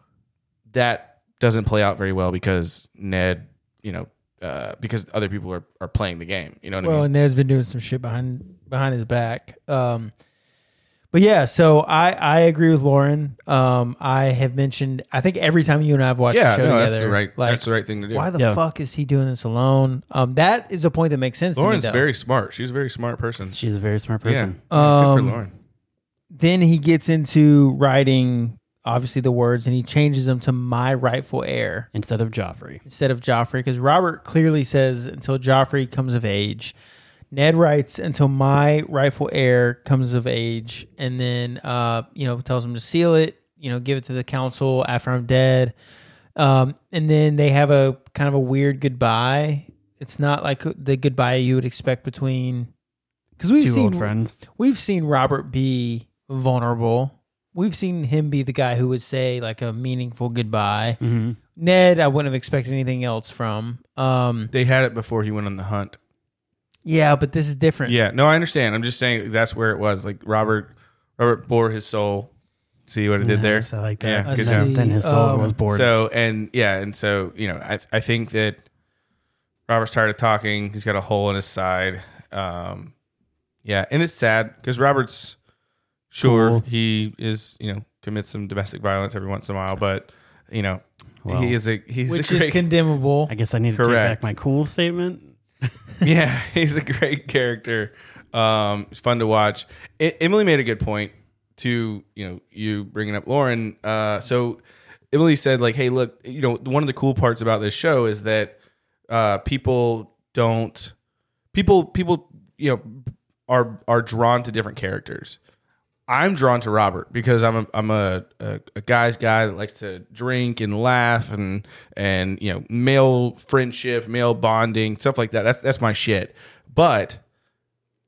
Speaker 2: that doesn't play out very well because ned you know uh, because other people are, are playing the game you know what i mean
Speaker 1: Well, and Ned's been doing some shit behind behind his back. Um, but yeah, so I I agree with Lauren. Um, I have mentioned I think every time you and I have watched
Speaker 2: yeah
Speaker 1: the show
Speaker 2: no,
Speaker 1: together,
Speaker 2: that's the right
Speaker 1: like,
Speaker 2: that's the right thing to do
Speaker 1: why the
Speaker 7: Yeah.
Speaker 1: fuck is he doing this alone? Um, that is a point that makes sense.
Speaker 2: Lauren's
Speaker 1: to me, though.
Speaker 2: very smart. She's a very smart person.
Speaker 3: She's a very smart
Speaker 2: yeah.
Speaker 3: person.
Speaker 2: Good for
Speaker 1: Um,
Speaker 2: Lauren.
Speaker 1: Then he gets into writing obviously the words, and he changes them to "my rightful heir."
Speaker 3: Instead of Joffrey.
Speaker 1: instead of Joffrey because Robert clearly says until Joffrey comes of age. Ned writes until my rightful heir comes of age, and then uh, you know tells him to seal it. You know, give it to the council after I'm dead. Um, and then they have a kind of a weird goodbye. It's not like the goodbye you would expect between because we've
Speaker 3: Two old
Speaker 1: seen
Speaker 3: friends.
Speaker 1: we've seen Robert be vulnerable. We've seen him be the guy who would say like a meaningful goodbye.
Speaker 3: Mhm.
Speaker 1: Ned, I wouldn't have expected anything else from. Um,
Speaker 2: They had it before he went on the hunt.
Speaker 1: yeah, but this is different.
Speaker 2: Yeah, no, I understand. I'm just saying that's where it was. Like Robert, Robert bore his soul. See what it did there.
Speaker 3: Yes, I like
Speaker 2: Yeah,
Speaker 3: that.
Speaker 2: good
Speaker 3: then,
Speaker 1: job.
Speaker 3: then his soul
Speaker 1: Um,
Speaker 3: was bored.
Speaker 2: So and yeah, and so you know, I I think that Robert's tired of talking. He's got a hole in his side. Um, yeah, and it's sad because Robert's sure
Speaker 3: Cool.
Speaker 2: he is you know commits some domestic violence every once in a while, but you know
Speaker 3: Well,
Speaker 2: he is a he's
Speaker 1: Which
Speaker 2: a
Speaker 1: is
Speaker 2: great
Speaker 1: condemnable.
Speaker 3: I guess I need to take
Speaker 2: Correct.
Speaker 3: back my cool statement.
Speaker 2: yeah, he's a great character. Um, it's fun to watch. E- Emily made a good point to you know you bringing up Lauren. Uh, so Emily said like, hey, look, you know, one of the cool parts about this show is that uh, people don't people people you know are are drawn to different characters. I'm drawn to Robert because I'm a I'm a, a, a guy's guy that likes to drink and laugh and and you know male friendship, male bonding, stuff like that. That's that's my shit. But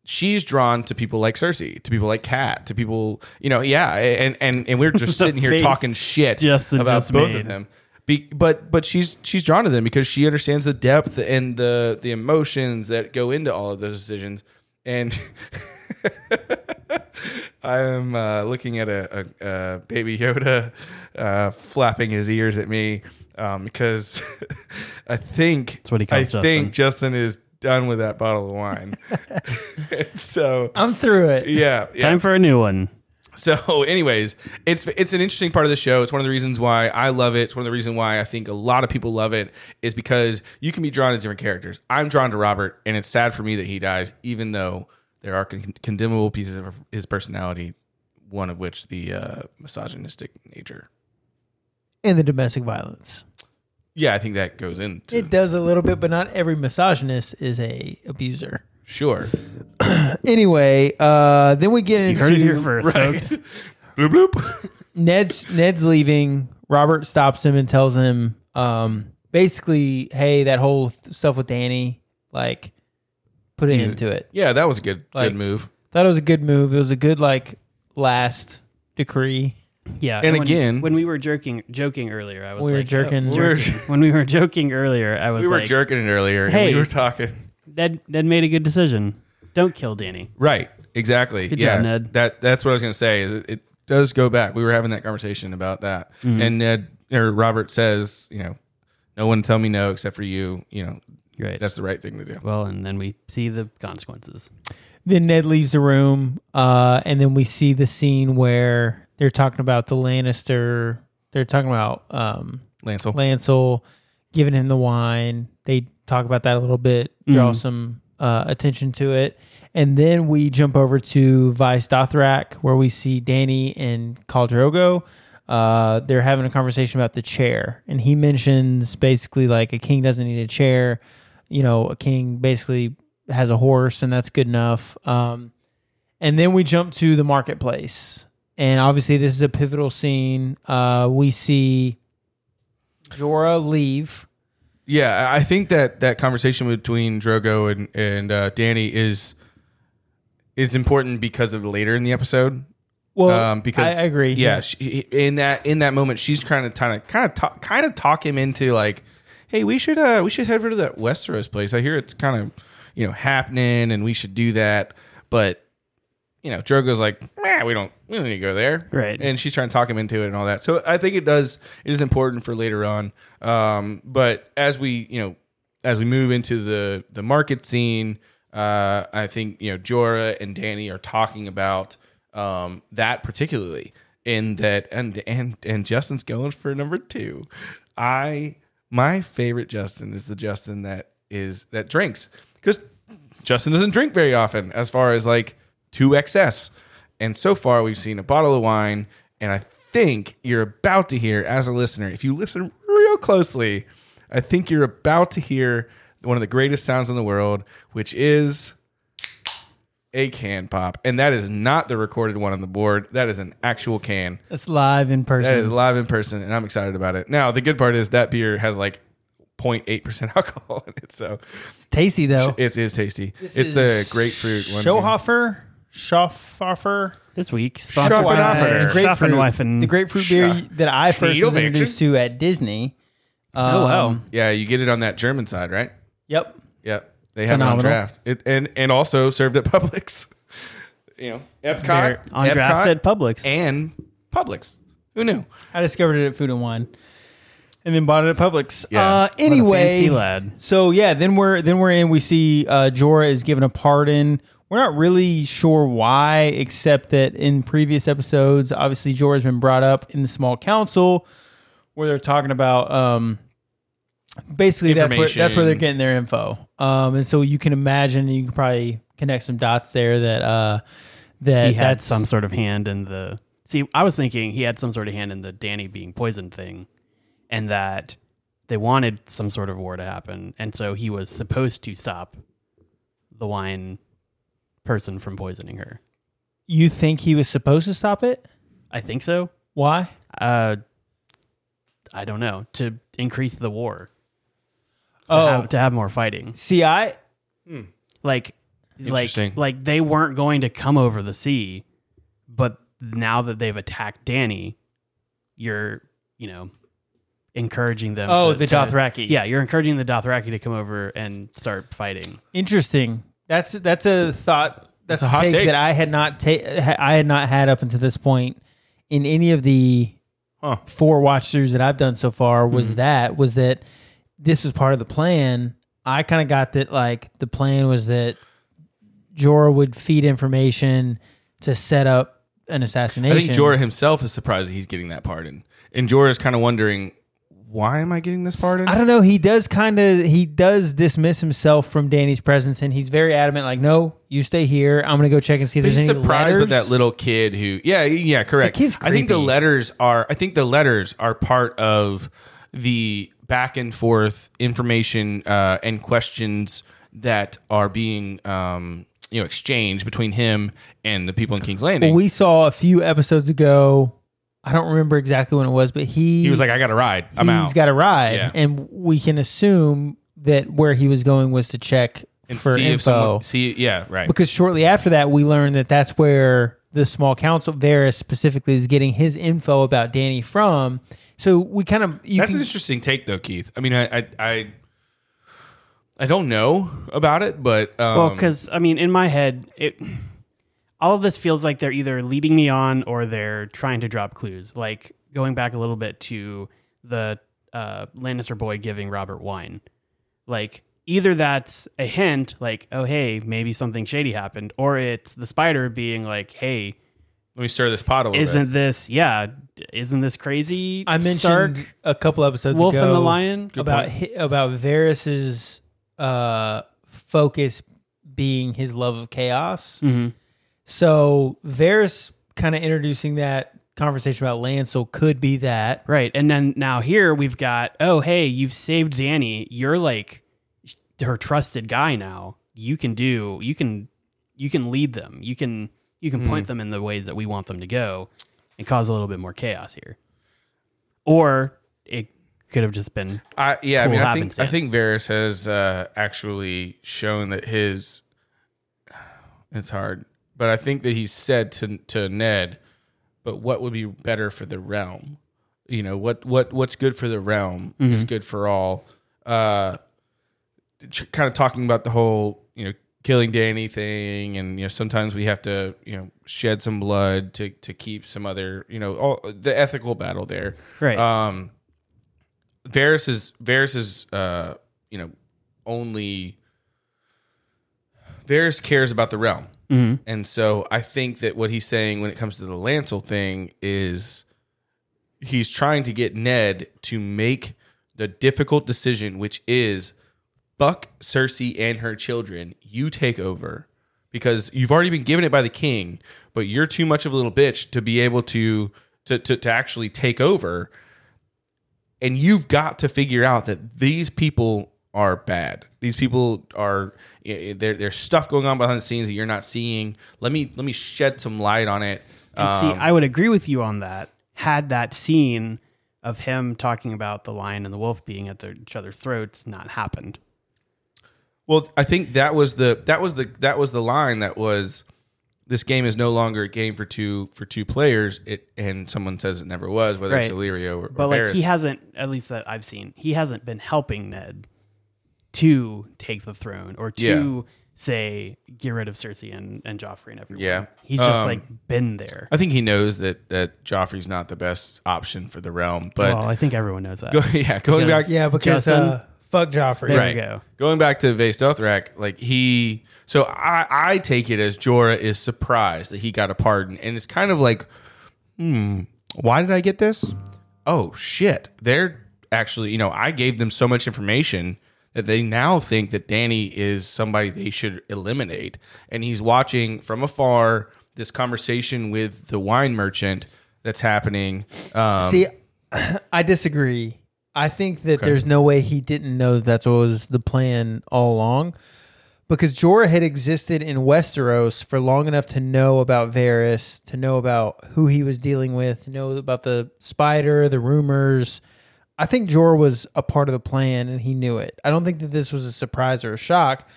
Speaker 2: she's drawn to people like Cersei, to people like Kat, to people you know. Yeah, and and and we're just
Speaker 3: The
Speaker 2: sitting here
Speaker 3: face
Speaker 2: talking shit
Speaker 3: Justin
Speaker 2: about
Speaker 3: just
Speaker 2: both
Speaker 3: made.
Speaker 2: of them. Be, but but she's she's drawn to them because she understands the depth and the the emotions that go into all of those decisions. And I'm uh, looking at a, a, a baby Yoda uh, flapping his ears at me um, because I think
Speaker 3: what he
Speaker 2: I
Speaker 3: calls
Speaker 2: think Justin is done with that bottle of wine. so
Speaker 1: I'm through it.
Speaker 2: yeah, yeah.
Speaker 3: Time for a new one.
Speaker 2: So, anyways, it's it's an interesting part of the show. It's one of the reasons why I love it. It's one of the reasons why I think a lot of people love it is because you can be drawn to different characters. I'm drawn to Robert, and it's sad for me that he dies, even though there are con- condemnable pieces of his personality, one of which the uh, misogynistic nature.
Speaker 1: And the domestic violence.
Speaker 2: Yeah, I think that goes into
Speaker 1: It does a little bit, but not every misogynist is a abuser.
Speaker 2: sure.
Speaker 1: Anyway, uh, then we get
Speaker 3: You
Speaker 1: into
Speaker 3: heard it here first, folks.
Speaker 2: Bloop bloop.
Speaker 1: Ned's Ned's leaving. Robert stops him and tells him, um, basically, hey, that whole th- stuff with Danny, like, put an end to it.
Speaker 2: Yeah, that was a good
Speaker 1: Like-
Speaker 2: good move.
Speaker 1: Thought it was a good move. It was a good like last decree.
Speaker 3: Yeah.
Speaker 2: And
Speaker 3: when-
Speaker 2: again-
Speaker 3: when we were jerking joking earlier, I was
Speaker 1: We were
Speaker 3: like,
Speaker 1: jerking.
Speaker 2: We were,
Speaker 3: when we were joking earlier, I was
Speaker 2: we were
Speaker 3: like,
Speaker 2: jerking it earlier. and
Speaker 3: Hey.
Speaker 2: we were talking.
Speaker 3: Ned, Ned made a good decision. Don't kill Danny.
Speaker 2: Right. Exactly.
Speaker 3: Good
Speaker 2: yeah.
Speaker 3: job, Ned.
Speaker 2: That that's what I was gonna say. Is it, it does go back. We were having that conversation about that,
Speaker 3: Mm-hmm.
Speaker 2: and Ned or Robert says, you know, no one tell me no except for you. You know,
Speaker 3: Right.
Speaker 2: that's the right thing to do.
Speaker 3: well, and then we see the consequences.
Speaker 1: Then Ned leaves the room, uh, and then we see the scene where they're talking about the Lannister. They're talking about um,
Speaker 2: Lancel.
Speaker 1: Lancel giving him the wine. They talk about that a little bit, draw some uh, attention to it, and then we jump over to Vice Dothrak, where we see Danny and Khal Drogo. Uh, they're having a conversation about the chair, and he mentions basically like a king doesn't need a chair. You know, a king basically has a horse, and that's good enough. Um, and then we jump to the marketplace and obviously this is a pivotal scene. Uh, we see Jorah leave.
Speaker 2: Yeah, I I think that that conversation between Drogo and and uh, Danny is is important because of later in the episode.
Speaker 1: Well,
Speaker 2: um, because
Speaker 1: I, I agree.
Speaker 2: Yeah, she, in that in that moment, she's trying to kind of kind of talk kind of talk him into like, hey, we should uh we should head over to that Westeros place. I hear it's kind of you know happening, and we should do that. But you know, Drogo's like, nah, we don't we don't need to go there,
Speaker 3: Right.
Speaker 2: And she's trying to talk him into it and all that. So I think it does it is important for later on. Um, but as we you know as we move into the the market scene, uh, I think you know Jorah and Danny are talking about um, that particularly in that and and and Justin's going for number two. I my favorite Justin is the Justin that is that drinks because Justin doesn't drink very often as far as like 2XS. And so far, we've seen a bottle of wine. And I think you're about to hear, as a listener, if you listen real closely, I think you're about to hear one of the greatest sounds in the world, which is a can pop. And that is not the recorded one on the board, that is an actual can.
Speaker 1: It's live in
Speaker 2: That is
Speaker 1: person.
Speaker 2: live in person, and I'm excited about it. Now, the good part is that beer has like 0.8% alcohol in it. So
Speaker 1: It's tasty though.
Speaker 2: it is tasty. it's the grapefruit one.
Speaker 1: Schohofer, Schohofer.
Speaker 3: This week,
Speaker 2: Schaffenhofer.
Speaker 3: sponsored by
Speaker 2: Schaffenhofer.
Speaker 3: Schaffenhofen.
Speaker 1: The grapefruit beer that I first was
Speaker 2: Schneidel-Mädchen.
Speaker 1: introduced to at Disney.
Speaker 3: Oh, wow.
Speaker 1: Um,
Speaker 2: Yeah, you get it on that German side, right?
Speaker 1: Yep.
Speaker 2: Yep. They have it on
Speaker 1: Phenomenal.
Speaker 2: draft. It, and and also served at Publix. You know,
Speaker 3: They're
Speaker 2: Epcot,
Speaker 3: on
Speaker 2: Epcot,
Speaker 3: draft at Publix.
Speaker 2: and Publix. Who knew?
Speaker 1: I discovered it at Food and Wine, and then bought it at Publix.
Speaker 2: Yeah.
Speaker 1: Uh,
Speaker 2: What
Speaker 1: anyway,
Speaker 3: Fancy lad.
Speaker 1: so yeah, then we're then we're in. We see uh, Jorah is given a pardon. We're not really sure why, except that in previous episodes, obviously Jorah has been brought up in the small council where they're talking about um, basically that's where that's where they're
Speaker 2: Information.
Speaker 1: getting their info. Um, and so you can imagine you can probably connect some dots there that uh, that
Speaker 3: He had
Speaker 1: that's-
Speaker 3: some sort of hand in the. See, I was thinking he had some sort of hand in the Danny being poisoned thing, and that they wanted some sort of war to happen, and so he was supposed to stop the wine person from poisoning her.
Speaker 1: You think he was supposed to stop it?
Speaker 3: I think so.
Speaker 1: Why?
Speaker 3: Uh, I don't know to increase the war. To
Speaker 1: Oh.
Speaker 3: have, to have more fighting.
Speaker 1: See, I
Speaker 3: like like
Speaker 2: Interesting.
Speaker 3: like they weren't going to come over the sea but now that they've attacked danny you're you know encouraging them
Speaker 1: Oh,
Speaker 3: to-
Speaker 1: the
Speaker 3: to-
Speaker 1: Dothraki.
Speaker 3: yeah you're encouraging the dothraki to come over and start fighting
Speaker 1: interesting. That's that's a thought. That's,
Speaker 2: a
Speaker 1: a
Speaker 2: hot
Speaker 1: take,
Speaker 2: take.
Speaker 1: that I had not ta- ha- I had not had up until this point in any of the
Speaker 2: Huh. Hmm.
Speaker 1: four watch throughs that I've done so far. Was that was that this was part of the plan? I kind of got that like the plan was that Jorah would feed information to set up an
Speaker 2: I
Speaker 1: assassination.
Speaker 2: think Jorah himself is surprised that he's getting that pardon. And Jorah's kind of wondering, why am I getting this pardon?
Speaker 1: I don't know. He does kind of he does dismiss himself from Danny's presence, and he's very adamant. Like, no, you stay here. I'm gonna go check and see if
Speaker 2: He's
Speaker 1: there's any
Speaker 2: surprised
Speaker 1: letters.
Speaker 2: with that little kid who, yeah, yeah, correct.
Speaker 1: kid's
Speaker 2: I think the
Speaker 1: creepy.
Speaker 2: letters are. I think the letters are part of the back and forth information uh, and questions that are being, um, you know, exchanged between him and the people in King's Landing.
Speaker 1: we saw a few episodes ago. I don't remember exactly when it was, but he
Speaker 2: he was like, "I got to ride. I'm
Speaker 1: he's
Speaker 2: out."
Speaker 1: got a ride,
Speaker 2: Yeah.
Speaker 1: and we can assume that where he was going was to check
Speaker 2: And
Speaker 1: for
Speaker 2: see
Speaker 1: info.
Speaker 2: if someone, see, yeah, right.
Speaker 1: because shortly after that, we learned that that's where the small council Varys specifically is getting his info about Danny from. So we kind of you
Speaker 2: That's
Speaker 1: can
Speaker 2: an interesting take, though, Keith. I mean, I, I, I, I don't know about it, but um,
Speaker 3: well because i mean in my head it all of this feels like they're either leading me on or they're trying to drop clues like going back a little bit to the uh, lannister boy giving robert wine like either that's a hint like oh hey maybe something shady happened or it's the spider being like hey
Speaker 2: let me stir this pot a little bit.
Speaker 3: isn't this yeah isn't this crazy
Speaker 1: I mentioned
Speaker 3: Stark,
Speaker 1: a couple episodes
Speaker 3: wolf
Speaker 1: ago
Speaker 3: and the lion
Speaker 1: about hi, about Varys's uh, focus being his love of chaos. So Varys kind of introducing that conversation about Lancel could be that.
Speaker 3: Right. And then now here we've got, oh, hey, you've saved Danny. You're like sh- her trusted guy now. You can do, you can, you can lead them. You can, you can point them in the way that we want them to go and cause a little bit more chaos here. Or it could have just been
Speaker 2: I yeah, I
Speaker 3: Cool
Speaker 2: mean, I think I
Speaker 3: happenstance.
Speaker 2: think Varys has uh, actually shown that his. It's hard, but I think that he said to to Ned, "But what would be better for the realm? You know what what what's good for the realm is good for all." Uh, kind of talking about the whole you know killing Danny thing, and you know sometimes we have to you know shed some blood to to keep some other you know all the ethical battle there.
Speaker 3: right.
Speaker 2: Um, Varys's Varys's uh, you know only Varys cares about the realm, and so I think that what he's saying when it comes to the Lancel thing is he's trying to get Ned to make the difficult decision, which is fuck Cersei and her children. You take over because you've already been given it by the king, but you're too much of a little bitch to be able to to to, to actually take over. And you've got to figure out that these people are bad. These people are i- i- there. There's stuff going on behind the scenes that you're not seeing. Let me let me shed some light on it.
Speaker 3: And see,
Speaker 2: Um,
Speaker 3: I would agree with you on that. Had that scene of him talking about the lion and the wolf being at their, each other's throats not happened,
Speaker 2: Well, I think that was the that was the that was the line that was this game is no longer a game for two for two players. It and someone says it never was, whether it's
Speaker 3: Right.
Speaker 2: Illyrio or, or
Speaker 3: but like
Speaker 2: Varys.
Speaker 3: he hasn't, at least that I've seen, he hasn't been helping Ned to take the throne or to say get rid of Cersei and and Joffrey and everyone.
Speaker 2: Yeah.
Speaker 3: he's just
Speaker 2: Um,
Speaker 3: like been there.
Speaker 2: I think he knows that that Joffrey's not the best option for the realm. But
Speaker 3: well, I think everyone knows that.
Speaker 2: yeah, going
Speaker 3: Because-
Speaker 2: back
Speaker 1: Yeah, because uh,
Speaker 3: Justin?
Speaker 1: fuck Joffrey.
Speaker 3: there
Speaker 2: right.
Speaker 3: you go.
Speaker 2: Going back to Vase Dothrak, like he so I I take it as Jorah is surprised that he got a pardon and it's kind of like hmm, why did I get this? Oh shit. They're actually, you know, I gave them so much information that they now think that Danny is somebody they should eliminate and he's watching from afar this conversation with the wine merchant that's happening. Um,
Speaker 1: See, I disagree. I think that there's no way he didn't know that that's what was the plan all along, because Jorah had existed in Westeros for long enough to know about Varys, to know about who he was dealing with, know about the spider, the rumors. I think Jorah was a part of the plan and he knew it. I don't think that this was a surprise or a shock.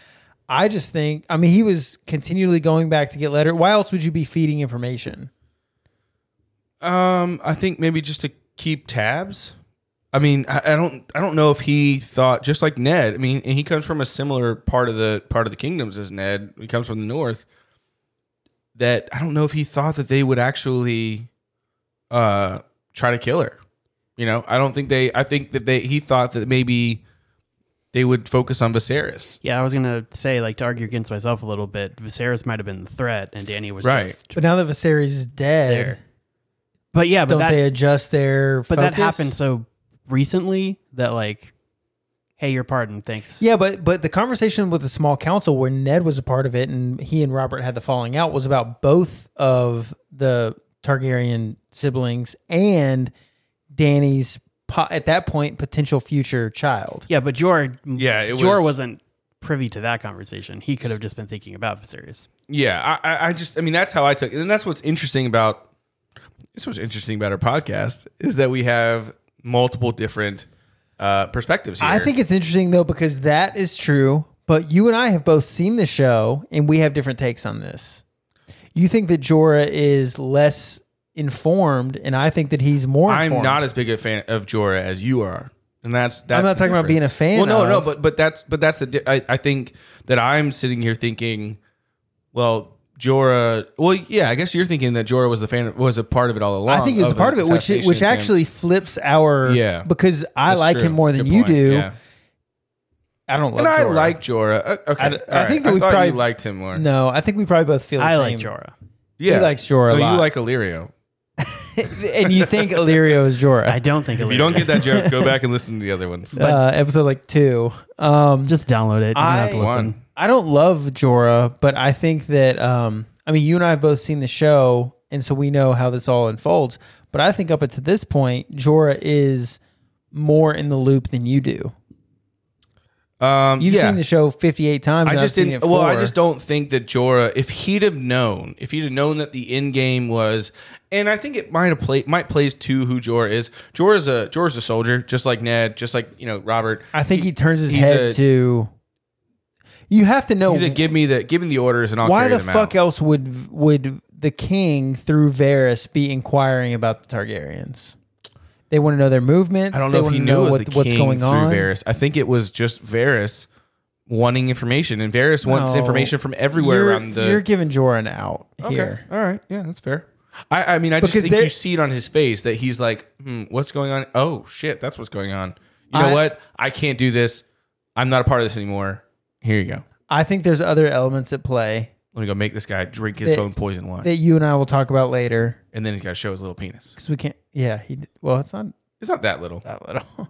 Speaker 1: I just think, I mean, he was continually going back to get letter. Why else would you be feeding information?
Speaker 2: Um, I think maybe just to keep tabs. I mean, I, I don't, I don't know if he thought just like Ned. I mean, and he comes from a similar part of the part of the kingdoms as Ned. He comes from the north. That I don't know if he thought that they would actually, uh, try to kill her. You know, I don't think they. I think that they. He thought that maybe they would focus on Viserys.
Speaker 3: Yeah, I was gonna say like to argue against myself a little bit. Viserys might have been the threat, and Danny was
Speaker 2: Right.
Speaker 3: just.
Speaker 1: But now that Viserys is dead.
Speaker 3: There. But yeah, but
Speaker 1: don't
Speaker 3: that,
Speaker 1: they adjust their
Speaker 3: But that
Speaker 1: focus?
Speaker 3: happened so recently that like, hey, your pardon, thanks.
Speaker 1: yeah but but the conversation with the small council where ned was a part of it and he and robert had the falling out was about both of the targaryen siblings and danny's po- at that point potential future child
Speaker 3: yeah. But Jor,
Speaker 2: Yeah, it
Speaker 3: Jor
Speaker 2: was-
Speaker 3: was, not privy to that conversation. He could have just been thinking about Viserys.
Speaker 2: Yeah, I, I- I just, I mean, that's how I took, and that's what's interesting about. That's what's interesting about our podcast is that we have multiple different uh, perspectives here.
Speaker 1: i think it's interesting though because that is true but you and i have both seen the show and we have different takes on this you think that jorah is less informed and i think that he's more
Speaker 2: I'm
Speaker 1: informed.
Speaker 2: not as big a fan of Jorah as you are, and that's that's.
Speaker 1: I'm not
Speaker 2: the
Speaker 1: talking about being a
Speaker 2: difference.
Speaker 1: fan
Speaker 2: Well, no, no,
Speaker 1: of-
Speaker 2: but but that's but that's the. Di- I, I think that I'm sitting here thinking, well, Jorah. Well, yeah, I guess you're thinking that Jorah was the fan was a part of it all along.
Speaker 1: I think it was a
Speaker 2: the
Speaker 1: part of it, which
Speaker 2: assassination
Speaker 1: which
Speaker 2: attempt.
Speaker 1: actually flips our
Speaker 2: Yeah.
Speaker 1: Because I
Speaker 2: That's
Speaker 1: like
Speaker 2: true.
Speaker 1: him more than
Speaker 2: Good
Speaker 1: you
Speaker 2: point.
Speaker 1: do.
Speaker 2: Yeah.
Speaker 1: I don't love.
Speaker 2: And I
Speaker 1: Jorah.
Speaker 2: like Jorah. Uh, Okay,
Speaker 1: I
Speaker 2: All
Speaker 1: think
Speaker 2: right.
Speaker 1: that we
Speaker 2: thought
Speaker 1: probably-
Speaker 2: you liked him more.
Speaker 1: No, I think we probably both feel. The
Speaker 3: I
Speaker 1: same.
Speaker 3: like Jorah.
Speaker 2: yeah,
Speaker 1: likes Jorah a
Speaker 2: No,
Speaker 1: lot.
Speaker 2: you like Illyrio.
Speaker 1: and you think Illyrio is Jorah?
Speaker 3: I don't think
Speaker 2: If you don't get that joke, go back and listen to the other ones.
Speaker 1: uh, episode like two. Um,
Speaker 3: just download it. You don't have to
Speaker 1: I-
Speaker 3: listen.
Speaker 2: One.
Speaker 1: I don't love Jorah, but I think that um, I mean you and I have both seen the show, and so we know how this all unfolds. But I think up until this point, Jorah is more in the loop than you do.
Speaker 2: Um,
Speaker 1: You've
Speaker 2: yeah.
Speaker 1: seen the show 58 times.
Speaker 2: I
Speaker 1: and I've
Speaker 2: just
Speaker 1: seen
Speaker 2: didn't.
Speaker 1: it
Speaker 2: Well, I
Speaker 1: four.
Speaker 2: just don't think that Jorah, if he'd have known, if he'd have known that the end game was, and I think it might have played, might plays to who Jorah is. Jorah's a Jorah's a soldier, just like Ned, just like you know Robert.
Speaker 1: I think he, turns his
Speaker 2: he's
Speaker 1: head
Speaker 2: a-
Speaker 1: to. You have to know
Speaker 2: He's a give me the give me the orders and I'll
Speaker 1: Oh, why
Speaker 2: carry
Speaker 1: the
Speaker 2: them
Speaker 1: fuck
Speaker 2: out.
Speaker 1: else would would the king through Varys be inquiring about the Targaryens? They want to know their movements.
Speaker 2: I don't
Speaker 1: they
Speaker 2: know if
Speaker 1: wanna
Speaker 2: he knew it was
Speaker 1: what,
Speaker 2: the
Speaker 1: what's
Speaker 2: king
Speaker 1: going
Speaker 2: through
Speaker 1: on.
Speaker 2: Varys. I think it was just Varys wanting information, and Varys wants
Speaker 1: No.
Speaker 2: information from everywhere
Speaker 1: you're,
Speaker 2: around the
Speaker 1: You're giving Jorah an out
Speaker 2: Okay.
Speaker 1: here.
Speaker 2: All right. Yeah, that's fair. I, I mean, I
Speaker 1: Because
Speaker 2: just think
Speaker 1: there-
Speaker 2: you see it on his face that he's like, hmm, what's going on? Oh, shit, that's what's going on. You know
Speaker 1: I-
Speaker 2: what? I can't do this. I'm not a part of this anymore. Here you go.
Speaker 1: I think there's other elements at play
Speaker 2: Let me go make this guy drink his
Speaker 1: That-
Speaker 2: own poison wine.
Speaker 1: that you and I will talk about later
Speaker 2: and then he's got to show his little penis.
Speaker 1: because we can't. Yeah, he. d- Well, it's not
Speaker 2: It's not that little.
Speaker 1: that little.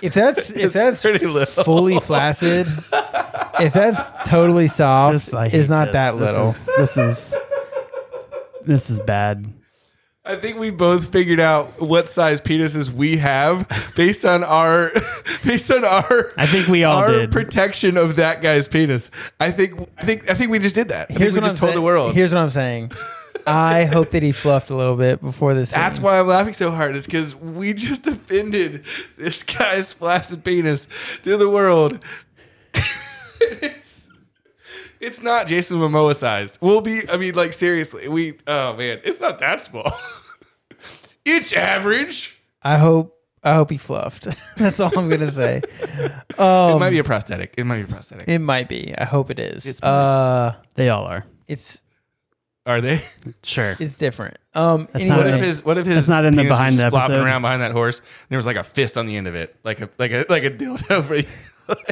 Speaker 1: If that's if
Speaker 2: It's
Speaker 1: that's
Speaker 2: pretty little.
Speaker 1: fully flaccid, if that's totally soft,
Speaker 3: This- I hate
Speaker 1: it's not
Speaker 3: this.
Speaker 1: that little.
Speaker 3: This is, this is this is bad.
Speaker 2: I think we both figured out what size penises we have based on our based on our
Speaker 3: I think we all
Speaker 2: our
Speaker 3: did.
Speaker 2: protection of that guy's penis. I think I think I think we just did that. I think we just
Speaker 1: I'm
Speaker 2: told the
Speaker 1: saying-
Speaker 2: world.
Speaker 1: Here's what I'm saying. I hope that he fluffed a little bit before this.
Speaker 2: That's
Speaker 1: scene.
Speaker 2: why I'm laughing so hard, is because we just offended this guy's flaccid penis to the world. it's, it's not Jason Momoa sized. We'll be, I mean, like, seriously, we, oh man, it's not that small. it's average.
Speaker 1: I hope I hope he fluffed. That's all I'm gonna say. Um,
Speaker 3: Um,
Speaker 2: it might be a prosthetic. It might be a prosthetic.
Speaker 1: It might be. I hope it is. uh,
Speaker 3: They all are.
Speaker 1: it's
Speaker 2: Are they?
Speaker 3: Sure.
Speaker 1: it's different. Um,
Speaker 3: That's
Speaker 1: anyway,
Speaker 2: What
Speaker 3: not
Speaker 2: if
Speaker 3: in-
Speaker 2: his, what if his,
Speaker 3: That's not in the
Speaker 2: penis was
Speaker 3: behind
Speaker 2: just
Speaker 3: the
Speaker 2: flopping
Speaker 3: episode.
Speaker 2: around behind that horse, and there was like a fist on the end of it, like a, like a, like a dildo for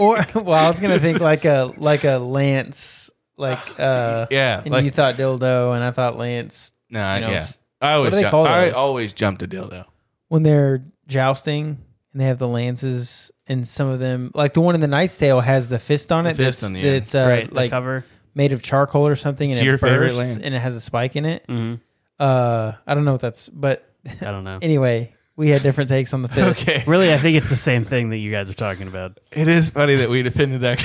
Speaker 1: or well, I was gonna think like a like a lance, like uh,
Speaker 2: Yeah,
Speaker 1: And
Speaker 2: like-
Speaker 1: you thought dildo, and I thought lance
Speaker 2: Nah,
Speaker 1: You know,
Speaker 2: yeah.
Speaker 1: just-
Speaker 2: I always,
Speaker 1: what do they
Speaker 2: jump,
Speaker 1: call
Speaker 2: I
Speaker 1: those?
Speaker 2: always jumped a dildo.
Speaker 1: when they're jousting and they have the lances, and some of them like the one in the Knight's Tale has the fist on it. that's-
Speaker 2: fist on the end.
Speaker 1: It's uh,
Speaker 3: right.
Speaker 1: like
Speaker 3: the cover.
Speaker 1: made of charcoal or something, and
Speaker 2: It's
Speaker 1: it
Speaker 2: your favorite
Speaker 1: bursts,
Speaker 2: lance. Mm-hmm.
Speaker 1: and it has a spike in it.
Speaker 3: Mhm.
Speaker 1: Uh, I don't know what that's, but
Speaker 3: I don't know.
Speaker 1: anyway, we had different takes on the fifth.
Speaker 2: Okay.
Speaker 3: Really, I think it's the same thing that you guys are talking about.
Speaker 2: It is funny that we defended that.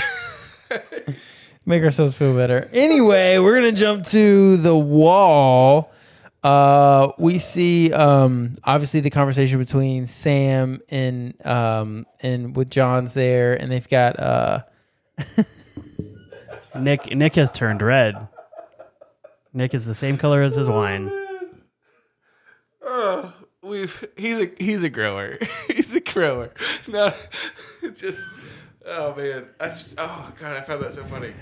Speaker 1: Make ourselves feel better. Anyway, we're gonna jump to the wall. Uh, we see um, obviously the conversation between Sam and um, and with John's there, and they've got uh,
Speaker 3: Nick Nick has turned red. Nick is the same color as his wine.
Speaker 2: oh, we've he's a he's a grower. he's a grower. No, just oh man, I just oh god, I found that so funny.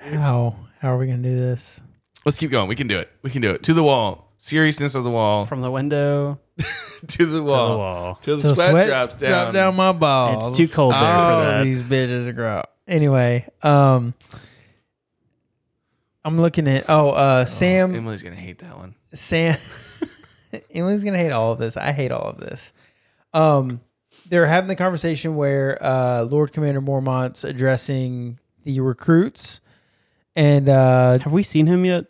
Speaker 1: how how are we gonna do this?
Speaker 2: Let's keep going. We can do it. We can do it. To the wall. Seriousness of the wall.
Speaker 3: From the window
Speaker 2: to the
Speaker 3: to the
Speaker 2: wall.
Speaker 3: wall.
Speaker 2: Till the
Speaker 1: So
Speaker 2: sweat,
Speaker 1: sweat,
Speaker 2: drops down.
Speaker 1: drop down my balls.
Speaker 3: It's too cold there for
Speaker 1: Oh,
Speaker 3: that.
Speaker 1: These bitches are gross. Anyway, um, I'm looking at oh uh, Sam
Speaker 2: Emily's gonna hate that one.
Speaker 1: Sam Emily's gonna hate all of this. I hate all of this. Um, they're having the conversation where uh, Lord Commander Mormont's addressing the recruits, and uh,
Speaker 3: Have we seen him yet?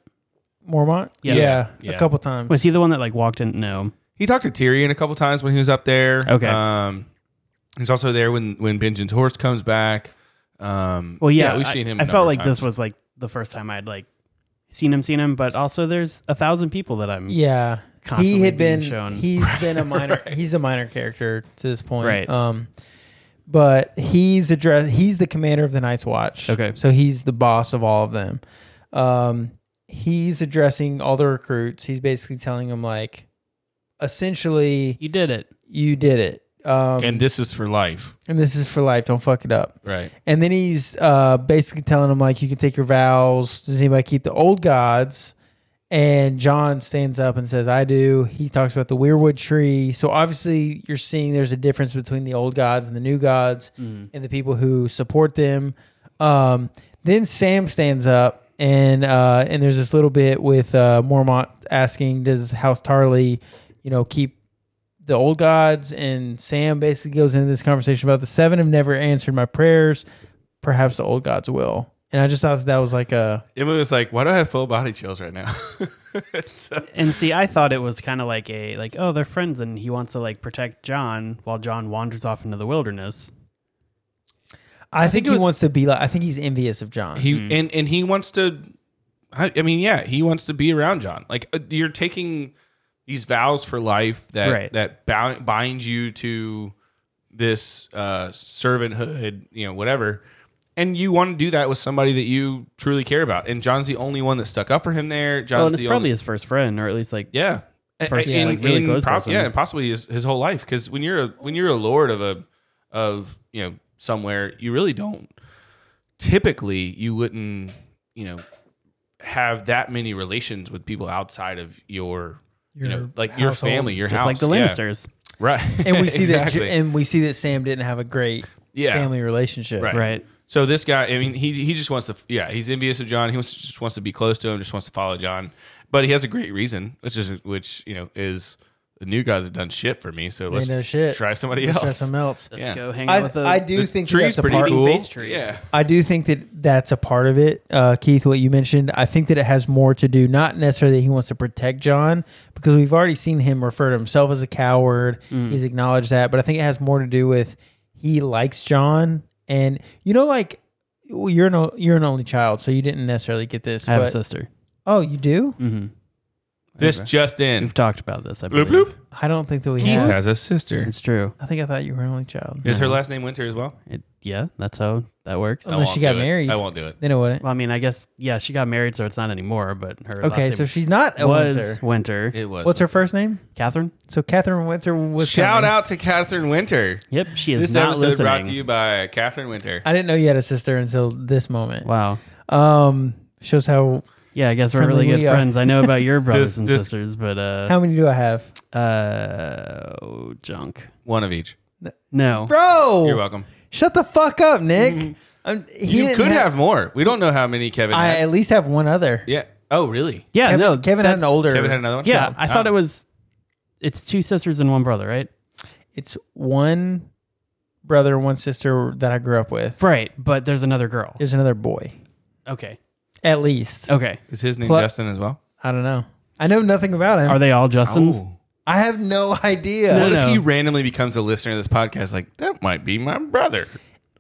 Speaker 1: Mormont,
Speaker 3: Yeah.
Speaker 2: Yeah.
Speaker 1: a couple times.
Speaker 3: Was he the one that like walked in? No.
Speaker 2: He talked to Tyrion a couple times when he was up there.
Speaker 3: Okay.
Speaker 2: Um, he's also there when when Benjamin's horse comes back. Um,
Speaker 3: Well, yeah,
Speaker 2: we've seen him.
Speaker 3: I,
Speaker 2: a
Speaker 3: I felt
Speaker 2: number of
Speaker 3: like this
Speaker 2: times.
Speaker 3: was like the first time I'd like seen him, seen him. But also, there's a thousand people that I'm.
Speaker 1: yeah,
Speaker 3: Constantly
Speaker 1: he had
Speaker 3: being
Speaker 1: been.
Speaker 3: shown.
Speaker 1: He's been a minor. He's a minor character to this point.
Speaker 3: Right.
Speaker 1: Um, but he's address. He's the commander of the Night's Watch.
Speaker 3: Okay.
Speaker 1: So he's the boss of all of them. Um, he's addressing all the recruits. He's basically telling them like, essentially,
Speaker 3: You did it.
Speaker 1: you did it. Um,
Speaker 2: and
Speaker 1: and,
Speaker 2: this is for life,
Speaker 1: this is for life. Don't fuck it up.
Speaker 2: right?
Speaker 1: And then he's uh, basically telling them like, you can take your vows. Does anybody keep the old gods? And John stands up and says, I do. He talks about the weirwood tree. So obviously, you're seeing there's a difference between the old gods and the new gods and the people who support them. Um, then Sam stands up, and uh, and there's this little bit with uh, Mormont asking, Does House Tarly, you know, keep the old gods? And Sam basically goes into this conversation about the seven have never answered my prayers. Perhaps the old gods will. And I just thought that, that was like a.
Speaker 2: Emily was like, "Why do I have full body chills right now?" So-
Speaker 3: And see, I thought it was kind of like a like, oh, they're friends, and he wants to like protect John while John wanders off into the wilderness.
Speaker 1: I, think,
Speaker 2: it
Speaker 1: he
Speaker 2: was-
Speaker 1: wants to be like. I think he's envious of John.
Speaker 2: He and and he wants to. I, I mean, yeah, he wants to be around John. Like uh, you're taking these vows for life that
Speaker 3: Right.
Speaker 2: that bound, binds you to this uh, servanthood, you know, whatever. And you want to do that with somebody that you truly care about. And John's the only one that stuck up for him there. John's
Speaker 3: well, and it's
Speaker 2: the
Speaker 3: probably
Speaker 2: only,
Speaker 3: his first friend, or at least like
Speaker 2: yeah. A-
Speaker 3: First,
Speaker 2: a-
Speaker 3: yeah, like, really close person.
Speaker 2: yeah, and possibly his, his whole life. Because when you're a when you're a lord of a of you know somewhere, you really don't typically you wouldn't you know have that many relations with people outside of your, you know
Speaker 1: Your
Speaker 2: like your
Speaker 1: household.
Speaker 2: family, your
Speaker 3: just
Speaker 2: house,
Speaker 3: like the
Speaker 2: Yeah.
Speaker 3: Lannisters.
Speaker 2: right?
Speaker 1: and we see
Speaker 2: exactly.
Speaker 1: that. And we see that Sam didn't have a great
Speaker 2: yeah,
Speaker 1: family relationship.
Speaker 2: Right.
Speaker 3: Right.
Speaker 2: So this guy, I mean, he he just wants to, yeah, he's envious of John. He wants to, just wants to be close to him, just wants to follow John. But he has a great reason, which is which you know is the new guys have done shit for me. So let's
Speaker 1: no shit.
Speaker 2: try somebody
Speaker 1: Let's
Speaker 2: else.
Speaker 1: try something else.
Speaker 3: Let's
Speaker 2: Yeah.
Speaker 3: go hang out
Speaker 1: I,
Speaker 3: with the.
Speaker 1: I do
Speaker 2: The
Speaker 1: think that
Speaker 2: tree's
Speaker 1: that's a
Speaker 2: pretty
Speaker 1: part.
Speaker 2: cool.
Speaker 3: face tree.
Speaker 2: Yeah,
Speaker 1: I do think that that's a part of it, uh, Keith. What you mentioned, I think that it has more to do not necessarily that he wants to protect John because we've already seen him refer to himself as a coward.
Speaker 3: Mm.
Speaker 1: He's acknowledged that, but I think it has more to do with he likes John, and you know, like well, you're no you're an only child, so you didn't necessarily get this.
Speaker 3: I have a
Speaker 1: but-
Speaker 3: sister.
Speaker 1: oh, you do?
Speaker 3: Mm-hmm.
Speaker 2: this just in.
Speaker 3: We've talked about this. I
Speaker 2: Bloop
Speaker 3: believe
Speaker 2: bloop.
Speaker 1: I don't think that we
Speaker 2: Keith
Speaker 1: have.
Speaker 2: has a sister.
Speaker 3: it's true.
Speaker 1: I think I thought you were an only child.
Speaker 2: Is her last name Winter as well?
Speaker 3: It, yeah, that's how that works.
Speaker 2: I
Speaker 1: Unless
Speaker 2: won't
Speaker 1: she got
Speaker 2: do it.
Speaker 1: married.
Speaker 2: I won't do it.
Speaker 1: Then it wouldn't.
Speaker 3: Well, I mean, I guess yeah, she got married, so it's not anymore. But her
Speaker 1: Okay,
Speaker 3: last
Speaker 1: so
Speaker 3: name
Speaker 1: she's not a
Speaker 3: was
Speaker 1: Winter.
Speaker 3: Winter.
Speaker 2: It was.
Speaker 1: What's her first name?
Speaker 3: Catherine.
Speaker 1: So Catherine Winter was
Speaker 2: Shout
Speaker 1: coming.
Speaker 2: out to Catherine Winter.
Speaker 3: Yep, she is
Speaker 2: This
Speaker 3: not
Speaker 2: episode
Speaker 3: listening.
Speaker 2: brought to you by Catherine Winter.
Speaker 1: I didn't know you had a sister until this moment.
Speaker 3: Wow.
Speaker 1: Um, shows how
Speaker 3: Yeah, I guess we're
Speaker 1: Friendly
Speaker 3: really good
Speaker 1: we are.
Speaker 3: friends. I know about your brothers and
Speaker 2: this-
Speaker 3: sisters, but uh,
Speaker 1: how many do I have,
Speaker 3: uh, oh, junk.
Speaker 2: One of each.
Speaker 3: No,
Speaker 1: bro?
Speaker 2: You're welcome. Mm-hmm.
Speaker 1: Shut the fuck up, Nick. Um, he
Speaker 2: you
Speaker 1: didn't
Speaker 2: could have, more. We don't know how many Kevin.
Speaker 1: I
Speaker 2: had.
Speaker 1: at least have one other.
Speaker 2: Yeah. Oh, really?
Speaker 3: yeah,
Speaker 1: Kevin,
Speaker 3: no.
Speaker 1: Kevin had an
Speaker 3: that's-
Speaker 1: older.
Speaker 2: Kevin had another one.
Speaker 3: Yeah, I
Speaker 2: Oh.
Speaker 3: thought it was. It's two sisters and one brother, right?
Speaker 1: it's one brother, one sister that I grew up with.
Speaker 3: Right, but there's another girl.
Speaker 1: There's another boy,
Speaker 3: Okay,
Speaker 1: at least.
Speaker 3: okay.
Speaker 2: Is his name
Speaker 1: Plu-
Speaker 2: Justin as well?
Speaker 1: I don't know. I know nothing about him.
Speaker 3: Are they
Speaker 2: Oh.
Speaker 3: all Justins?
Speaker 1: I have no idea.
Speaker 3: No,
Speaker 2: What
Speaker 3: no.
Speaker 2: if he randomly becomes a listener of this podcast? Like that might be my brother,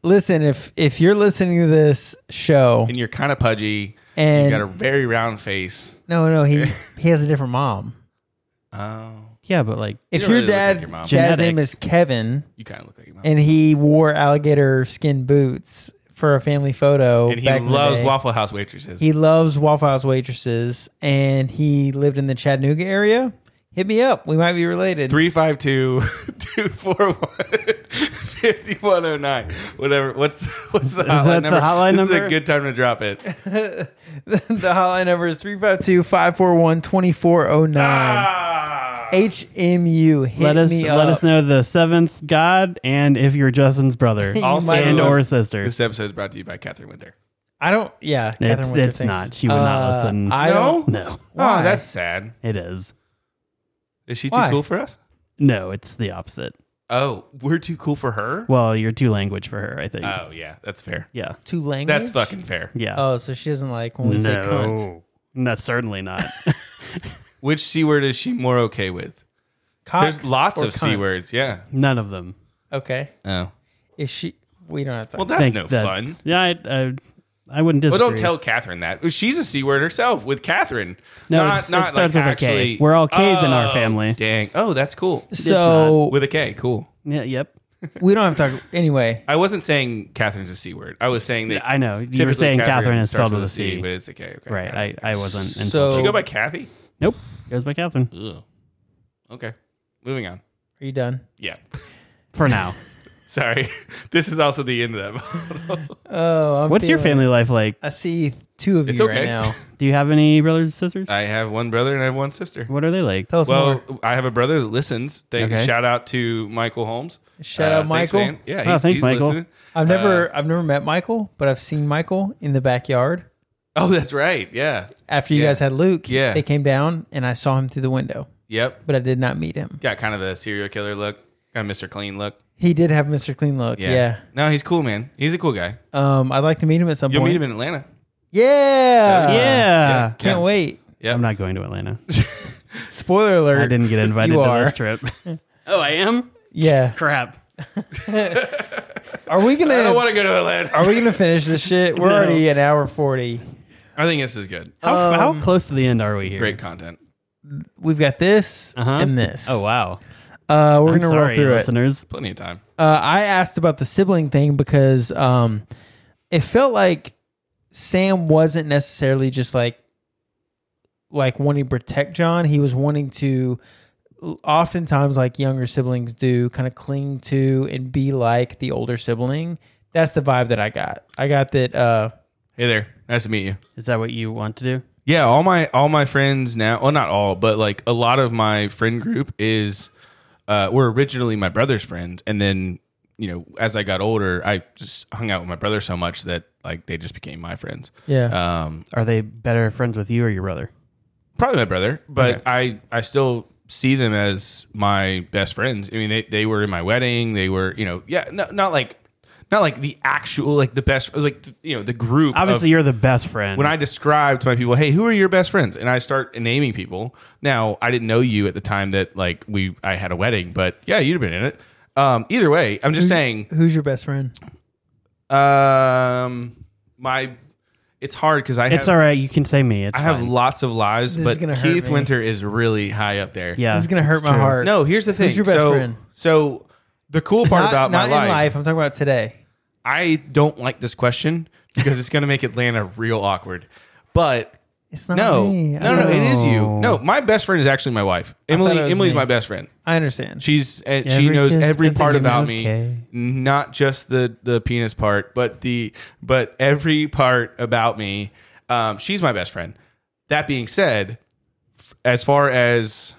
Speaker 1: Listen, if if you're listening to this show,
Speaker 2: and you're kind of pudgy, and you
Speaker 1: and
Speaker 2: got a very round face.
Speaker 1: no, no, he he has a different mom.
Speaker 2: Oh,
Speaker 3: Yeah, but like,
Speaker 1: If
Speaker 2: don't
Speaker 1: your
Speaker 2: really look like
Speaker 1: dad,
Speaker 2: your mom.
Speaker 1: dad's name is
Speaker 3: Genetics.
Speaker 1: Kevin,
Speaker 2: you kind of look like your mom.
Speaker 1: and he wore alligator skin boots for a family photo.
Speaker 2: And he
Speaker 1: back in the
Speaker 2: loves
Speaker 1: day.
Speaker 2: Waffle House waitresses.
Speaker 1: He loves Waffle House waitresses, and he lived in the Chattanooga area. Hit me up. We might be related.
Speaker 2: 352 241 5109. Whatever. What's, what's the hotline
Speaker 3: that the
Speaker 2: number?
Speaker 3: hotline
Speaker 2: this is
Speaker 3: number?
Speaker 2: a good time to drop it.
Speaker 1: the hotline number is 352 541
Speaker 3: Um,
Speaker 1: 2409.
Speaker 2: Ah!
Speaker 1: HMU. Hit
Speaker 3: let us
Speaker 1: me
Speaker 3: let
Speaker 1: up.
Speaker 3: us know the seventh god and if you're Justin's brother
Speaker 1: Also-
Speaker 3: and or sister.
Speaker 2: This episode is brought to you by Catherine Winter.
Speaker 1: I don't, yeah.
Speaker 3: It's,
Speaker 1: Catherine Winter
Speaker 3: it's
Speaker 1: thinks-
Speaker 3: not. She would not
Speaker 1: Uh,
Speaker 3: listen.
Speaker 1: I don't.
Speaker 3: no,
Speaker 1: Why?
Speaker 2: Oh, that's sad.
Speaker 3: it is.
Speaker 2: Is she
Speaker 1: Why?
Speaker 2: too cool for us?
Speaker 3: No, it's the opposite.
Speaker 2: Oh, we're too cool for her?
Speaker 3: Well, you're too language for her, I think.
Speaker 2: Oh, yeah. That's fair.
Speaker 3: yeah.
Speaker 1: Two language?
Speaker 2: That's fucking fair.
Speaker 3: Yeah.
Speaker 1: Oh, so she doesn't like when we say cunt.
Speaker 3: No, certainly not.
Speaker 2: Which C word is she more okay with?
Speaker 1: Cock
Speaker 2: There's lots
Speaker 1: or
Speaker 2: of C
Speaker 1: cunt?
Speaker 2: words. Yeah.
Speaker 3: None of them.
Speaker 1: Okay.
Speaker 2: Oh.
Speaker 1: Is she, we don't have to.
Speaker 2: Well, that's
Speaker 3: Think
Speaker 2: no
Speaker 3: that-
Speaker 2: fun.
Speaker 3: Yeah, I, I, I wouldn't
Speaker 2: Well,
Speaker 3: disagree.
Speaker 2: don't tell Catherine that. She's a C word herself with Catherine.
Speaker 3: No,
Speaker 2: not,
Speaker 3: it's- it
Speaker 2: not
Speaker 3: starts
Speaker 2: like
Speaker 3: with a K.
Speaker 2: actually,
Speaker 3: We're all Ks in our
Speaker 2: Oh,
Speaker 3: family.
Speaker 2: Dang. Oh, that's cool.
Speaker 1: so
Speaker 2: With a K. Cool.
Speaker 3: Yeah, yep.
Speaker 1: we don't have to talk. Anyway,
Speaker 2: I wasn't saying Catherine's a C word. I was saying that.
Speaker 3: I know. You were
Speaker 2: typically
Speaker 3: saying Catherine is
Speaker 2: starts
Speaker 3: spelled with a C.
Speaker 2: But it's a K. Okay.
Speaker 3: Right. I, I wasn't.
Speaker 1: So-
Speaker 3: insulted.
Speaker 2: Should we go by Kathy?
Speaker 3: Nope. Goes by Catherine
Speaker 2: Ugh. Okay. Moving on.
Speaker 1: are you done?
Speaker 2: Yeah.
Speaker 3: for now.
Speaker 2: Sorry. this is also the end of that. bottle.
Speaker 1: Oh, I'm
Speaker 3: What's your
Speaker 1: feeling-
Speaker 3: family life like?
Speaker 1: I see two of
Speaker 2: It's
Speaker 1: you
Speaker 2: okay.
Speaker 1: right now.
Speaker 3: Do you have any brothers and sisters?
Speaker 2: I have one brother and I have one sister.
Speaker 3: what are they like?
Speaker 1: Tell us
Speaker 2: Well,
Speaker 1: more.
Speaker 2: I have a brother that listens. Thank
Speaker 3: Okay.
Speaker 2: shout out to Michael Holmes. Uh,
Speaker 1: Shout out,
Speaker 2: thanks,
Speaker 1: Michael.
Speaker 2: man. yeah, he's,
Speaker 3: thanks,
Speaker 2: he's
Speaker 3: Michael.
Speaker 2: listening.
Speaker 1: I've
Speaker 2: uh,
Speaker 1: never, I've never met Michael, but I've seen Michael in the backyard.
Speaker 2: Oh, that's right. Yeah.
Speaker 1: After you
Speaker 2: Yeah.
Speaker 1: guys had Luke,
Speaker 2: Yeah.
Speaker 1: they came down and I saw him through the window,
Speaker 2: Yep.
Speaker 1: but I did not meet him.
Speaker 2: Got kind of a serial killer look, kind of Mr. Clean look.
Speaker 1: He did have Mr. Clean look. Yeah.
Speaker 2: No, he's cool, man. He's a cool guy.
Speaker 1: Um, I'd like to meet him at some
Speaker 2: You'll
Speaker 1: point.
Speaker 2: meet him in Atlanta.
Speaker 1: Yeah.
Speaker 3: yeah.
Speaker 1: Can't
Speaker 2: Yeah.
Speaker 1: wait.
Speaker 2: Yep.
Speaker 3: I'm not going to Atlanta.
Speaker 1: Spoiler alert.
Speaker 3: I didn't get invited
Speaker 1: You
Speaker 3: to
Speaker 1: are.
Speaker 3: this trip. oh, I am?
Speaker 1: Yeah.
Speaker 3: Crap.
Speaker 1: Are we gonna?
Speaker 2: I don't want to go to Atlanta.
Speaker 1: are we gonna finish this shit? We're
Speaker 3: No.
Speaker 1: already an hour forty.
Speaker 2: I think this is good.
Speaker 3: How, how close to the end are we here?
Speaker 2: Great content.
Speaker 1: We've got this
Speaker 3: Uh-huh.
Speaker 1: and this.
Speaker 3: Oh wow.
Speaker 1: Uh, we're
Speaker 3: I'm
Speaker 1: gonna
Speaker 3: sorry,
Speaker 1: roll through it.
Speaker 3: listeners.
Speaker 2: Plenty of time.
Speaker 1: uh, I asked about the sibling thing because um, it felt like Sam wasn't necessarily just like like wanting to protect John. He was wanting to, oftentimes, like younger siblings do, kind of cling to and be like the older sibling. That's the vibe that I got. I got that. Uh,
Speaker 2: Hey there. Nice to meet you.
Speaker 3: Is that what you want to do?
Speaker 2: Yeah, all my all my friends now. Well, not all, but like a lot of my friend group is uh, were originally my brother's friends, and then you know as I got older, I just hung out with my brother so much that like they just became my friends.
Speaker 1: yeah,
Speaker 2: Um,
Speaker 3: Are they better friends with you or your brother?
Speaker 2: probably my brother, but I I still see them as my best friends. I mean, they they were in my wedding. They were you know yeah no, not like not like the actual like the best like you know the group. of-
Speaker 3: Obviously, you're the best friend.
Speaker 2: when I describe to my people, hey, who are your best friends? And I start naming people. Now, I didn't know you at the time that like we I had a wedding, but yeah, you'd have been in it. Um, either way, I'm just saying,
Speaker 1: who's your best friend?
Speaker 2: um, my it's hard because I
Speaker 3: it's
Speaker 2: have,
Speaker 3: all right. You can say me. It's
Speaker 2: I have
Speaker 3: fine.
Speaker 2: lots of lives,
Speaker 1: This is
Speaker 2: but
Speaker 1: gonna hurt
Speaker 2: Keith
Speaker 1: me.
Speaker 2: Winter is really high up there.
Speaker 3: yeah,
Speaker 1: This is gonna hurt
Speaker 3: it's
Speaker 1: my
Speaker 3: true.
Speaker 1: heart.
Speaker 2: No, here's the thing.
Speaker 1: your best
Speaker 2: so,
Speaker 1: friend?
Speaker 2: So the cool part
Speaker 1: Not,
Speaker 2: about
Speaker 1: not
Speaker 2: my
Speaker 1: in life. I'm talking about today.
Speaker 2: I don't like this question because it's going to make Atlanta real awkward. But
Speaker 1: It's not
Speaker 2: no,
Speaker 1: me. Oh, I
Speaker 2: no, no,
Speaker 1: don't
Speaker 2: it
Speaker 1: know.
Speaker 2: is you. No, my best friend is actually my wife. Emily,
Speaker 1: it was
Speaker 2: Emily's
Speaker 1: me.
Speaker 2: my best friend.
Speaker 1: I understand.
Speaker 2: She's and she
Speaker 3: Every
Speaker 2: knows
Speaker 3: kid's
Speaker 2: every
Speaker 3: got
Speaker 2: part
Speaker 3: their
Speaker 2: about
Speaker 3: own
Speaker 2: me,
Speaker 3: okay.
Speaker 2: not just the the penis part, but the but every part about me. Um, she's my best friend. That being said, f- as far as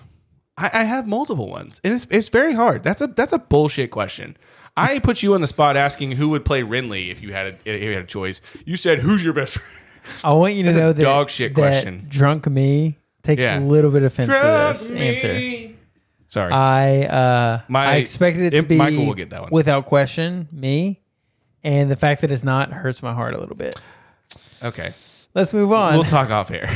Speaker 2: I, I have multiple ones, and it's it's very hard. That's a that's a bullshit question. I put you on the spot asking who would play Rinley if you had a, if you had a choice. You said who's your best friend.
Speaker 1: I want you to know that
Speaker 2: dog shit
Speaker 1: that
Speaker 2: question.
Speaker 1: Drunk me takes a
Speaker 2: Yeah.
Speaker 1: little bit offense
Speaker 2: Drug
Speaker 1: to this
Speaker 2: me.
Speaker 1: answer.
Speaker 2: Sorry.
Speaker 1: I uh,
Speaker 2: My-
Speaker 1: I expected it to
Speaker 2: if
Speaker 1: be
Speaker 2: Michael will get that one.
Speaker 1: without question. Me, and the fact that it's not hurts my heart a little bit.
Speaker 2: okay.
Speaker 1: Let's move on.
Speaker 2: We'll talk off air.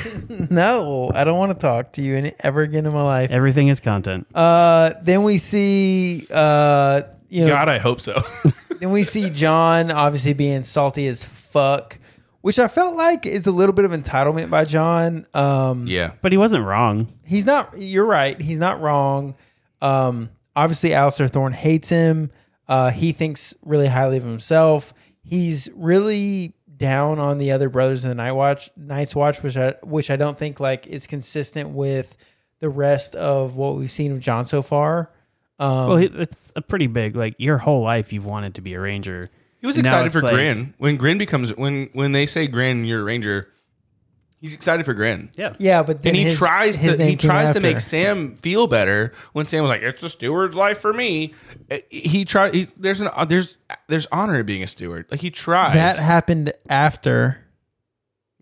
Speaker 1: no, I don't want to talk to you any, ever again in my life.
Speaker 3: Everything is content.
Speaker 1: Uh, then we see uh, you know,
Speaker 2: God, I hope so.
Speaker 1: then we see John obviously being salty as fuck, which I felt like is a little bit of entitlement by John. Um,
Speaker 2: yeah.
Speaker 3: but he wasn't wrong.
Speaker 1: he's not you're right he's not wrong um obviously Alistair Thorne hates him uh he thinks really highly of himself he's really down on the other brothers in the night watch night's watch which i which i don't think like is consistent with the rest of what we've seen of john so far um
Speaker 3: well, he, it's a pretty big. Like your whole life, you've wanted to be a ranger.
Speaker 2: He was
Speaker 3: And now
Speaker 2: excited
Speaker 3: it's
Speaker 2: for
Speaker 3: like-
Speaker 2: Grin. When Grin becomes when when they say Grin, you're a ranger. He's excited for Grin.
Speaker 3: Yeah.
Speaker 1: yeah but then
Speaker 2: And he
Speaker 1: his-
Speaker 2: tries
Speaker 1: his
Speaker 2: to he
Speaker 1: name came
Speaker 2: tries to make
Speaker 1: after.
Speaker 2: Sam feel better when Sam was like, "It's a steward's life for me." Uh, He tried. He, there's an uh, there's there's honor in being a steward. Like he tries.
Speaker 1: that happened after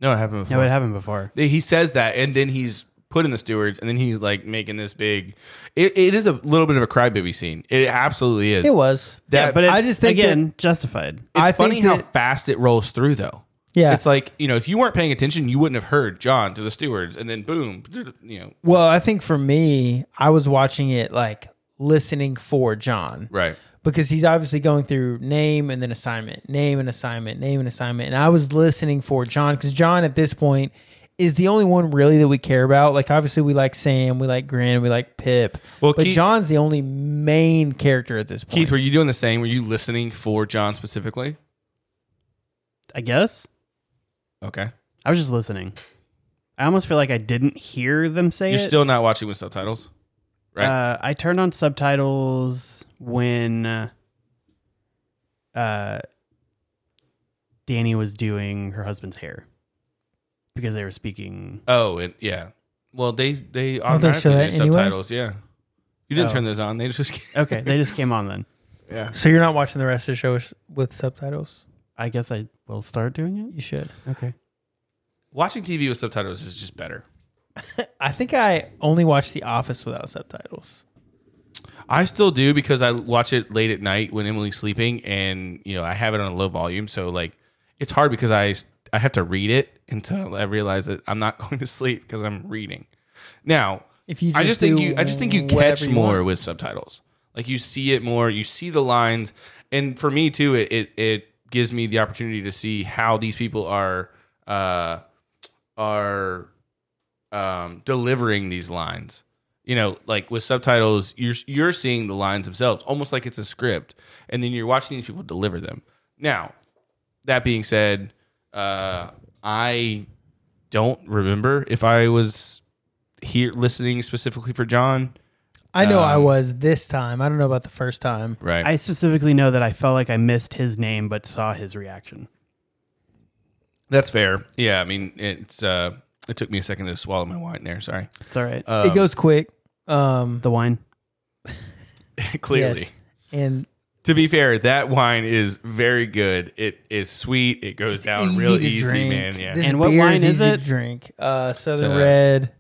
Speaker 2: no, it happened before.
Speaker 3: No, it happened before.
Speaker 2: he says that, and then he's put in the stewards, and then he's like making this big. It, it is a little bit of a crybaby scene. It absolutely is.
Speaker 1: it was
Speaker 2: That,
Speaker 3: yeah, but it's,
Speaker 1: I just think
Speaker 3: again justified.
Speaker 2: It's
Speaker 1: I
Speaker 2: funny
Speaker 1: think
Speaker 2: how
Speaker 1: that-
Speaker 2: fast it rolls through, though.
Speaker 1: Yeah.
Speaker 2: it's like you know, if you weren't paying attention, you wouldn't have heard John to the stewards, and then boom, you know,
Speaker 1: well i think for me i was watching it like listening for john
Speaker 2: right?
Speaker 1: because he's obviously going through name and then assignment, name and assignment, name and assignment. And I was listening for John because John at this point is the only one really that we care about. Like obviously we like Sam, we like Grin, we like Pip.
Speaker 2: Well,
Speaker 1: but
Speaker 2: Keith-
Speaker 1: John's the only main character at this point.
Speaker 2: Keith, were you doing the same? Were you listening for John specifically?
Speaker 3: I guess
Speaker 2: Okay,
Speaker 3: I was just listening. I almost feel like I didn't hear them say
Speaker 2: you're
Speaker 3: it.
Speaker 2: still not watching with subtitles, right?
Speaker 3: Uh, I turned on subtitles when uh, uh, Danny was doing her husband's hair because they were speaking.
Speaker 2: oh, and yeah. Well, they they
Speaker 1: Oh, they show
Speaker 2: automatically
Speaker 1: that
Speaker 2: do
Speaker 1: anyway?
Speaker 2: subtitles. Yeah, you didn't
Speaker 3: Oh.
Speaker 2: turn those on. They just
Speaker 3: Okay, they just came on then.
Speaker 2: yeah.
Speaker 1: so you're not watching the rest of the show with- with subtitles?
Speaker 3: I guess I will start doing
Speaker 1: You should.
Speaker 3: it. Okay.
Speaker 2: Watching TV with subtitles is just better.
Speaker 1: I think I only watched The Office without subtitles.
Speaker 2: I still do because I watch it late at night when Emily's sleeping, and you know I have it on a low volume, so like it's hard because I I have to read it until I realize that I'm not going to sleep because I'm reading. Now,
Speaker 1: If you
Speaker 2: I
Speaker 1: just
Speaker 2: just think
Speaker 1: do
Speaker 2: you I just think you
Speaker 1: whatever
Speaker 2: catch
Speaker 1: you
Speaker 2: more
Speaker 1: want.
Speaker 2: with subtitles. Like you see it more, you see the lines, and for me too, it, it it gives me the opportunity to see how these people are uh are um delivering these lines. You know, like with subtitles, you're you're seeing the lines themselves, almost like it's a script, and then you're watching these people deliver them. Now, that being said, uh, I don't remember if I was here listening specifically for John.
Speaker 1: I know
Speaker 2: um,
Speaker 1: I was this time. I don't know about the first time.
Speaker 2: Right.
Speaker 3: I specifically know that I felt like I missed his name but saw his reaction.
Speaker 2: That's fair. Yeah, I mean it's uh it took me a second to swallow my wine there, sorry.
Speaker 3: It's all right.
Speaker 2: Um,
Speaker 1: it goes quick. Um,
Speaker 3: the wine.
Speaker 2: clearly.
Speaker 1: yes. and
Speaker 2: To be fair, that wine is very good. It is sweet. It goes down
Speaker 1: easy
Speaker 2: real
Speaker 1: to
Speaker 2: easy,
Speaker 1: drink.
Speaker 2: man. Yeah.
Speaker 1: This
Speaker 3: And what
Speaker 1: beer
Speaker 3: wine is
Speaker 1: easy to
Speaker 3: it?
Speaker 1: drink uh, Southern
Speaker 2: uh,
Speaker 1: Red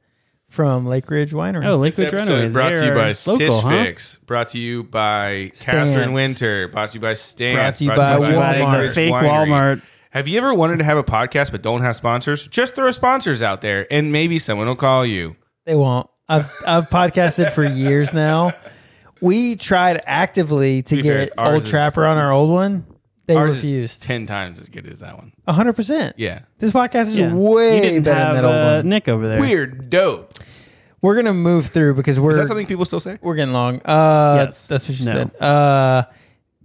Speaker 1: from Lake Ridge Winery.
Speaker 3: Oh,
Speaker 2: This
Speaker 3: Lakewood Runaway.
Speaker 2: episode brought to you
Speaker 3: They're
Speaker 2: by Stitch
Speaker 3: local, huh?
Speaker 2: Fix, brought to you by Catherine
Speaker 1: Stance.
Speaker 2: Winter, brought to you by Stance,
Speaker 1: Brought to you by
Speaker 3: By the
Speaker 1: Walmart.
Speaker 2: Ridge
Speaker 3: fake
Speaker 2: Winery.
Speaker 3: Walmart.
Speaker 2: Have you ever wanted to have a podcast but don't have sponsors? Just throw sponsors out there and maybe someone will call you.
Speaker 1: They won't. I've I've podcasted for years now. We tried actively to
Speaker 2: be fair,
Speaker 1: get
Speaker 2: ours
Speaker 1: Old
Speaker 2: is-
Speaker 1: Trapper on our old one. They
Speaker 2: Ours is
Speaker 1: refused.
Speaker 2: Ten times as good as that one.
Speaker 1: hundred percent.
Speaker 2: Yeah.
Speaker 1: This podcast is
Speaker 3: Yeah. You
Speaker 1: way
Speaker 3: didn't
Speaker 1: better
Speaker 3: have,
Speaker 1: than that old
Speaker 3: uh,
Speaker 1: one.
Speaker 3: Nick over there.
Speaker 2: Weird dope.
Speaker 1: We're gonna move through because
Speaker 2: Is
Speaker 1: we're
Speaker 2: that something people still say?
Speaker 1: we're getting long. Uh,
Speaker 3: Yes.
Speaker 1: that's what she
Speaker 3: No.
Speaker 1: said. Uh,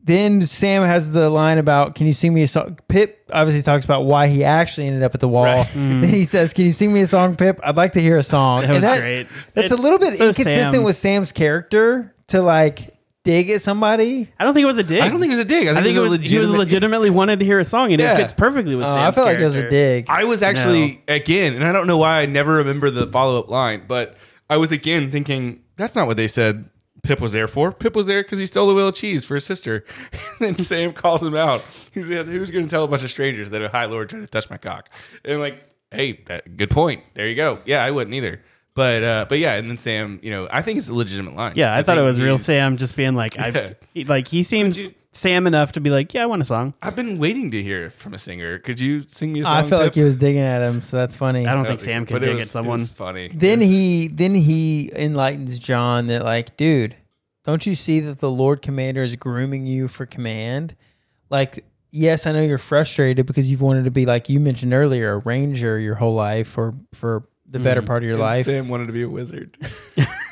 Speaker 1: then Sam has the line about, "Can you sing me a song?" Pip obviously talks about why he actually ended up at the wall. Then he says, "Can you sing me a song, Pip? I'd like to hear a song."
Speaker 3: Mm. That
Speaker 1: And
Speaker 3: was great.
Speaker 1: That's
Speaker 3: It's
Speaker 1: a little bit
Speaker 3: so
Speaker 1: inconsistent
Speaker 3: Sam.
Speaker 1: with Sam's character to like dig at somebody.
Speaker 3: I don't think it was a dig.
Speaker 2: I don't think it was a dig. I think,
Speaker 3: I think
Speaker 2: it was, a
Speaker 3: he was
Speaker 2: legitimate-
Speaker 3: legitimately wanted to hear a song, and
Speaker 2: Yeah.
Speaker 3: it fits perfectly with.
Speaker 1: Uh, I
Speaker 3: Sam's
Speaker 1: felt like it was a
Speaker 3: character.
Speaker 1: dig.
Speaker 2: I was actually again, and I don't know why I never remember the follow up line, but I was again thinking that's not what they said. Pip was there for. Pip was there because he stole a wheel of cheese for his sister. and then Sam calls him out. He said, "Who's going to tell a bunch of strangers that a high lord tried to touch my cock?" And I'm like, "Hey, that, good point. There you go. Yeah, I wouldn't either." But uh, but yeah, and then Sam, you know, I think it's a legitimate line.
Speaker 3: Yeah, I, thought it
Speaker 2: think
Speaker 3: was real
Speaker 2: he's-
Speaker 3: Sam just being like,
Speaker 2: Yeah.
Speaker 3: I he- like he seems Sam enough to be like, yeah, I want a song.
Speaker 2: I've been waiting to hear from a singer. Could you sing me a song?
Speaker 1: I felt
Speaker 2: Pip?
Speaker 1: like he was digging at him, so that's funny.
Speaker 3: I don't
Speaker 2: No,
Speaker 3: think Sam
Speaker 2: but
Speaker 3: could
Speaker 2: it
Speaker 3: dig
Speaker 2: was-
Speaker 3: at someone.
Speaker 2: It was funny.
Speaker 1: Then he then he enlightens John that like, dude, don't you see that the Lord Commander is grooming you for command? Like, yes, I know you're frustrated because you've wanted to be like you mentioned earlier, a ranger your whole life or for the better part of your life.
Speaker 2: Sam wanted to be a wizard.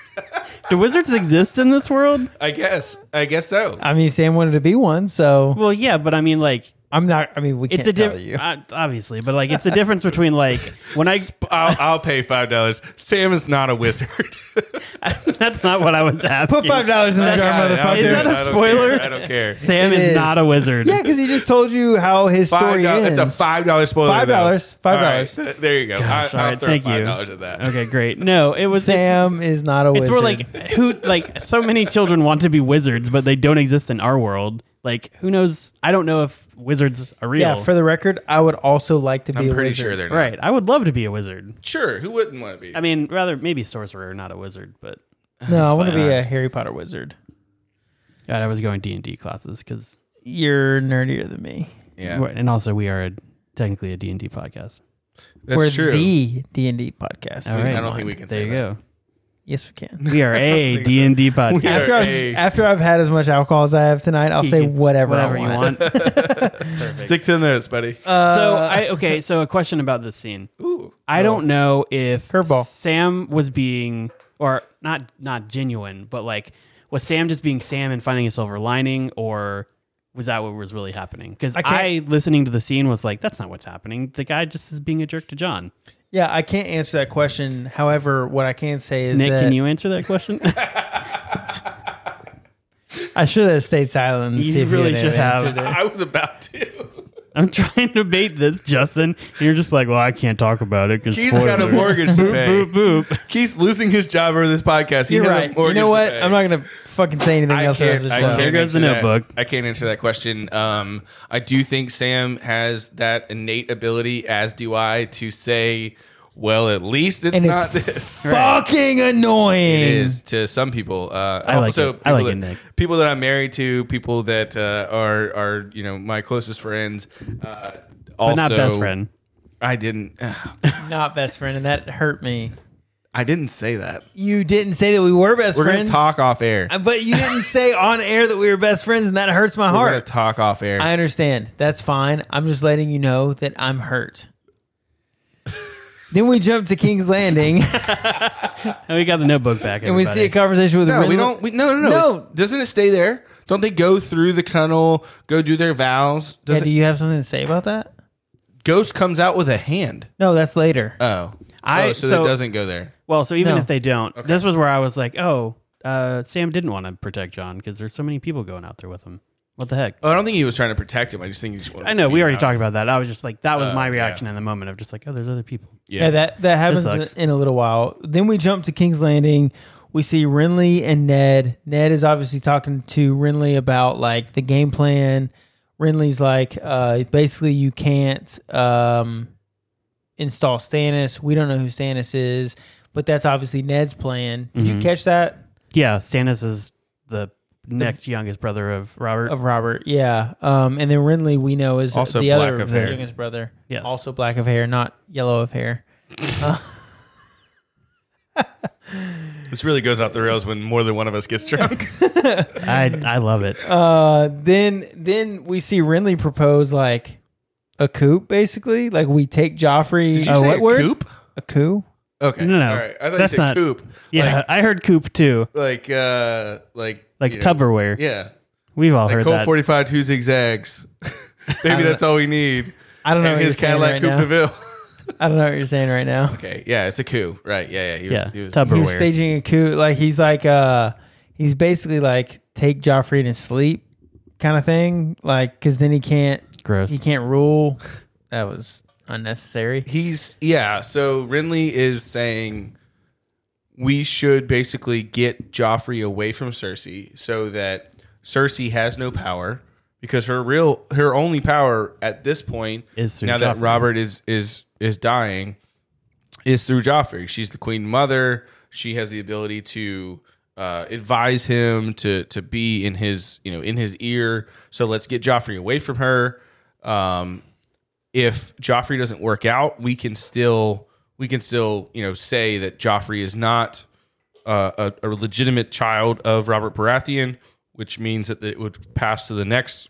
Speaker 3: Do wizards exist in this world?
Speaker 2: I guess. I guess so.
Speaker 3: Uh,
Speaker 1: I mean, Sam wanted to be one, so
Speaker 3: Well, yeah, but I mean, like,
Speaker 1: I'm not. I mean, we
Speaker 3: it's
Speaker 1: can't
Speaker 3: a
Speaker 1: tell you.
Speaker 3: difference, obviously, but like, it's the difference between like when I.
Speaker 2: I'll, I'll pay five dollars. Sam is not a wizard.
Speaker 3: that's not what I was asking.
Speaker 1: Put five dollars in the jar,
Speaker 2: I don't
Speaker 1: motherfucker.
Speaker 2: care.
Speaker 3: Is that a
Speaker 2: I don't
Speaker 3: spoiler?
Speaker 2: care. I don't care.
Speaker 3: Sam
Speaker 1: It
Speaker 3: is,
Speaker 1: is.
Speaker 3: not a wizard.
Speaker 1: Yeah, because he just told you how his
Speaker 2: Five
Speaker 1: story
Speaker 2: dollars.
Speaker 1: ends.
Speaker 2: That's a five dollar spoiler.
Speaker 1: Five
Speaker 2: though.
Speaker 1: dollars. Five
Speaker 2: All right,
Speaker 1: dollars.
Speaker 2: There you go.
Speaker 3: Gosh,
Speaker 2: I,
Speaker 3: all
Speaker 2: I'll
Speaker 3: right,
Speaker 2: throw
Speaker 3: thank
Speaker 2: five
Speaker 3: you.
Speaker 2: dollars at that.
Speaker 3: Okay, great. No, it was it's-
Speaker 1: Sam is not a
Speaker 3: It's
Speaker 1: wizard.
Speaker 3: more like who like so many children want to be wizards, but they don't exist in our world. Like who knows? I don't know if wizards are real.
Speaker 1: yeah. For the record, I would also like to be.
Speaker 2: I'm
Speaker 1: a
Speaker 2: pretty
Speaker 1: wizard.
Speaker 2: sure they're not.
Speaker 3: right. I would love to be a wizard.
Speaker 2: Sure. Who wouldn't want to be?
Speaker 3: I mean, rather maybe sorcerer, not a wizard. But
Speaker 1: No, I want to
Speaker 2: fine.
Speaker 1: be a Harry Potter wizard.
Speaker 3: God, I was going D and D classes because,
Speaker 1: You're nerdier than me.
Speaker 2: yeah,
Speaker 3: and also we are a, technically d and D podcast.
Speaker 2: that's
Speaker 1: We're
Speaker 2: true.
Speaker 1: the D and D podcast.
Speaker 3: All right,
Speaker 2: I don't think we can
Speaker 3: There
Speaker 2: say
Speaker 3: you
Speaker 2: that.
Speaker 1: Yes, we can.
Speaker 3: go. We are a D and D podcast.
Speaker 2: are-
Speaker 1: After
Speaker 2: Hey.
Speaker 1: I've, after I've had as much alcohol as I have tonight, I'll say
Speaker 3: can-
Speaker 1: whatever,
Speaker 3: Whatever
Speaker 1: I
Speaker 3: you
Speaker 1: want.
Speaker 3: want.
Speaker 2: Stick to the notes, buddy.
Speaker 3: so I okay. So a question about this scene.
Speaker 2: Ooh.
Speaker 3: I don't know if
Speaker 1: Curveball.
Speaker 3: Sam was being or not not genuine, but like was Sam just being Sam and finding a silver lining, or was that what was really happening? Because I,
Speaker 1: can't-
Speaker 3: listening to the scene was like, that's not what's happening. The guy just is being a jerk to John.
Speaker 1: Yeah, I can't answer that question. However, what I can say is
Speaker 3: Nick,
Speaker 1: that
Speaker 3: can you answer that question?
Speaker 1: I should have stayed silent. And
Speaker 3: You
Speaker 1: see if
Speaker 3: really
Speaker 1: had
Speaker 3: should have.
Speaker 1: answered it.
Speaker 2: I was about to.
Speaker 3: I'm trying to bait this, Justin. You're just like, well, I can't talk about it because
Speaker 2: He's got a mortgage to pay.
Speaker 3: Boop boop.
Speaker 2: Keith's losing his job over this podcast. He
Speaker 1: You're
Speaker 2: has a
Speaker 1: right. You
Speaker 2: mortgage
Speaker 1: know
Speaker 2: to
Speaker 1: what?
Speaker 2: pay.
Speaker 1: I'm not gonna fucking say anything else.
Speaker 2: can't-
Speaker 1: about this
Speaker 2: I
Speaker 1: show.
Speaker 2: can't
Speaker 3: There goes the
Speaker 2: answer that.
Speaker 3: notebook.
Speaker 2: I can't answer that question. Um, I do think Sam has that innate ability, as do I, to say, "Well, at least it's
Speaker 1: And it's
Speaker 2: not this."
Speaker 1: Fucking annoying.
Speaker 2: It is to some people. Uh,
Speaker 3: I like
Speaker 2: also
Speaker 3: it. I like
Speaker 2: people
Speaker 3: it,
Speaker 2: that-
Speaker 3: Nick.
Speaker 2: People that I'm married to, people that uh, are are you know my closest friends. Uh, also,
Speaker 3: But not best friend.
Speaker 2: I didn't.
Speaker 1: Not best friend, and that hurt me.
Speaker 2: I didn't say that.
Speaker 1: You didn't say that we were best
Speaker 2: We're
Speaker 1: friends.
Speaker 2: gonna talk off air.
Speaker 1: Uh, But you didn't say on air that we were best friends, and that hurts my
Speaker 2: We're gonna
Speaker 1: heart.
Speaker 2: talk off air.
Speaker 1: I understand. That's fine. I'm just letting you know that I'm hurt. then we jump to King's Landing
Speaker 3: And Oh, we got the notebook back.
Speaker 1: and we see a conversation with
Speaker 2: no, we
Speaker 1: Rinla-
Speaker 2: don't. We, no, no, no.
Speaker 1: No.
Speaker 2: It's- Doesn't it stay there? Don't they go through the tunnel? Go do their vows?
Speaker 1: Yeah,
Speaker 2: Does
Speaker 1: do
Speaker 2: it
Speaker 1: you have something to say about that?
Speaker 2: Ghost comes out with a hand.
Speaker 1: No, that's later.
Speaker 2: Oh,
Speaker 3: I-
Speaker 2: oh, so,
Speaker 3: so-
Speaker 2: that doesn't go there.
Speaker 3: Well, so even
Speaker 1: No.
Speaker 3: if they don't, this was where I was like, oh, uh, Sam didn't want to protect John because there's so many people going out there with him. What the heck?
Speaker 2: Oh, I don't think he was trying to protect him. I just think he just. Wanted
Speaker 3: I
Speaker 2: to
Speaker 3: know we
Speaker 2: be
Speaker 3: already
Speaker 2: out.
Speaker 3: talked about that. I was just like, that was
Speaker 2: Uh,
Speaker 3: my reaction in the moment of just like, oh, there's other people.
Speaker 1: Yeah, that that happens
Speaker 3: sucks.
Speaker 1: in, in a little while. Then we jump to King's Landing. We see Renly and Ned. Ned is obviously talking to Renly about like the game plan. Renly's like, uh, basically, you can't um, install Stannis. We don't know who Stannis is, but that's obviously Ned's plan. Did you catch that
Speaker 3: Yeah, Stannis is the next youngest brother of Robert.
Speaker 1: of Robert? Yeah. Um, and then Renly, we know is
Speaker 2: Also
Speaker 1: the
Speaker 2: black
Speaker 1: other
Speaker 2: of hair.
Speaker 1: youngest brother.
Speaker 3: Yes.
Speaker 1: Also black of hair, not yellow of hair.
Speaker 2: This really goes off the rails when more than one of us gets drunk.
Speaker 3: I I love it.
Speaker 1: Uh, then then we see Renly propose like a coup, basically. Like we take Joffrey.
Speaker 2: Did you
Speaker 1: Uh,
Speaker 2: say
Speaker 1: what
Speaker 2: a
Speaker 1: word?
Speaker 2: coop?
Speaker 1: A coup?
Speaker 2: Okay,
Speaker 3: No, no,
Speaker 2: all right. I thought
Speaker 3: that's
Speaker 2: you said
Speaker 3: not-
Speaker 2: coop.
Speaker 3: Yeah, I heard Coop too,
Speaker 2: like, like, uh, like,
Speaker 3: like
Speaker 2: you know,
Speaker 3: Tupperware.
Speaker 2: Yeah,
Speaker 3: We've all
Speaker 2: like
Speaker 3: heard
Speaker 2: Colt
Speaker 3: that.
Speaker 2: forty five two zigzags. Maybe that's all we need.
Speaker 1: I don't know.
Speaker 2: And
Speaker 1: what
Speaker 2: his
Speaker 1: you're saying
Speaker 2: Cadillac
Speaker 1: right
Speaker 2: Coupe
Speaker 1: now.
Speaker 2: de Ville.
Speaker 1: I don't know what you're saying right now.
Speaker 2: okay, yeah, it's a coup, right? Yeah, yeah. He was,
Speaker 3: yeah,
Speaker 2: he was,
Speaker 1: He's
Speaker 3: Tupperware.
Speaker 1: staging a coup. Like he's like uh he's basically like take Joffrey to sleep kind of thing. Like because then he can't
Speaker 3: Gross.
Speaker 1: he can't rule. That was unnecessary.
Speaker 2: he's yeah. So Renly is saying we should basically get Joffrey away from Cersei so that Cersei has no power because her real her only power at this point
Speaker 3: Is through
Speaker 2: now that
Speaker 3: Joffrey.
Speaker 2: Robert is is is dying is through Joffrey. She's the queen mother. She has the ability to uh, advise him to to be in his you know in his ear. So let's get Joffrey away from her. Um, if Joffrey doesn't work out, we can still we can still you know say that Joffrey is not uh, a, a legitimate child of Robert Baratheon, which means that it would pass to the next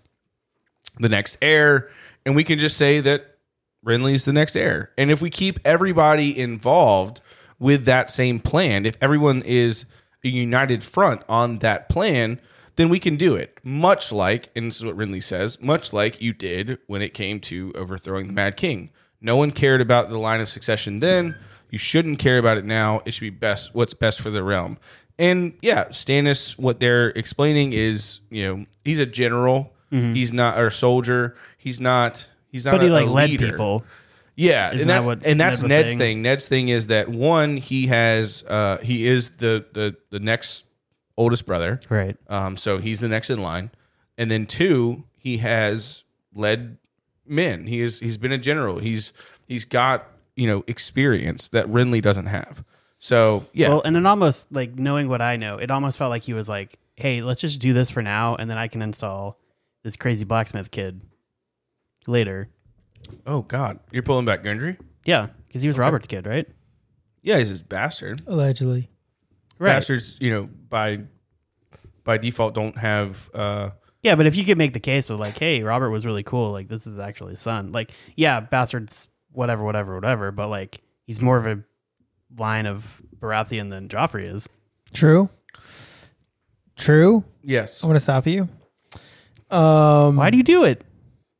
Speaker 2: the next heir, and we can just say that Renly's the next heir. And if we keep everybody involved with that same plan, if everyone is a united front on that plan, then we can do it. Much like, and this is what Renly says, much like you did when it came to overthrowing the Mad King. No one cared about the line of succession then. You shouldn't care about it now. It should be best what's best for the realm. And yeah, Stannis, what they're explaining is, you know, he's a general. He's not or a soldier. He's not he's not
Speaker 3: Mm-hmm. but he
Speaker 2: a-
Speaker 3: like
Speaker 2: a
Speaker 3: led
Speaker 2: leader.
Speaker 3: people.
Speaker 2: Yeah,
Speaker 3: Isn't
Speaker 2: and
Speaker 3: that
Speaker 2: that's
Speaker 3: what
Speaker 2: and that's
Speaker 3: Ned was
Speaker 2: Ned's
Speaker 3: saying?
Speaker 2: thing. Ned's thing is that one, he has uh he is the the the next oldest brother.
Speaker 3: Right.
Speaker 2: Um so he's the next in line. And then two, he has led men. He is he's been a general. He's he's got, you know, experience that Renly doesn't have. So, yeah.
Speaker 3: Well, and it almost like knowing what I know, it almost felt like he was like, "Hey, let's just do this for now, and then I can install this crazy blacksmith kid later."
Speaker 2: oh god, you're pulling back Gendry?
Speaker 3: Yeah, because he was Robert's kid, right?
Speaker 2: Yeah, he's his bastard.
Speaker 1: Allegedly.
Speaker 3: Right.
Speaker 2: Bastards, you know, by by default don't have uh
Speaker 3: Yeah, but if you could make the case of like, "Hey, Robert was really cool. Like, this is actually his son." Like, yeah, bastards, whatever, whatever, whatever. But like, he's more of a line of Baratheon than Joffrey is.
Speaker 1: True. True.
Speaker 2: yes.
Speaker 1: I'm gonna stop you. Um
Speaker 3: Why do you do it?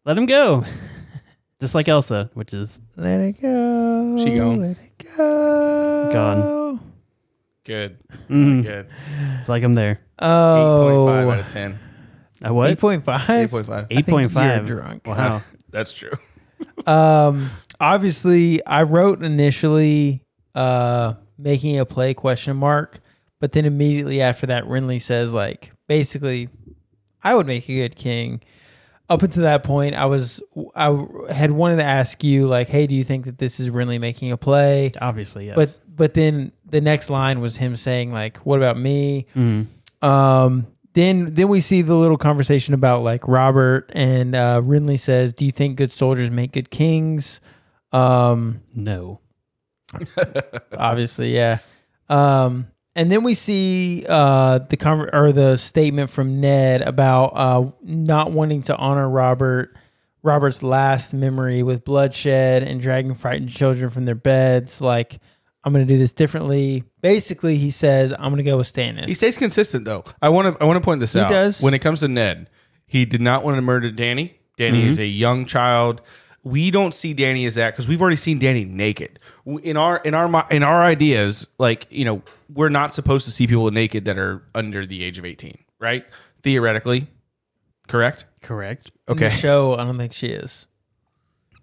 Speaker 3: Let him go. Just like Elsa, which is
Speaker 1: Let it go.
Speaker 2: She gone.
Speaker 1: Let it go.
Speaker 3: Gone.
Speaker 2: Good.
Speaker 3: mm,
Speaker 2: Good.
Speaker 3: it's like I'm there.
Speaker 1: Oh.
Speaker 2: 8.5 out of 10.
Speaker 3: I what?
Speaker 1: 8.5?
Speaker 2: 8.5.
Speaker 3: Eight point five.
Speaker 1: you're drunk.
Speaker 3: Wow.
Speaker 2: That's true.
Speaker 1: Um, obviously, I wrote initially uh, making a play question mark, but then immediately after that, Renly says like basically, I would make a good king. Up until that point, I was I had wanted to ask you like, hey, do you think that this is Renly making a play?
Speaker 3: Obviously, yes.
Speaker 1: But but then the next line was him saying like, what about me? Um, then then we see the little conversation about like Robert and uh, Renly says, "Do you think good soldiers make good kings?" Um,
Speaker 3: no.
Speaker 1: obviously, yeah. Um, and then we see uh, the conver- or the statement from Ned about uh, not wanting to honor Robert Robert's last memory with bloodshed and dragging frightened children from their beds. Like I'm going to do this differently. Basically, he says I'm going to go with Stannis.
Speaker 2: He stays consistent though. I want to I want to point this out.
Speaker 1: does.
Speaker 2: When it comes to Ned, he did not want to murder Danny. Danny is a young child. We don't see Danny as that because we've already seen Danny naked. W- In our in our mi- in our ideas, like you know, we're not supposed to see people naked that are under the age of eighteen, right? Theoretically, correct?
Speaker 3: Correct.
Speaker 1: In the
Speaker 2: Okay.
Speaker 1: show, I don't think she is.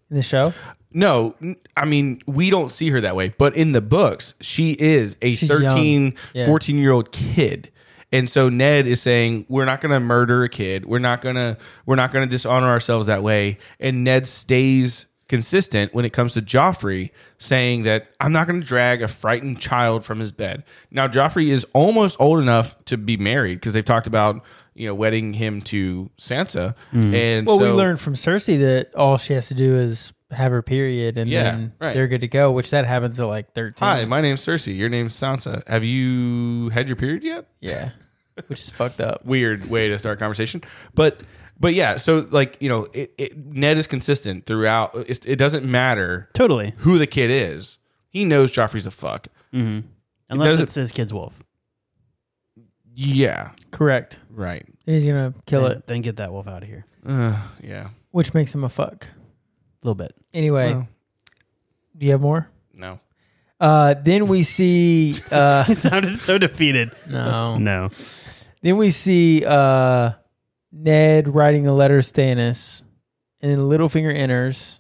Speaker 1: In the show,
Speaker 2: No, n- I mean, we don't see her that way, but in the books, she is a
Speaker 1: She's young.
Speaker 2: thirteen,
Speaker 1: Yeah.
Speaker 2: 14 year old kid. And so Ned is saying, we're not going to murder a kid. We're not going to we're not going to dishonor ourselves that way. And Ned stays consistent when it comes to Joffrey saying that I'm not going to drag a frightened child from his bed. Now Joffrey is almost old enough to be married because they've talked about, you know, wedding him to Sansa.
Speaker 1: Mm.
Speaker 2: And
Speaker 1: Well, we
Speaker 2: so-
Speaker 1: learned from Cersei that all she has to do is have her period, and
Speaker 2: Yeah,
Speaker 1: then
Speaker 2: right.
Speaker 1: they're good to go. Which that happens at like thirteen.
Speaker 2: Hi, my name's Cersei. Your name's Sansa. Have you had your period yet?
Speaker 1: Yeah, which is fucked up.
Speaker 2: Weird way to start conversation, but but yeah. So like you know, it, it, Ned is consistent throughout. It, it doesn't matter
Speaker 3: Totally.
Speaker 2: who the kid is. He knows Joffrey's a fuck.
Speaker 3: Unless
Speaker 2: doesn't-
Speaker 3: it's his kid's wolf.
Speaker 2: Yeah,
Speaker 1: Correct.
Speaker 2: right.
Speaker 1: And he's gonna kill
Speaker 3: Then,
Speaker 1: it,
Speaker 3: then get that wolf out of here.
Speaker 2: Uh, yeah.
Speaker 1: which makes him a fuck.
Speaker 3: A little bit.
Speaker 1: Anyway,
Speaker 2: Well.
Speaker 1: do you have more?
Speaker 2: No.
Speaker 1: Uh, then we see. Uh,
Speaker 3: He sounded so defeated.
Speaker 1: no.
Speaker 3: No.
Speaker 1: Then we see uh, Ned writing a letter to Stannis, and then Littlefinger enters.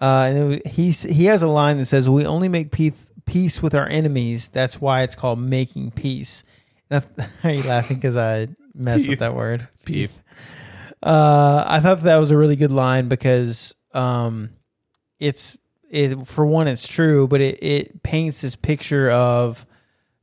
Speaker 1: Uh, and it was- he s- he has a line that says, "We only make peace peace with our enemies. That's why it's called making peace." And I th- are you laughing because I messed up that word?
Speaker 2: Peep.
Speaker 1: Uh, I thought that was a really good line because um, it's it for one, it's true, but it it paints this picture of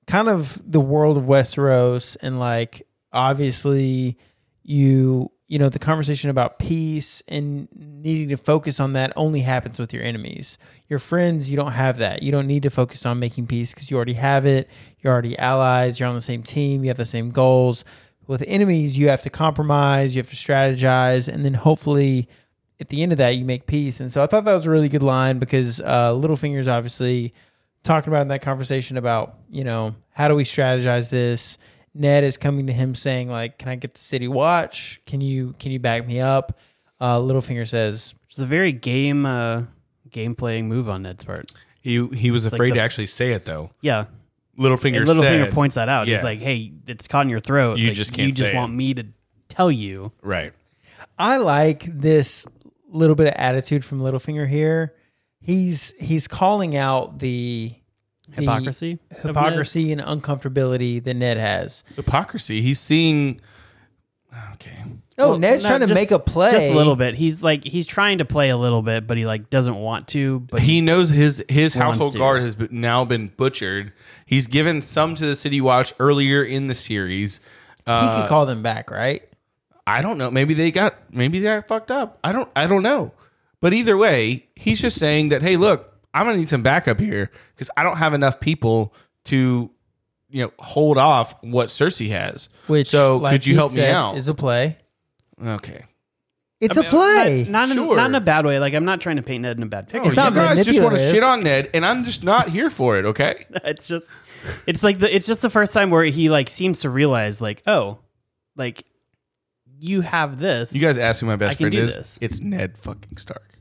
Speaker 1: kind of the world of Westeros and like obviously you you know the conversation about peace and needing to focus on that only happens with your enemies. Your friends, you don't have that. You don't need to focus on making peace because you already have it. You're already allies. You're on the same team. You have the same goals. With enemies, you have to compromise. You have to strategize, and then hopefully at the end of that you make peace. And so I thought that was a really good line because uh, Littlefinger's obviously talking about in that conversation about you know how do we strategize this ned is coming to him saying like can i get the city watch can you can you back me up uh littlefinger says
Speaker 3: It's a very game uh game playing move on Ned's part.
Speaker 2: He he was
Speaker 3: like
Speaker 2: afraid
Speaker 3: the-
Speaker 2: to actually say it though.
Speaker 3: Yeah.
Speaker 2: Littlefinger
Speaker 3: And Littlefinger
Speaker 2: said,
Speaker 3: points that out.
Speaker 2: Yeah.
Speaker 3: He's like, "Hey, it's caught in your throat.
Speaker 2: You
Speaker 3: Like,
Speaker 2: just
Speaker 3: You
Speaker 2: can't
Speaker 3: just
Speaker 2: say it."
Speaker 3: want me to tell you."
Speaker 2: right.
Speaker 1: i like this little bit of attitude from littlefinger here he's he's calling out the the
Speaker 3: Hypocrisy. of Ned.
Speaker 1: hypocrisy and uncomfortability that ned has
Speaker 2: Hypocrisy. He's seeing. Okay.
Speaker 1: no
Speaker 3: Well,
Speaker 1: Oh, ned's
Speaker 3: no,
Speaker 1: trying to
Speaker 3: just-
Speaker 1: make a play
Speaker 3: Just a little bit. He's like he's trying to play a little bit, but he like doesn't want to. But
Speaker 2: he knows his his household
Speaker 3: to.
Speaker 2: guard has been, now been butchered. He's given some to the City Watch earlier in the series.
Speaker 1: he
Speaker 2: Uh,
Speaker 1: could call them back right
Speaker 2: I don't know. Maybe they got maybe they got fucked up. I don't I don't know. But either way, he's just saying that hey, look, I'm gonna need some backup here because I don't have enough people to you know hold off what Cersei has.
Speaker 1: which
Speaker 2: so
Speaker 1: like
Speaker 2: could you
Speaker 1: Pete
Speaker 2: help me
Speaker 1: said,
Speaker 2: out?
Speaker 1: is a play
Speaker 2: okay.
Speaker 1: it's a play
Speaker 3: not in,
Speaker 2: Sure.
Speaker 3: not in a bad way. Like I'm not trying to paint Ned in a bad picture.
Speaker 1: It's not
Speaker 2: Oh, you guys just want to
Speaker 1: manipulative.
Speaker 2: shit on Ned, and I'm just not here for it. Okay.
Speaker 3: it's just it's like the it's just the first time where he like seems to realize like oh like you have this
Speaker 2: You guys ask who my
Speaker 3: I
Speaker 2: best
Speaker 3: can
Speaker 2: friend
Speaker 3: do
Speaker 2: is.
Speaker 3: this.
Speaker 2: It's Ned fucking Stark.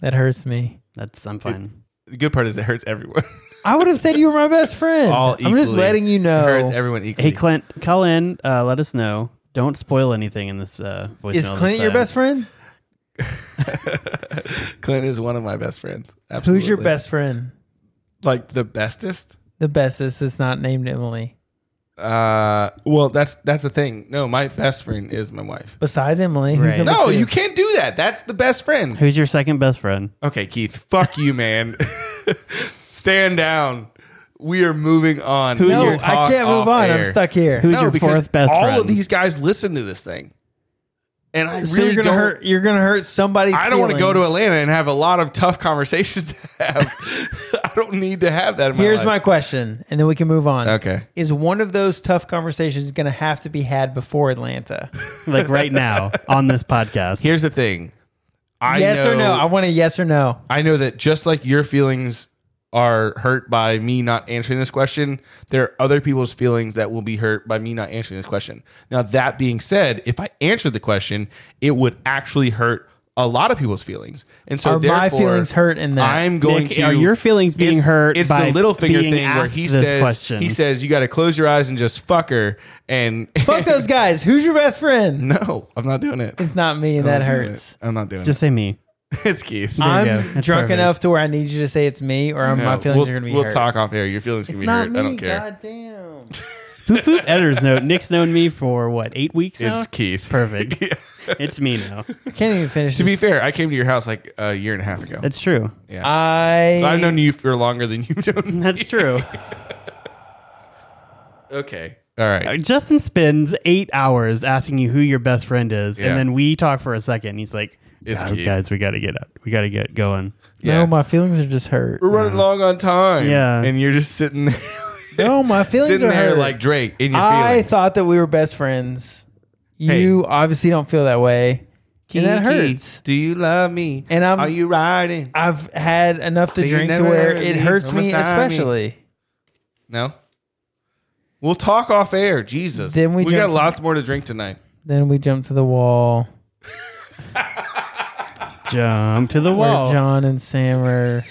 Speaker 1: that hurts me
Speaker 3: that's i'm fine
Speaker 2: The good part is it hurts everyone.
Speaker 1: I would have said you were my best friend.
Speaker 2: All
Speaker 1: I'm just
Speaker 2: equally.
Speaker 1: letting you
Speaker 2: It hurts
Speaker 1: know.
Speaker 2: everyone
Speaker 3: hey
Speaker 2: equally.
Speaker 3: clint call in uh let us know don't spoil anything in this uh voicemail
Speaker 1: Is
Speaker 3: this
Speaker 1: Clint your
Speaker 3: time.
Speaker 1: best friend?
Speaker 2: Clint is one of my best friends. Absolutely.
Speaker 1: Who's your best friend?
Speaker 2: Like the bestest.
Speaker 1: The bestest that's not named Emily.
Speaker 2: Uh, well, that's that's the thing. No, my best friend is my wife.
Speaker 1: Besides Emily, who's
Speaker 3: Right.
Speaker 1: number
Speaker 2: No,
Speaker 1: two?
Speaker 2: you can't do that. That's the best friend.
Speaker 3: who's your second best friend
Speaker 2: Okay, Keith. Fuck you, man. Stand down. We are moving on.
Speaker 1: No,
Speaker 2: Your
Speaker 1: I
Speaker 2: talk
Speaker 1: can't move
Speaker 2: off
Speaker 1: on. I'm
Speaker 2: air.
Speaker 1: stuck here.
Speaker 3: Who's
Speaker 2: No,
Speaker 3: your
Speaker 2: because
Speaker 3: fourth best
Speaker 2: all
Speaker 3: friend?
Speaker 2: of these guys listen to this thing, and I
Speaker 1: so
Speaker 2: really
Speaker 1: you're gonna
Speaker 2: don't.
Speaker 1: hurt. You're gonna hurt somebody's.
Speaker 2: I don't want to go to
Speaker 1: feelings.
Speaker 2: Atlanta and have a lot of tough conversations to have. I don't need to have that. In my
Speaker 1: Here's my
Speaker 2: life.
Speaker 1: question, and then we can move on.
Speaker 2: okay.
Speaker 1: Is one of those tough conversations going to have to be had before Atlanta?
Speaker 3: like right now on this podcast.
Speaker 2: Here's the thing. I
Speaker 1: yes or no?
Speaker 2: know-
Speaker 1: I want a yes or no.
Speaker 2: I know that just like your feelings are hurt by me not answering this question, there are other people's feelings that will be hurt by me not answering this question. Now, that being said, if I answered the question, it would actually hurt a lot of people's feelings. And so,
Speaker 1: Are my
Speaker 2: therefore,
Speaker 1: feelings hurt in that?
Speaker 2: I'm going
Speaker 3: Nick,
Speaker 2: to.
Speaker 3: are your feelings being
Speaker 2: it's-
Speaker 3: hurt
Speaker 2: It's
Speaker 3: by
Speaker 2: the little finger
Speaker 3: being
Speaker 2: thing where
Speaker 3: asked
Speaker 2: he
Speaker 3: this
Speaker 2: says
Speaker 3: question?
Speaker 2: he says you got to close your eyes and just fuck her. And
Speaker 1: Fuck those guys. Who's your best friend?
Speaker 2: no, I'm not doing it.
Speaker 1: It's not me, and that hurts.
Speaker 2: I'm not doing
Speaker 3: Just say me.
Speaker 2: it. It's Keith.
Speaker 3: There you
Speaker 1: I'm
Speaker 3: go. That's
Speaker 1: drunk
Speaker 3: perfect.
Speaker 1: enough to where I need you to say it's me, or my
Speaker 2: No,
Speaker 1: feelings
Speaker 2: we'll,
Speaker 1: are going to be
Speaker 2: We'll
Speaker 1: hurt.
Speaker 2: talk off air. Your feelings can
Speaker 1: It's
Speaker 2: be
Speaker 1: not
Speaker 2: hurt.
Speaker 1: me.
Speaker 2: I don't care.
Speaker 1: Goddamn.
Speaker 3: Poop poop editor's note. Nick's known me for what eight weeks now.
Speaker 2: It's Keith.
Speaker 3: Perfect. It's me now.
Speaker 1: Can't even finish.
Speaker 2: to be
Speaker 1: this.
Speaker 2: fair, I came to your house like a year and a half ago.
Speaker 3: That's true.
Speaker 1: I
Speaker 2: I've known you for longer than you've known. me.
Speaker 3: That's true.
Speaker 2: Okay. All right.
Speaker 3: Justin spends eight hours asking you who your best friend is,
Speaker 2: Yeah.
Speaker 3: and then we talk for a second. And he's like,
Speaker 2: It's
Speaker 3: "God,
Speaker 2: Keith."
Speaker 3: guys, we got to get up. We got to get going."
Speaker 2: Yeah.
Speaker 1: No, my feelings are just hurt.
Speaker 2: We're running long on time.
Speaker 3: Yeah.
Speaker 2: And you're just sitting there,
Speaker 1: No, my feelings
Speaker 2: sitting
Speaker 1: are
Speaker 2: there
Speaker 1: hurt.
Speaker 2: like Drake in your
Speaker 1: I
Speaker 2: feelings.
Speaker 1: thought that we were best friends. You obviously don't feel that way, and that
Speaker 2: Kiki,
Speaker 1: hurts.
Speaker 2: Do you love me?
Speaker 1: And I'm-
Speaker 2: Are you riding?
Speaker 1: I've had enough to
Speaker 2: But you
Speaker 1: drink to
Speaker 2: never
Speaker 1: where
Speaker 2: hurt
Speaker 1: it
Speaker 2: me.
Speaker 1: hurts
Speaker 2: Almost
Speaker 1: me,
Speaker 2: died me.
Speaker 1: especially.
Speaker 2: No. We'll talk off air. Jesus.
Speaker 1: Then we
Speaker 2: we got
Speaker 1: jumped-
Speaker 2: lots more to drink tonight.
Speaker 1: Then we jump to the wall
Speaker 3: Jump to the wall.
Speaker 1: where John and Sam are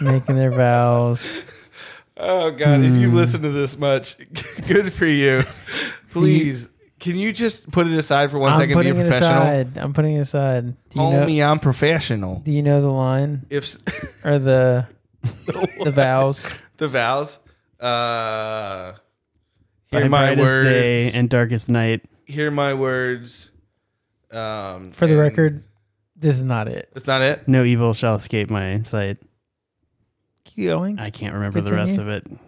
Speaker 1: making their vows.
Speaker 2: Oh God! If
Speaker 1: Mm.
Speaker 2: you listen to this much, good for you. Please, can you just put it aside for one
Speaker 1: I'm
Speaker 2: second?
Speaker 1: putting
Speaker 2: Be
Speaker 1: it
Speaker 2: professional.
Speaker 1: aside. I'm putting it aside. Do you, know,
Speaker 2: Homie, I'm professional.
Speaker 1: do you know the line
Speaker 2: If s-
Speaker 1: or the the vows?
Speaker 2: the vows, uh,
Speaker 3: By
Speaker 2: hear my
Speaker 3: brightest
Speaker 2: words.
Speaker 3: day and darkest night.
Speaker 2: hear my words. Um,
Speaker 1: For the
Speaker 2: and-
Speaker 1: record, this is not it.
Speaker 2: that's not it.
Speaker 3: No evil shall escape my sight.
Speaker 1: Keep going.
Speaker 3: I can't remember the
Speaker 1: Continue.
Speaker 3: rest of it.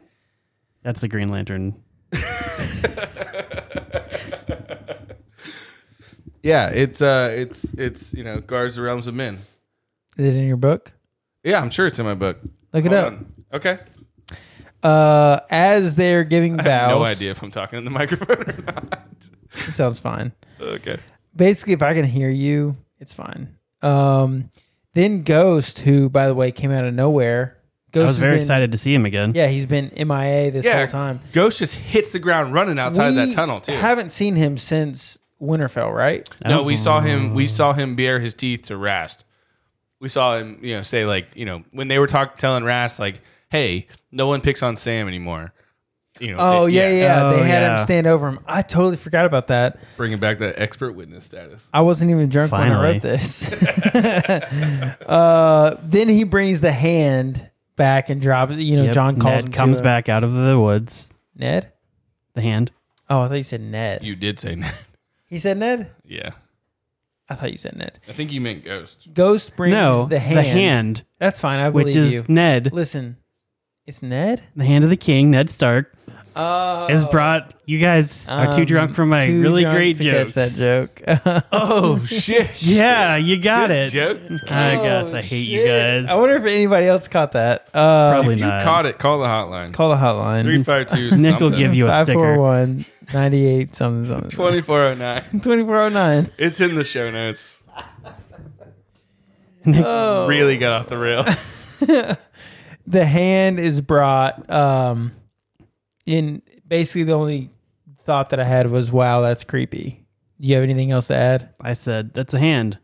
Speaker 3: That's the Green Lantern.
Speaker 2: Yeah, it's uh, it's it's you know, guards the realms of men.
Speaker 1: Is it in your book?
Speaker 2: Yeah, I'm sure it's in my book.
Speaker 1: Look it
Speaker 2: Hold
Speaker 1: up.
Speaker 2: on. Okay.
Speaker 1: Uh, as they're giving
Speaker 2: I have
Speaker 1: vows,
Speaker 2: no idea if I'm talking in the microphone or not.
Speaker 1: It sounds fine.
Speaker 2: Okay.
Speaker 1: basically if i can hear you it's fine um then ghost who by the way came out of nowhere ghost
Speaker 3: I was
Speaker 1: has
Speaker 3: very
Speaker 1: been-
Speaker 3: excited to see him again.
Speaker 1: yeah he's been mia this whole time
Speaker 2: Ghost just hits the ground running outside
Speaker 1: We
Speaker 2: that tunnel too.
Speaker 1: haven't seen him since winterfell right
Speaker 3: I
Speaker 2: no,
Speaker 3: don't-
Speaker 2: we saw him.
Speaker 1: Mm.
Speaker 2: We saw him bare his teeth to Rast. We saw him, you know, say like, you know, when they were talking, telling Rast like, "Hey, no one picks on Sam anymore." You know.
Speaker 1: oh
Speaker 2: it-
Speaker 1: yeah yeah,
Speaker 3: Oh,
Speaker 1: they had
Speaker 3: yeah.
Speaker 1: him stand over him i totally forgot about that
Speaker 2: Bringing back that expert witness status.
Speaker 1: i wasn't even drunk when i
Speaker 3: Finally.
Speaker 1: wrote this uh then he brings the hand back and drops you know
Speaker 3: Yep,
Speaker 1: john calls
Speaker 3: Ned
Speaker 1: him to
Speaker 3: comes
Speaker 1: him.
Speaker 3: back out of the woods.
Speaker 1: ned
Speaker 3: The hand.
Speaker 1: oh i thought you said ned
Speaker 2: You did say, that.
Speaker 1: he said ned
Speaker 2: yeah.
Speaker 1: i thought you said ned
Speaker 2: I think you meant Ghost.
Speaker 1: ghost brings
Speaker 3: No,
Speaker 1: the hand That's fine. I believe
Speaker 3: which is
Speaker 1: you.
Speaker 3: Ned.
Speaker 1: Listen, it's Ned.
Speaker 3: The hand of the king, Ned Stark,
Speaker 1: Oh,
Speaker 2: Uh,
Speaker 3: has brought. You guys are too drunk for my really great jokes.
Speaker 1: that joke.
Speaker 2: Oh shit!
Speaker 3: Yeah, you got it.
Speaker 2: Joke.
Speaker 3: I guess I hate
Speaker 2: Oh,
Speaker 3: you guys.
Speaker 1: Oh, I wonder if anybody else caught that. Uh,
Speaker 3: Probably
Speaker 2: If you
Speaker 3: not.
Speaker 2: caught it, call the hotline.
Speaker 1: Call the hotline.
Speaker 2: Three five two.
Speaker 3: Nick will give you a sticker.
Speaker 1: 541 98 something something.
Speaker 2: twenty four oh nine.
Speaker 1: 2409.
Speaker 2: It's in the show notes.
Speaker 3: Nick-
Speaker 1: Oh.
Speaker 2: Really got off the rails.
Speaker 1: The hand is brought. Um, in basically the only thought that I had was, wow, that's creepy. Do you have anything else to add?
Speaker 3: I said that's a hand.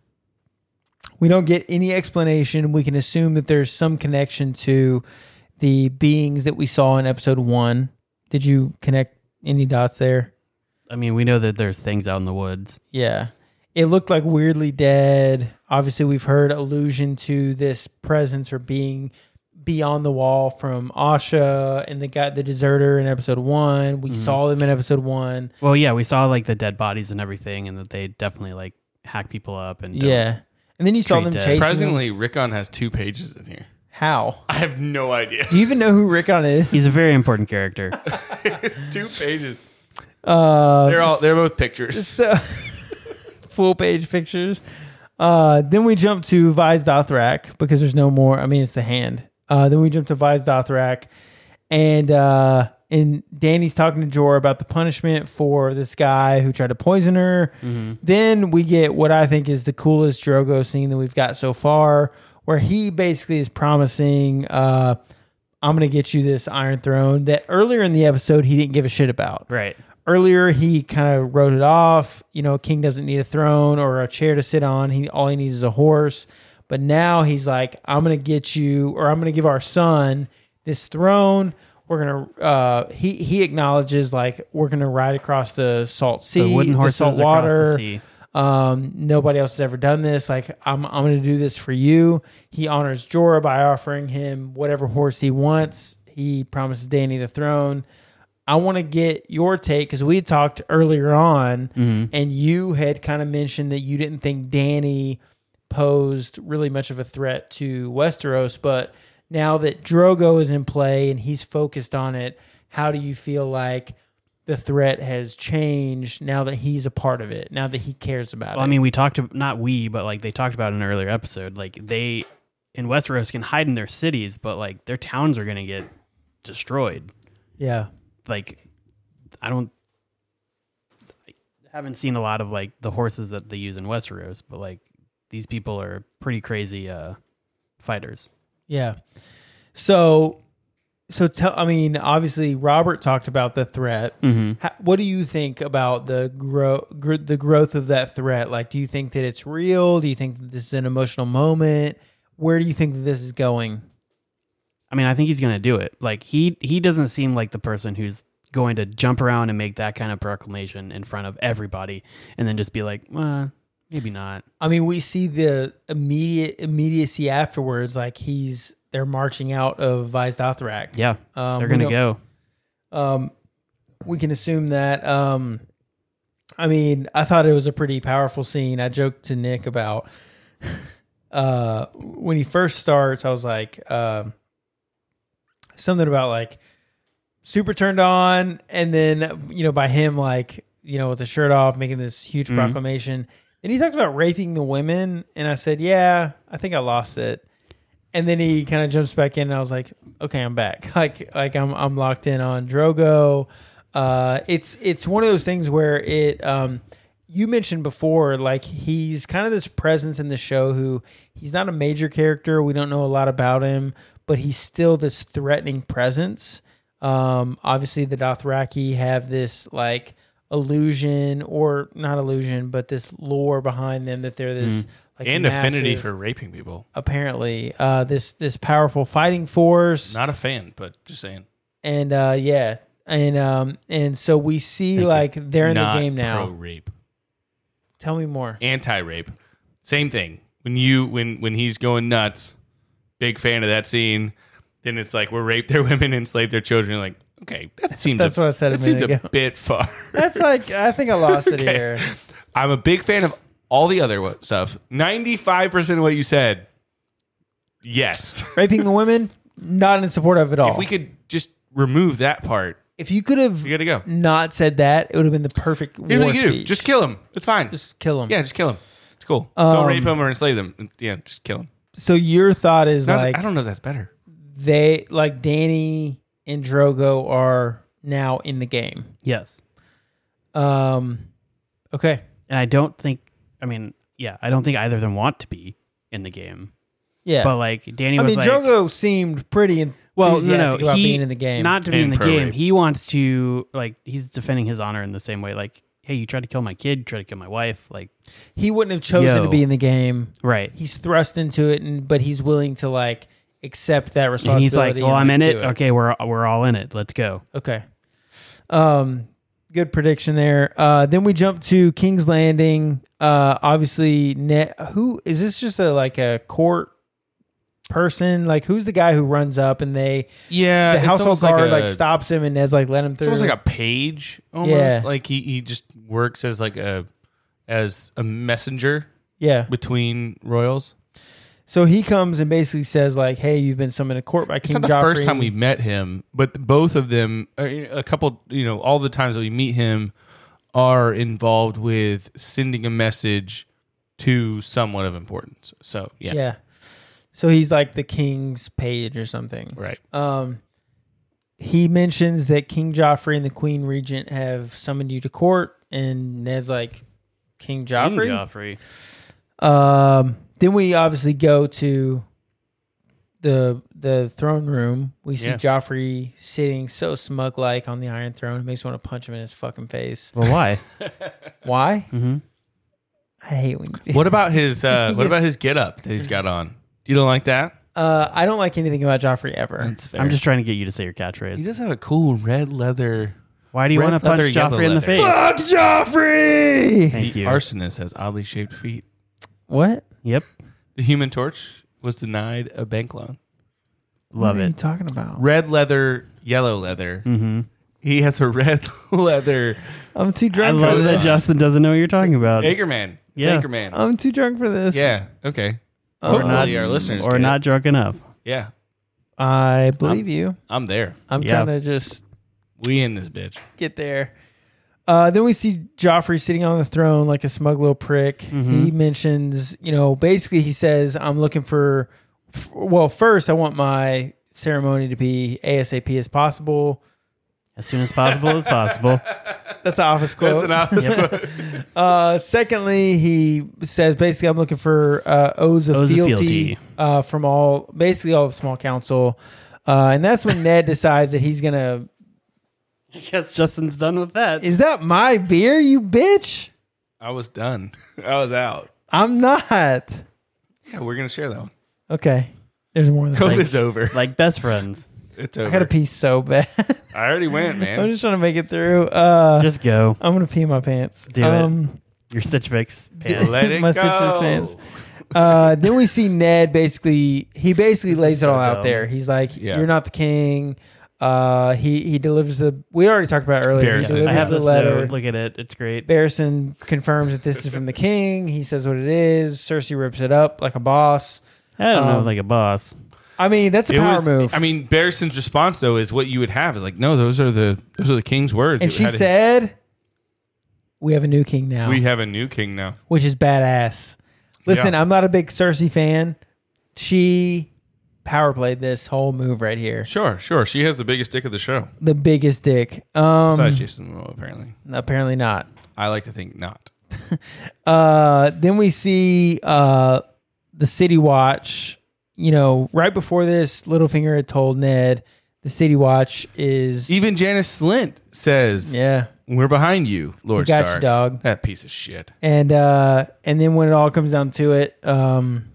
Speaker 1: We don't get any explanation. We can assume that there's some connection to the beings that we saw in episode one. Did you connect any dots there?
Speaker 3: I mean, we know that there's things out in the woods.
Speaker 1: Yeah. It looked like weirdly dead. Obviously, we've heard allusion to this presence or being beyond the wall from Asha and the guy, the deserter in episode one. We saw them in episode one.
Speaker 3: Well, yeah, we saw like the dead bodies and everything, and that they definitely like hack people up and don't-
Speaker 1: Yeah. And then you saw
Speaker 3: Treat
Speaker 1: them
Speaker 3: dead.
Speaker 1: chasing. them.
Speaker 2: Surprisingly, Rickon has two pages in here.
Speaker 1: How?
Speaker 2: I have no idea.
Speaker 1: Do you even know who Rickon is?
Speaker 3: He's a very important character.
Speaker 2: two pages.
Speaker 1: Uh,
Speaker 2: They're all they're both pictures.
Speaker 1: so uh, full page pictures. Uh, then we jump to Vise Dothrak because there's no more. I mean, it's the hand. Uh, then we jump to Vise Dothrak, and uh, and Danny's talking to Jor about the punishment for this guy who tried to poison her. Then we get what I think is the coolest Drogo scene that we've got so far, where he basically is promising, uh, "I'm going to get you this Iron Throne." That earlier in the episode he didn't give a shit about.
Speaker 3: Right.
Speaker 1: Earlier he kind of wrote it off. You know, King doesn't need a throne or a chair to sit on. He all he needs is a horse. But now he's like, "I'm going to get you, or I'm going to give our son this throne." We're gonna. Uh, he he acknowledges like we're gonna ride across the salt sea,
Speaker 3: The wooden horses
Speaker 1: salt
Speaker 3: across
Speaker 1: water
Speaker 3: the sea.
Speaker 1: um, nobody else has ever done this. Like, I'm, I'm going to do this for you. He honors Jorah by offering him whatever horse he wants. He promises Danny the throne. I want to get your take because we talked earlier on, and you had kind of mentioned that you didn't think Danny posed really much of a threat to Westeros. But now that Drogo is in play and he's focused on it, how do you feel like the threat has changed now that he's a part of it, now that he cares about it?
Speaker 3: Well, I mean, we talked ab- not we, but like they talked about in an earlier episode. Like they in Westeros can hide in their cities, but like their towns are gonna get destroyed.
Speaker 1: yeah.
Speaker 3: Like I don't I haven't seen a lot of like the horses that they use in Westeros, but like these people are pretty crazy uh fighters.
Speaker 1: Yeah. So, so tell, I mean, obviously Robert talked about the threat.
Speaker 3: Mm-hmm.
Speaker 1: How, what do you think about the grow, gr- the growth of that threat? Like, do you think that it's real? Do you think that this is an emotional moment? Where do you think that this is going?
Speaker 3: I mean, I think he's going to do it. Like he he doesn't seem like the person who's going to jump around and make that kind of proclamation in front of everybody and then just be like, "Uh, maybe not."
Speaker 1: I mean, we see the immediate immediacy afterwards. Like he's they're marching out of Vice Dothrak.
Speaker 3: Yeah.
Speaker 1: um,
Speaker 3: They're
Speaker 1: we
Speaker 3: going to
Speaker 1: don't-
Speaker 3: go.
Speaker 1: um, we can assume that. Um, I mean, I thought it was a pretty powerful scene. I joked to Nick about uh, when he first starts. I was like, um something about like super turned on, and then you know by him like you know with the shirt off making this huge proclamation. And he talked about raping the women, and I said, "Yeah, I think I lost it." and then he kind of jumps back in and I was like, okay, I'm back. Like like I'm I'm locked in on Drogo. Uh it's it's one of those things where it um you mentioned before like he's kind of this presence in the show who he's not a major character, we don't know a lot about him, but he's still this threatening presence. Um obviously the Dothraki have this like illusion or not illusion, but this lore behind them that they're this like
Speaker 2: Mm-hmm. and affinity
Speaker 1: massive-
Speaker 2: for raping people.
Speaker 1: apparently uh, this this powerful fighting force
Speaker 2: Not a fan, but just saying.
Speaker 1: and uh, yeah and um and so we see like they're in
Speaker 2: Not
Speaker 1: the game now
Speaker 2: Pro rape,
Speaker 1: tell me more
Speaker 2: anti rape, same thing. When you when when he's going nuts, big fan of that scene. Then it's like we're raped their women, enslaved their children. Like okay, that seems
Speaker 1: That's
Speaker 2: a-
Speaker 1: what I said a
Speaker 2: That seems
Speaker 1: minute
Speaker 2: a
Speaker 1: ago.
Speaker 2: bit far.
Speaker 1: that's like i think i lost it
Speaker 2: Okay.
Speaker 1: here
Speaker 2: I'm a big fan of all the other wo- stuff. Ninety five percent of what you said. Yes,
Speaker 1: raping the women not in support of it all
Speaker 2: if we could just remove that part,
Speaker 1: if you could have
Speaker 2: you got to go.
Speaker 1: not said that it would have been the perfect
Speaker 2: Here's
Speaker 1: Mm. war
Speaker 2: what you do:
Speaker 1: speech.
Speaker 2: just kill him. It's fine.
Speaker 1: Just kill him
Speaker 2: yeah, just kill him. It's cool. Don't
Speaker 1: Um,
Speaker 2: rape him or enslave them. Yeah, just kill him.
Speaker 1: so your thought is
Speaker 2: Not-
Speaker 1: like
Speaker 2: I don't know. if That's better.
Speaker 1: they like danny and drogo are now in the game
Speaker 3: Yes.
Speaker 1: um okay
Speaker 3: And I don't think I mean, yeah, I don't think either of them want to be in the game.
Speaker 1: yeah
Speaker 3: But like Danny
Speaker 1: I
Speaker 3: was
Speaker 1: mean,
Speaker 3: like
Speaker 1: Drogo seemed pretty enthusiastic
Speaker 3: well, no, no,
Speaker 1: about
Speaker 3: he-
Speaker 1: being in the game.
Speaker 3: Not to be
Speaker 2: And
Speaker 3: in the
Speaker 2: pro-rape.
Speaker 3: game. He wants to like he's defending his honor in the same way like, "Hey, you tried to kill my kid, you tried to kill my wife." Like,
Speaker 1: he wouldn't have chosen
Speaker 3: Yo.
Speaker 1: to be in the game.
Speaker 3: right.
Speaker 1: He's thrust into it, and but he's willing to like accept that
Speaker 3: and
Speaker 1: responsibility.
Speaker 3: he's like, "Well, I'm
Speaker 1: and
Speaker 3: in it.
Speaker 1: do
Speaker 3: Okay, we're we're all in it. Let's go."
Speaker 1: Okay. Um, good prediction there. Uh, then we jump to King's Landing. Uh, obviously, net. Who is this? Just a like a court person? Like, who's the guy who runs up and they
Speaker 2: Yeah,
Speaker 3: Uh,
Speaker 1: the household guard like, stops him and Ned's like, let him
Speaker 2: It's
Speaker 1: through.
Speaker 2: almost like a page, almost
Speaker 1: Yeah.
Speaker 2: like he, he just works as like a as a messenger
Speaker 1: yeah.
Speaker 2: between royals.
Speaker 1: So he comes and basically says like, "Hey, you've been summoned to court by
Speaker 2: It's
Speaker 1: King
Speaker 2: not the
Speaker 1: Joffrey."
Speaker 2: first time we met him, but both of them, uh, a couple, you know, all the times that we meet him are involved with sending a message to someone of importance. So yeah,
Speaker 1: yeah. So he's like the king's page or something.
Speaker 2: Right.
Speaker 1: Um, he mentions that King Joffrey and the Queen Regent have summoned you to court, and Ned's like, King Joffrey?
Speaker 3: Joffrey.
Speaker 1: Um, then we obviously go to the the throne room. We see
Speaker 2: Yeah.
Speaker 1: Joffrey sitting so smug like on the Iron Throne. It makes me want to punch him in his fucking face.
Speaker 3: Well, why?
Speaker 1: Why?
Speaker 3: mm-hmm.
Speaker 1: I hate when you do
Speaker 2: What about his uh, what about his get up that he's got on? You don't like that?
Speaker 1: Uh, I don't like anything about Joffrey ever.
Speaker 2: fair.
Speaker 3: I'm just trying to get you to say your
Speaker 2: He
Speaker 3: catchphrase.
Speaker 2: does have a cool red leather.
Speaker 3: Why do you
Speaker 2: Red
Speaker 3: want to punch
Speaker 2: leather, yellow
Speaker 3: Joffrey in the
Speaker 2: leather.
Speaker 3: face?
Speaker 1: Fuck Joffrey!
Speaker 3: Thank
Speaker 2: the
Speaker 3: you.
Speaker 2: arsonist has oddly shaped feet.
Speaker 1: What?
Speaker 3: Yep.
Speaker 2: The Human Torch was denied a bank loan.
Speaker 1: What
Speaker 3: Love
Speaker 1: are you
Speaker 3: it.
Speaker 1: talking about?
Speaker 2: Red leather, yellow leather.
Speaker 3: Mm-hmm.
Speaker 2: He has a red leather.
Speaker 1: I'm too
Speaker 3: I
Speaker 1: drunk for
Speaker 3: love that
Speaker 1: this.
Speaker 3: Justin doesn't know what you're talking about.
Speaker 2: Anchorman. It's
Speaker 3: Yeah.
Speaker 2: Anchorman.
Speaker 1: I'm too drunk for this.
Speaker 2: Uh, yeah. Okay.
Speaker 1: Oh.
Speaker 2: Or not. Our listeners.
Speaker 3: or
Speaker 2: get
Speaker 3: not
Speaker 2: it.
Speaker 3: drunk enough.
Speaker 2: Yeah.
Speaker 1: I believe you.
Speaker 2: I'm there.
Speaker 1: I'm
Speaker 3: Yeah.
Speaker 1: trying to just
Speaker 2: We in this bitch.
Speaker 1: get there. Uh, then we see Joffrey sitting on the throne like a smug little prick. He mentions, you know, basically he says, "I'm looking for, f- well, first I want my ceremony to be ASAP as possible."
Speaker 3: As soon as possible as possible.
Speaker 1: That's an office quote.
Speaker 2: office
Speaker 1: uh, secondly, he says basically, "I'm looking for uh, oaths of
Speaker 3: Oaths of
Speaker 1: fealty,
Speaker 3: fealty.
Speaker 1: Uh, from all, basically all of small council," uh, and that's when Ned decides that he's gonna.
Speaker 3: I guess Justin's done with that.
Speaker 1: Is that my beer, you bitch?
Speaker 2: I was done. I was out.
Speaker 1: I'm not.
Speaker 2: Yeah, we're gonna share that one.
Speaker 1: Okay. There's more than
Speaker 2: COVID's over.
Speaker 3: like best friends.
Speaker 2: It's over.
Speaker 1: I gotta pee so bad.
Speaker 2: I already went,
Speaker 1: I'm
Speaker 2: man.
Speaker 1: just trying to make it through. Uh,
Speaker 3: Just go.
Speaker 1: I'm gonna pee my pants. Um,
Speaker 3: Do it. Your Stitch Fix pants.
Speaker 2: Let it
Speaker 1: My Stitch Fix
Speaker 2: go.
Speaker 1: fans. Uh, then we see Ned. Basically, he basically lays it
Speaker 3: so
Speaker 1: all out
Speaker 3: dumb.
Speaker 1: there. He's like,
Speaker 2: Yeah.
Speaker 1: "You're not the king." Uh, he he delivers the. We already talked about it earlier. He
Speaker 2: Barrison.
Speaker 1: delivers
Speaker 3: I have
Speaker 1: the
Speaker 3: this
Speaker 1: letter.
Speaker 3: note. Look at it. It's great.
Speaker 1: Barrison confirms that this is from the king. He says what it is. Cersei rips it up like a boss.
Speaker 3: I don't know,
Speaker 1: Um,
Speaker 3: like a boss.
Speaker 1: I mean, that's a
Speaker 2: It
Speaker 1: power
Speaker 2: was-
Speaker 1: move.
Speaker 2: I mean, Barrison's response though is what you would have is like, no, those are the those are the king's words.
Speaker 1: and
Speaker 2: It
Speaker 1: she
Speaker 2: had a-
Speaker 1: said, "We have a new king now."
Speaker 2: "We have a new king now."
Speaker 1: which is badass. Listen,
Speaker 2: Yeah.
Speaker 1: I'm not a big Cersei fan. She power played this whole move right here.
Speaker 2: Sure, sure. She has the biggest dick of the show.
Speaker 1: The biggest dick. Um,
Speaker 2: Besides Jason Momoa, apparently.
Speaker 1: apparently not.
Speaker 2: I like to think not.
Speaker 1: Uh, then we see uh, the City Watch. You know, right before this, Littlefinger had told Ned the City Watch is
Speaker 2: Even Janice Slint says,
Speaker 1: yeah,
Speaker 2: "We're behind you, Lord
Speaker 1: got you,
Speaker 2: Stark."
Speaker 1: dog.
Speaker 2: That piece of shit.
Speaker 1: and uh, and then when it all comes down to it, um,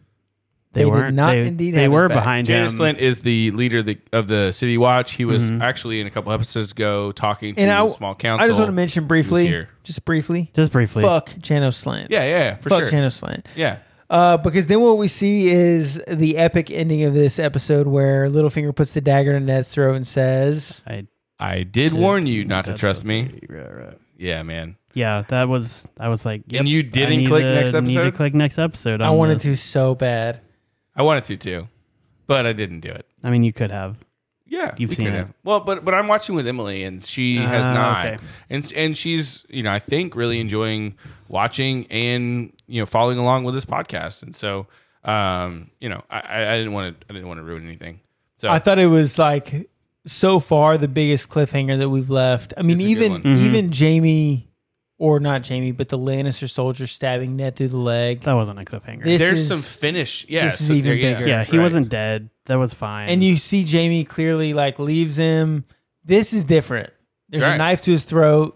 Speaker 3: They,
Speaker 1: did
Speaker 3: weren't.
Speaker 1: not
Speaker 3: they,
Speaker 1: indeed
Speaker 3: They
Speaker 1: have his
Speaker 3: were
Speaker 1: back.
Speaker 3: behind
Speaker 2: Janice
Speaker 3: him.
Speaker 2: Lint is the leader of the, of the City Watch. He was actually in a couple episodes ago talking to
Speaker 1: Mm-hmm. and I
Speaker 2: the small council.
Speaker 1: I just want to mention briefly,
Speaker 2: here.
Speaker 1: just briefly,
Speaker 3: Just briefly.
Speaker 1: fuck Janos Slant,
Speaker 2: Yeah, yeah, for
Speaker 1: fuck
Speaker 2: sure.
Speaker 1: Janos Slant.
Speaker 2: Yeah,
Speaker 1: Uh, because then what we see is the epic ending of this episode where Littlefinger puts the dagger in Ned's throat and says,
Speaker 3: I
Speaker 2: I did warn you not to
Speaker 3: that's
Speaker 2: trust me.
Speaker 3: right, right.
Speaker 2: Yeah, man.
Speaker 3: Yeah, that was. I was like, yep,
Speaker 2: And you
Speaker 3: I
Speaker 2: didn't
Speaker 3: need
Speaker 2: click
Speaker 3: to-
Speaker 2: next
Speaker 3: Need to
Speaker 2: episode?
Speaker 3: click next episode.
Speaker 1: I
Speaker 3: on
Speaker 1: wanted to
Speaker 3: this.
Speaker 1: so bad.
Speaker 2: I wanted to too, but I didn't do it.
Speaker 3: I mean, you could have.
Speaker 2: Yeah,
Speaker 3: You've
Speaker 2: we
Speaker 3: seen
Speaker 2: could
Speaker 3: it.
Speaker 2: have. Well, but but I'm watching with Emily, and she has
Speaker 3: Ah,
Speaker 1: Uh-huh.
Speaker 2: not,
Speaker 3: okay.
Speaker 2: and and she's you know I think really enjoying watching and you know following along with this podcast, and so um you know I- I I didn't want to I didn't want to ruin anything. So
Speaker 1: I thought it was like so far the biggest cliffhanger that we've left. I mean,
Speaker 2: It's a good
Speaker 1: even
Speaker 2: one.
Speaker 1: even Jamie or not Jamie, but the Lannister soldier stabbing Ned through the leg.
Speaker 3: That wasn't a cliffhanger.
Speaker 1: This
Speaker 2: there's
Speaker 1: is-
Speaker 2: some finish. Yeah,
Speaker 1: this is
Speaker 2: so
Speaker 1: even
Speaker 2: there-
Speaker 1: bigger.
Speaker 3: yeah, he
Speaker 2: right.
Speaker 3: wasn't dead. That was fine.
Speaker 1: And you see Jamie clearly like leaves him. This is different. There's
Speaker 2: Right.
Speaker 1: a knife to his throat.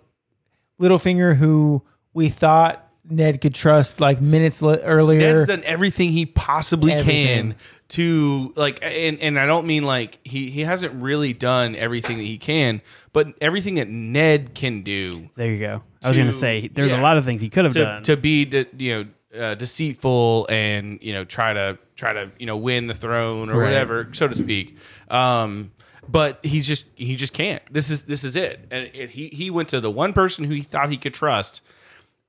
Speaker 1: Littlefinger, who we thought Ned could trust like minutes le- earlier.
Speaker 2: Ned's done everything he possibly
Speaker 1: Everything.
Speaker 2: can to like, and and I don't mean like he he hasn't really done everything that he can, but everything that Ned can do
Speaker 3: there you go. I was gonna
Speaker 2: to-
Speaker 3: say there's
Speaker 2: yeah.
Speaker 3: a lot of things he could have
Speaker 2: to
Speaker 3: done.
Speaker 2: to be de- you know uh, deceitful and you know try to try to you know win the throne or whatever, so to speak. Um, but he just he just can't. This is this is it. And it, he he went to the one person who he thought he could trust,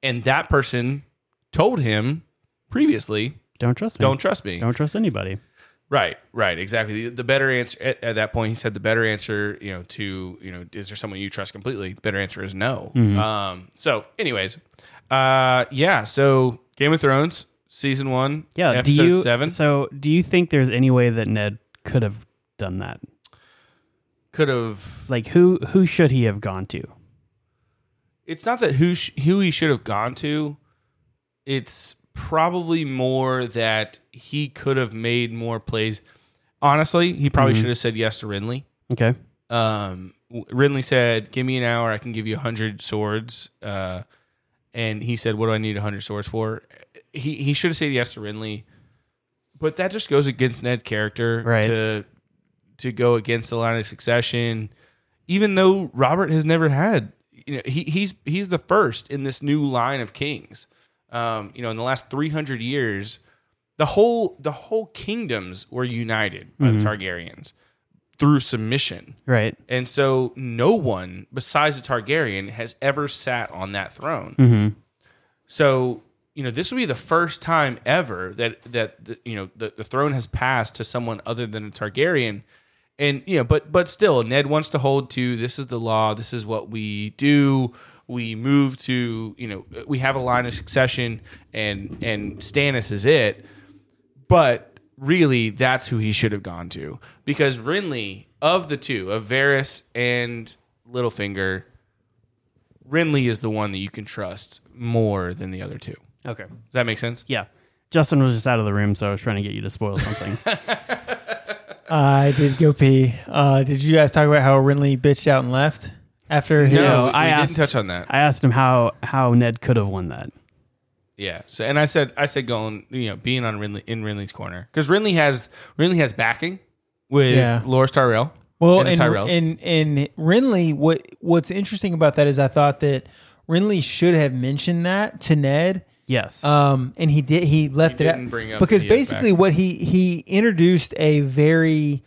Speaker 2: and that person told him previously,
Speaker 3: don't trust me.
Speaker 2: "Don't trust me."
Speaker 3: Don't trust anybody.
Speaker 2: Right, right, exactly. The, the better answer at, at that point, he said the better answer, you know, to you know, is there someone you trust completely? The better answer
Speaker 3: Mm-hmm.
Speaker 2: is no. Um, so, anyways, uh, yeah. So, Game of Thrones season one,
Speaker 3: Yeah.
Speaker 2: episode
Speaker 3: do you,
Speaker 2: seven.
Speaker 3: So, do you think there's any way that Ned could have done that?
Speaker 2: Could have.
Speaker 3: Like, who who should he have gone to?
Speaker 2: It's not that who sh- who he should have gone to. It's probably more that he could have made more plays. Honestly, he probably
Speaker 3: Mm-hmm.
Speaker 2: should have said yes to Rinley.
Speaker 3: Okay.
Speaker 2: um, w- Ridley said, "Give me an hour. I can give you hundred swords." Uh, and he said, "What do I need hundred swords for?" He he should have said yes to Ridley, but that just goes against Ned's character
Speaker 3: Right.
Speaker 2: to to go against the line of succession. Even though Robert has never had, you know, he he's he's the first in this new line of kings. Um, you know, in the last three hundred years, the whole the whole kingdoms were united by the Targaryens through submission.
Speaker 3: Right.
Speaker 2: And so no one besides the Targaryen has ever sat on that throne. So, you know, this would be the first time ever that that the, you know the, the throne has passed to someone other than a Targaryen. And you know, but but still Ned wants to hold to this is the law, this is what we do. We move to, you know, we have a line of succession and and Stannis is it but really that's who he should have gone to because Rinley of the two of Varys and Littlefinger Rinley is the one that you can trust more than the other two. Does
Speaker 3: Okay.
Speaker 2: that make sense?
Speaker 3: Yeah. Justin was just out of the room, so I was trying to get you to spoil something.
Speaker 1: I did go pee. Uh, did you guys talk about how Rinley bitched out and left after his?
Speaker 2: No,
Speaker 3: I
Speaker 2: I
Speaker 3: asked-
Speaker 2: didn't touch on that.
Speaker 3: I asked him how how Ned could have won that.
Speaker 2: Yeah. So and I said I said going, you know, being on Rinley in Rinley's corner cuz Rinley has Rinley has backing with
Speaker 1: Yeah.
Speaker 2: Loras Tyrell.
Speaker 1: Well,
Speaker 2: and the
Speaker 1: and,
Speaker 2: Tyrells.
Speaker 1: and and Renly, what what's interesting about that is I thought that Renly should have mentioned that to Ned,
Speaker 3: Yes.
Speaker 1: um, and he did. He left it
Speaker 2: didn't
Speaker 1: out
Speaker 2: bring up
Speaker 1: because
Speaker 2: that he had
Speaker 1: basically what he he introduced a very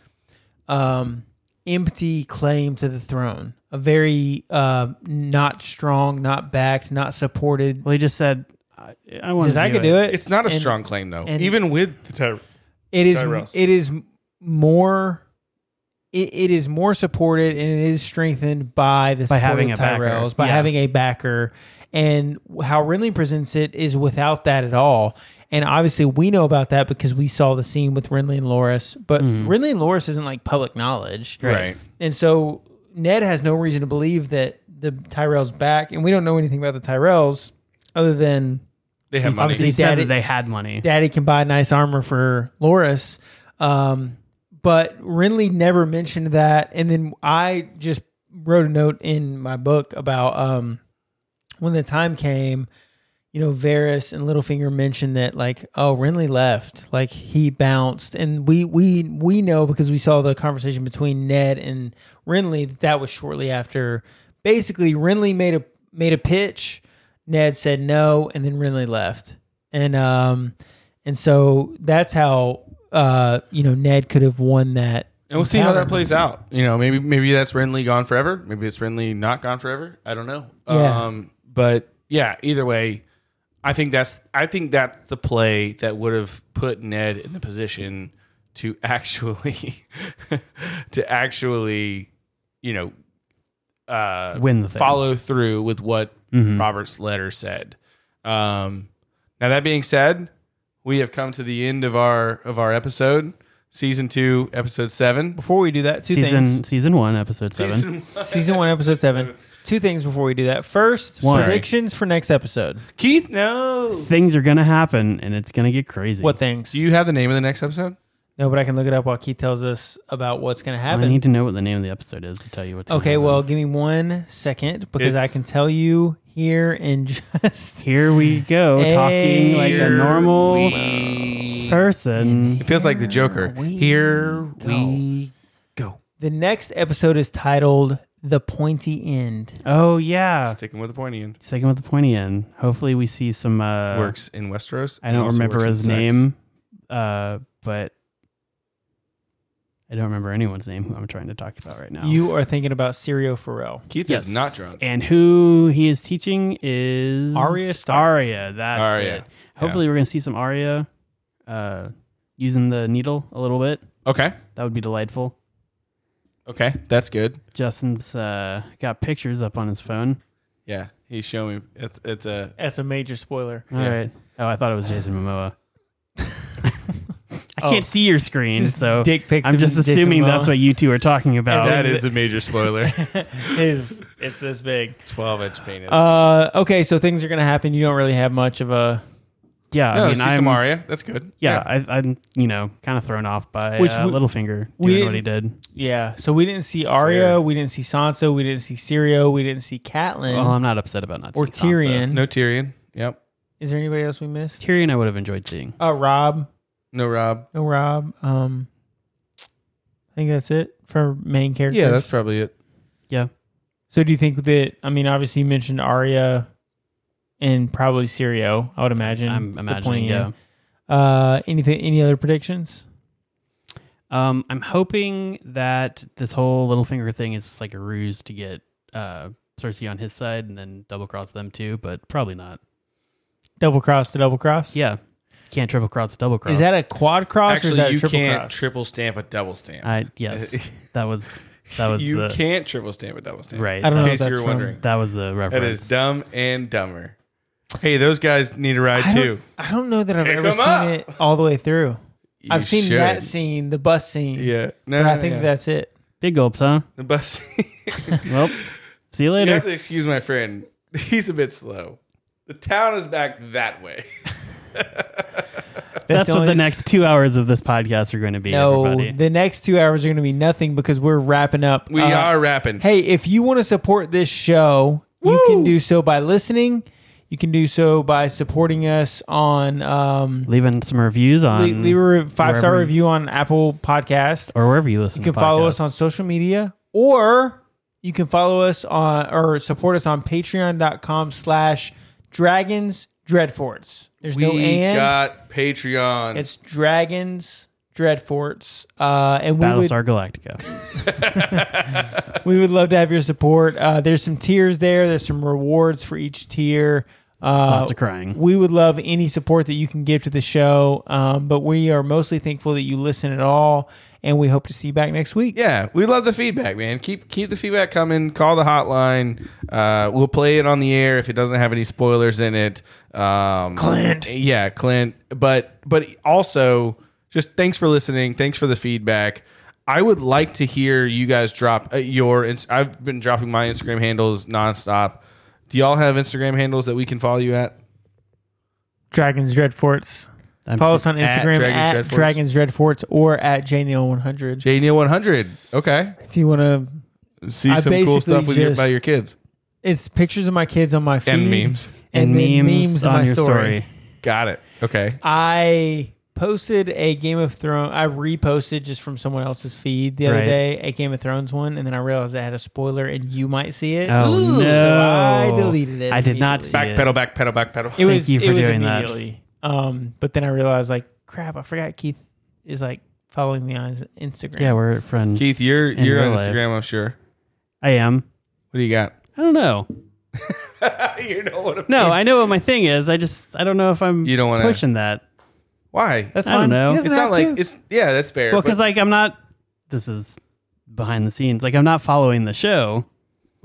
Speaker 1: um, empty claim to the throne, a very uh, not strong, not backed, not supported.
Speaker 3: well, he just said, "I, I want
Speaker 1: Says
Speaker 3: to."
Speaker 1: I could do it.
Speaker 2: it's not a
Speaker 1: And-
Speaker 2: strong claim though.
Speaker 1: and-
Speaker 2: Even with the Ty-
Speaker 1: it is
Speaker 2: Tyrells.
Speaker 1: it is more it, it is more supported and it is strengthened by the
Speaker 3: By
Speaker 1: support
Speaker 3: having
Speaker 1: of
Speaker 3: a backer.
Speaker 1: Tyrells, by
Speaker 3: Yeah.
Speaker 1: having a backer and how Ridley presents it is without that at all and obviously we know about that because we saw the scene with Renly and Loris but
Speaker 3: Mm-hmm.
Speaker 1: Renly and Loris isn't like public knowledge
Speaker 2: Right.
Speaker 1: and so Ned has no reason to believe that the Tyrells back and we don't know anything about the Tyrells other than
Speaker 2: They have money.
Speaker 1: obviously
Speaker 3: He said
Speaker 1: Daddy-
Speaker 3: that they had money.
Speaker 1: daddy can buy nice armor for Loris. Um, but Renly never mentioned that. And then I just wrote a note in my book about um, when the time came, you know, Varys and Littlefinger mentioned that like, oh, Renly left, like he bounced, and we we we know because we saw the conversation between Ned and Renly that that was shortly after. Basically, Renly made a made a pitch. Ned said no, and then Renly left, and um, and so that's how uh, you know Ned could have won that.
Speaker 2: And we'll see how that
Speaker 1: encounter.
Speaker 2: plays out. You know, maybe maybe that's Renly gone forever. Maybe it's Renly not gone forever. I don't know.
Speaker 1: Yeah.
Speaker 2: Um but yeah, either way, I think that's I think that's the play that would have put Ned in the position to actually to actually, you know, uh
Speaker 3: Win the thing. Mm-hmm.
Speaker 2: follow through with what Robert's letter said. Um now that being said, we have come to the end of our of our episode, season 2, episode 7.
Speaker 1: Before we do that, two
Speaker 3: season
Speaker 1: things.
Speaker 3: season one, episode seven.
Speaker 1: Season one, episode seven. Two things before we do that. First,
Speaker 3: One.
Speaker 1: predictions for next episode.
Speaker 2: Keith, no.
Speaker 3: Things are gonna happen, and it's gonna get crazy.
Speaker 1: What things?
Speaker 2: Do you have the name of the next episode?
Speaker 1: No, but I can look it up while Keith tells us about what's going to
Speaker 3: I
Speaker 1: happen.
Speaker 3: need to know what the name of the episode is to tell you what's. gonna
Speaker 1: okay,
Speaker 3: happen.
Speaker 1: well, give me one second because I
Speaker 2: It's-
Speaker 1: can tell you here in just.
Speaker 3: here we go, talking like a
Speaker 1: Here
Speaker 3: normal
Speaker 2: we-
Speaker 3: person.
Speaker 2: It feels like the Joker.
Speaker 1: we
Speaker 2: Here we go.
Speaker 1: The next episode is titled The Pointy End.
Speaker 3: Oh yeah,
Speaker 2: Sticking with the pointy end.
Speaker 3: sticking with the pointy end. Hopefully, we see some. Uh,
Speaker 2: works in Westeros.
Speaker 3: I
Speaker 2: and
Speaker 3: don't
Speaker 2: also
Speaker 3: remember
Speaker 2: works in
Speaker 3: his
Speaker 2: sex.
Speaker 3: name, uh, but I don't remember anyone's name who I'm trying to talk about right now.
Speaker 1: You are thinking about Sirio Farrell.
Speaker 2: Keith
Speaker 3: Yes.
Speaker 2: is not drunk.
Speaker 3: And who he is teaching is
Speaker 1: Arya Stark.
Speaker 3: Aria. That's
Speaker 2: Arya,
Speaker 3: it. Hopefully, we're gonna see some Aria uh, using the needle a little bit.
Speaker 2: Okay.
Speaker 3: That would be delightful.
Speaker 2: Okay. That's good.
Speaker 3: Justin's uh, got pictures up on his phone.
Speaker 2: Yeah. He's showing me. It's, it's a.
Speaker 1: That's a major spoiler.
Speaker 3: All right,
Speaker 2: Yeah.
Speaker 3: Oh, I thought it was Jason Momoa. I can't see your screen, so
Speaker 1: dick pics
Speaker 3: Oh, I'm
Speaker 1: of
Speaker 3: just
Speaker 1: Oh. Jason
Speaker 3: assuming that's
Speaker 1: Momoa.
Speaker 3: what you two are talking about.
Speaker 2: That is a major spoiler.
Speaker 1: His it's this big.
Speaker 2: 12 inch penis.
Speaker 1: Uh, okay, so things are gonna happen. You don't really have much of a
Speaker 3: yeah.
Speaker 2: no,
Speaker 3: I mean,
Speaker 2: see
Speaker 3: I'm
Speaker 2: some Aria. That's good.
Speaker 3: yeah, I, I'm you know kind of thrown off by
Speaker 1: Which
Speaker 3: uh,
Speaker 1: we-
Speaker 3: Littlefinger
Speaker 1: we
Speaker 3: doing what he
Speaker 1: didn't-
Speaker 3: did.
Speaker 1: yeah. So we didn't see Arya,
Speaker 2: Fair.
Speaker 1: we didn't see Sansa, we didn't see Syrio, we didn't see
Speaker 2: Oh,
Speaker 1: Catelyn
Speaker 3: Well, I'm not upset about not
Speaker 1: or
Speaker 3: seeing Sansa.
Speaker 1: Tyrion.
Speaker 2: No Tyrion. Yep.
Speaker 1: Is there anybody else we missed?
Speaker 3: Tyrion, I would have enjoyed seeing.
Speaker 1: Uh, Rob,
Speaker 2: No Rob.
Speaker 1: no Rob. Um, I think that's it for main characters.
Speaker 2: Yeah, that's probably it.
Speaker 3: Yeah,
Speaker 1: So do you think that? I mean, obviously you mentioned Arya and probably Syrio. I would imagine.
Speaker 3: I'm
Speaker 1: for
Speaker 3: imagining.
Speaker 1: pointing
Speaker 3: Yeah.
Speaker 1: out. Uh, anything? Any other predictions?
Speaker 3: Um, I'm hoping that this whole Littlefinger thing is just like a ruse to get uh, Cersei on his side and then double cross them too, but probably not.
Speaker 1: Double cross to double cross.
Speaker 3: Yeah, can't triple cross, double cross.
Speaker 1: Is that a quad cross or is that a
Speaker 2: Actually, you
Speaker 1: triple
Speaker 2: can't
Speaker 1: cross?
Speaker 2: triple stamp a double stamp.
Speaker 3: I yes, that was that was
Speaker 2: you
Speaker 3: the
Speaker 2: can't triple stamp a double stamp.
Speaker 3: right.
Speaker 1: I don't
Speaker 2: In
Speaker 1: know
Speaker 3: that,
Speaker 1: if
Speaker 2: case you
Speaker 1: that's
Speaker 2: were
Speaker 1: from-
Speaker 2: wondering.
Speaker 3: that was the reference.
Speaker 2: That is dumb and dumber. Hey, those guys need a ride
Speaker 1: I
Speaker 2: too.
Speaker 1: don't, I don't know that I've
Speaker 2: Pick
Speaker 1: ever
Speaker 2: 'em
Speaker 1: seen
Speaker 2: up.
Speaker 1: it all the way through. I've
Speaker 2: You
Speaker 1: seen that
Speaker 2: should.
Speaker 1: scene, the bus scene.
Speaker 2: Yeah. No,
Speaker 1: But I
Speaker 2: no,
Speaker 1: think
Speaker 2: yeah.
Speaker 1: that's it.
Speaker 3: Big gulps, huh?
Speaker 2: the bus.
Speaker 3: Well, see you
Speaker 2: you
Speaker 3: later.
Speaker 2: have to excuse my friend. He's a bit slow. The town is back that way.
Speaker 3: That's
Speaker 1: the
Speaker 3: what
Speaker 1: only-
Speaker 3: the next two hours of this podcast are going to be.
Speaker 1: No,
Speaker 3: everybody.
Speaker 1: the next two hours are going to be nothing because we're wrapping up.
Speaker 2: We
Speaker 1: Uh,
Speaker 2: are rapping.
Speaker 1: Hey, if you want to support this show, you can do so by listening. You can do so by supporting us on um,
Speaker 3: leaving some reviews on
Speaker 1: le- leave a five star
Speaker 3: wherever-
Speaker 1: review on Apple Podcast.
Speaker 3: or wherever you listen.
Speaker 1: You can follow us on social media or you can follow us on or support us on patreon.com slash dragons dreadforts. There's
Speaker 2: we
Speaker 1: no and
Speaker 2: got Patreon.
Speaker 1: it's dragons dreadforts. Uh and we would,
Speaker 3: Battlestar Galactica.
Speaker 1: we would love to have your support. Uh there's some tiers there, there's some rewards for each tier. Uh
Speaker 3: Lots of crying.
Speaker 1: we would love any support that you can give to the show. Um, but we are mostly thankful that you listen at all and we hope to see you back next week.
Speaker 2: yeah, we love the feedback, man. Keep keep the feedback coming. Call the hotline. Uh, we'll play it on the air if it doesn't have any spoilers in it. Um, Clint, yeah, Clint. But but also, just thanks for listening. Thanks for the feedback. I would like to hear you guys drop uh, your. ins- I've been dropping my Instagram handles nonstop. Do y'all have Instagram handles that we can follow you at?
Speaker 1: Dragons Dreadforts.
Speaker 3: I'm
Speaker 1: Follow
Speaker 3: so-
Speaker 1: us on
Speaker 2: at
Speaker 1: Instagram at,
Speaker 2: Dragons Dreadforts.
Speaker 1: Dragons Dreadforts or at E JNeil100.
Speaker 2: JNeil 100. Okay.
Speaker 1: If you want to,
Speaker 2: See
Speaker 1: I
Speaker 2: some cool
Speaker 1: basically
Speaker 2: stuff with your,
Speaker 1: just-
Speaker 2: about your kids
Speaker 1: it's pictures of my kids on my feed
Speaker 2: and memes.
Speaker 3: and,
Speaker 1: then
Speaker 3: memes,
Speaker 1: in
Speaker 3: on
Speaker 1: my
Speaker 3: your story.
Speaker 2: Got it. Okay.
Speaker 1: I posted a Game of Thrones. I reposted just from someone else's feed the other
Speaker 3: Right.
Speaker 1: day a Game of Thrones one, and then I realized I had a spoiler, and you might see it.
Speaker 3: Oh no!
Speaker 1: So I deleted it.
Speaker 3: I did not
Speaker 1: immediately.
Speaker 3: see
Speaker 2: Back
Speaker 3: it.
Speaker 2: pedal, back pedal, back pedal.
Speaker 1: It was
Speaker 3: you for
Speaker 1: it was
Speaker 3: doing that.
Speaker 1: immediately. Um, but then I realized like crap, I forgot Keith is like following me on his Instagram.
Speaker 3: Yeah, we're friends.
Speaker 2: Keith, you're you're
Speaker 3: real
Speaker 2: on
Speaker 3: life.
Speaker 2: Instagram, I'm sure.
Speaker 3: I am.
Speaker 2: What do you got?
Speaker 3: I don't know.
Speaker 2: you don't want to.
Speaker 3: No, I know what my thing is. I just I don't know if I'm
Speaker 2: You don't wanna-
Speaker 3: pushing that.
Speaker 2: Why?
Speaker 1: that's
Speaker 3: I don't
Speaker 1: fine.
Speaker 3: know.
Speaker 1: He
Speaker 2: it's
Speaker 1: doesn't
Speaker 2: not
Speaker 1: have
Speaker 2: like
Speaker 1: to.
Speaker 2: it's yeah, that's fair.
Speaker 3: Well,
Speaker 2: but-
Speaker 3: because like I'm not. This is behind the scenes. Like I'm not following the show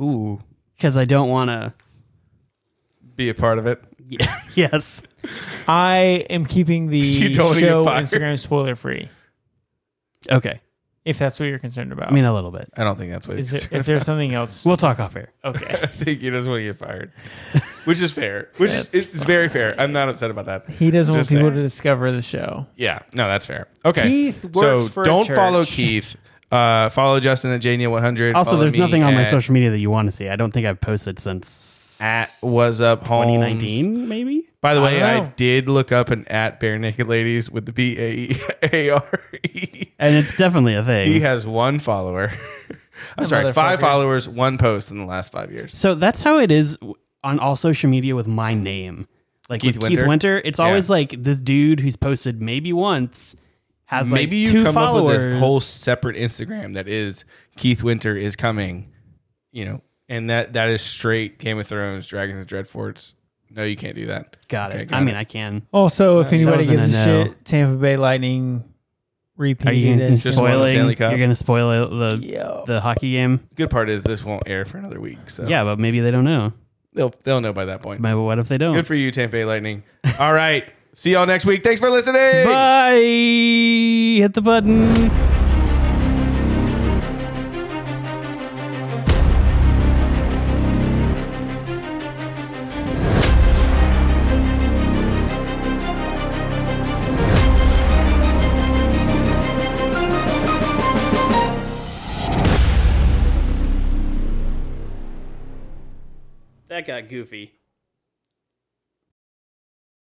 Speaker 2: ooh,
Speaker 3: because I don't want to.
Speaker 2: be a part of it.
Speaker 3: yes.
Speaker 1: I am keeping the
Speaker 2: You don't wanna get
Speaker 1: show
Speaker 2: fired.
Speaker 1: Instagram spoiler free.
Speaker 3: Okay.
Speaker 1: If that's what you're concerned about.
Speaker 3: I mean a little bit.
Speaker 2: I don't think that's what
Speaker 1: is
Speaker 2: he's
Speaker 1: it, if there's something else,
Speaker 3: We'll talk off air.
Speaker 1: okay.
Speaker 2: I think he doesn't want to get fired, which is fair. Which is it's very fair. I'm not upset about that.
Speaker 1: He doesn't want
Speaker 2: Just
Speaker 1: people
Speaker 2: saying.
Speaker 1: to discover the show.
Speaker 2: Yeah, no, that's fair. Okay,
Speaker 1: Keith works
Speaker 2: so
Speaker 1: for a
Speaker 2: don't
Speaker 1: church.
Speaker 2: follow Keith. Uh, follow Justin at JNeil100.
Speaker 3: Also,
Speaker 2: Follow
Speaker 3: there's
Speaker 2: me
Speaker 3: nothing on my
Speaker 2: at-
Speaker 3: social media that you want to see. I don't think I've posted since
Speaker 2: at was up home
Speaker 3: 2019, maybe.
Speaker 2: By the way,
Speaker 1: don't
Speaker 2: I,
Speaker 1: know.
Speaker 2: did look up an at bare naked ladies with the B A R E.
Speaker 3: And it's definitely a thing.
Speaker 2: He has one follower. I'm sorry, five
Speaker 1: motherfucker.
Speaker 2: followers, one post in the last five years.
Speaker 3: So that's how it is w- on all social media with my name. Like
Speaker 2: Keith
Speaker 3: with Keith
Speaker 2: Winter?
Speaker 3: Winter, it's always like this dude who's posted maybe once has
Speaker 2: Maybe
Speaker 3: like
Speaker 2: you
Speaker 3: two
Speaker 2: come
Speaker 3: followers.
Speaker 2: up with a whole separate Instagram that is Keith Winter is coming, you know, and that that is straight Game of Thrones, Dragons and Dreadforts. No, you can't do that.
Speaker 3: got it.
Speaker 2: Okay,
Speaker 3: I mean, I can.
Speaker 1: Also, if anybody
Speaker 3: wasn't
Speaker 1: gives
Speaker 3: a
Speaker 1: a
Speaker 3: no.
Speaker 1: shit, Tampa Bay Lightning
Speaker 3: Are you
Speaker 1: repeated
Speaker 3: gonna,
Speaker 1: as
Speaker 2: Just won the
Speaker 3: spoiling?
Speaker 2: Stanley Cup.
Speaker 3: You're gonna spoil the
Speaker 1: Yo.
Speaker 3: the hockey game?
Speaker 2: Good part is this won't air for another week. So
Speaker 3: Yeah, but maybe they don't know.
Speaker 2: They'll they'll know by that point.
Speaker 3: But what if they don't?
Speaker 2: Good for you, Tampa Bay Lightning. All right. See y'all next week. Thanks for listening.
Speaker 3: Bye. Hit the button. That got goofy.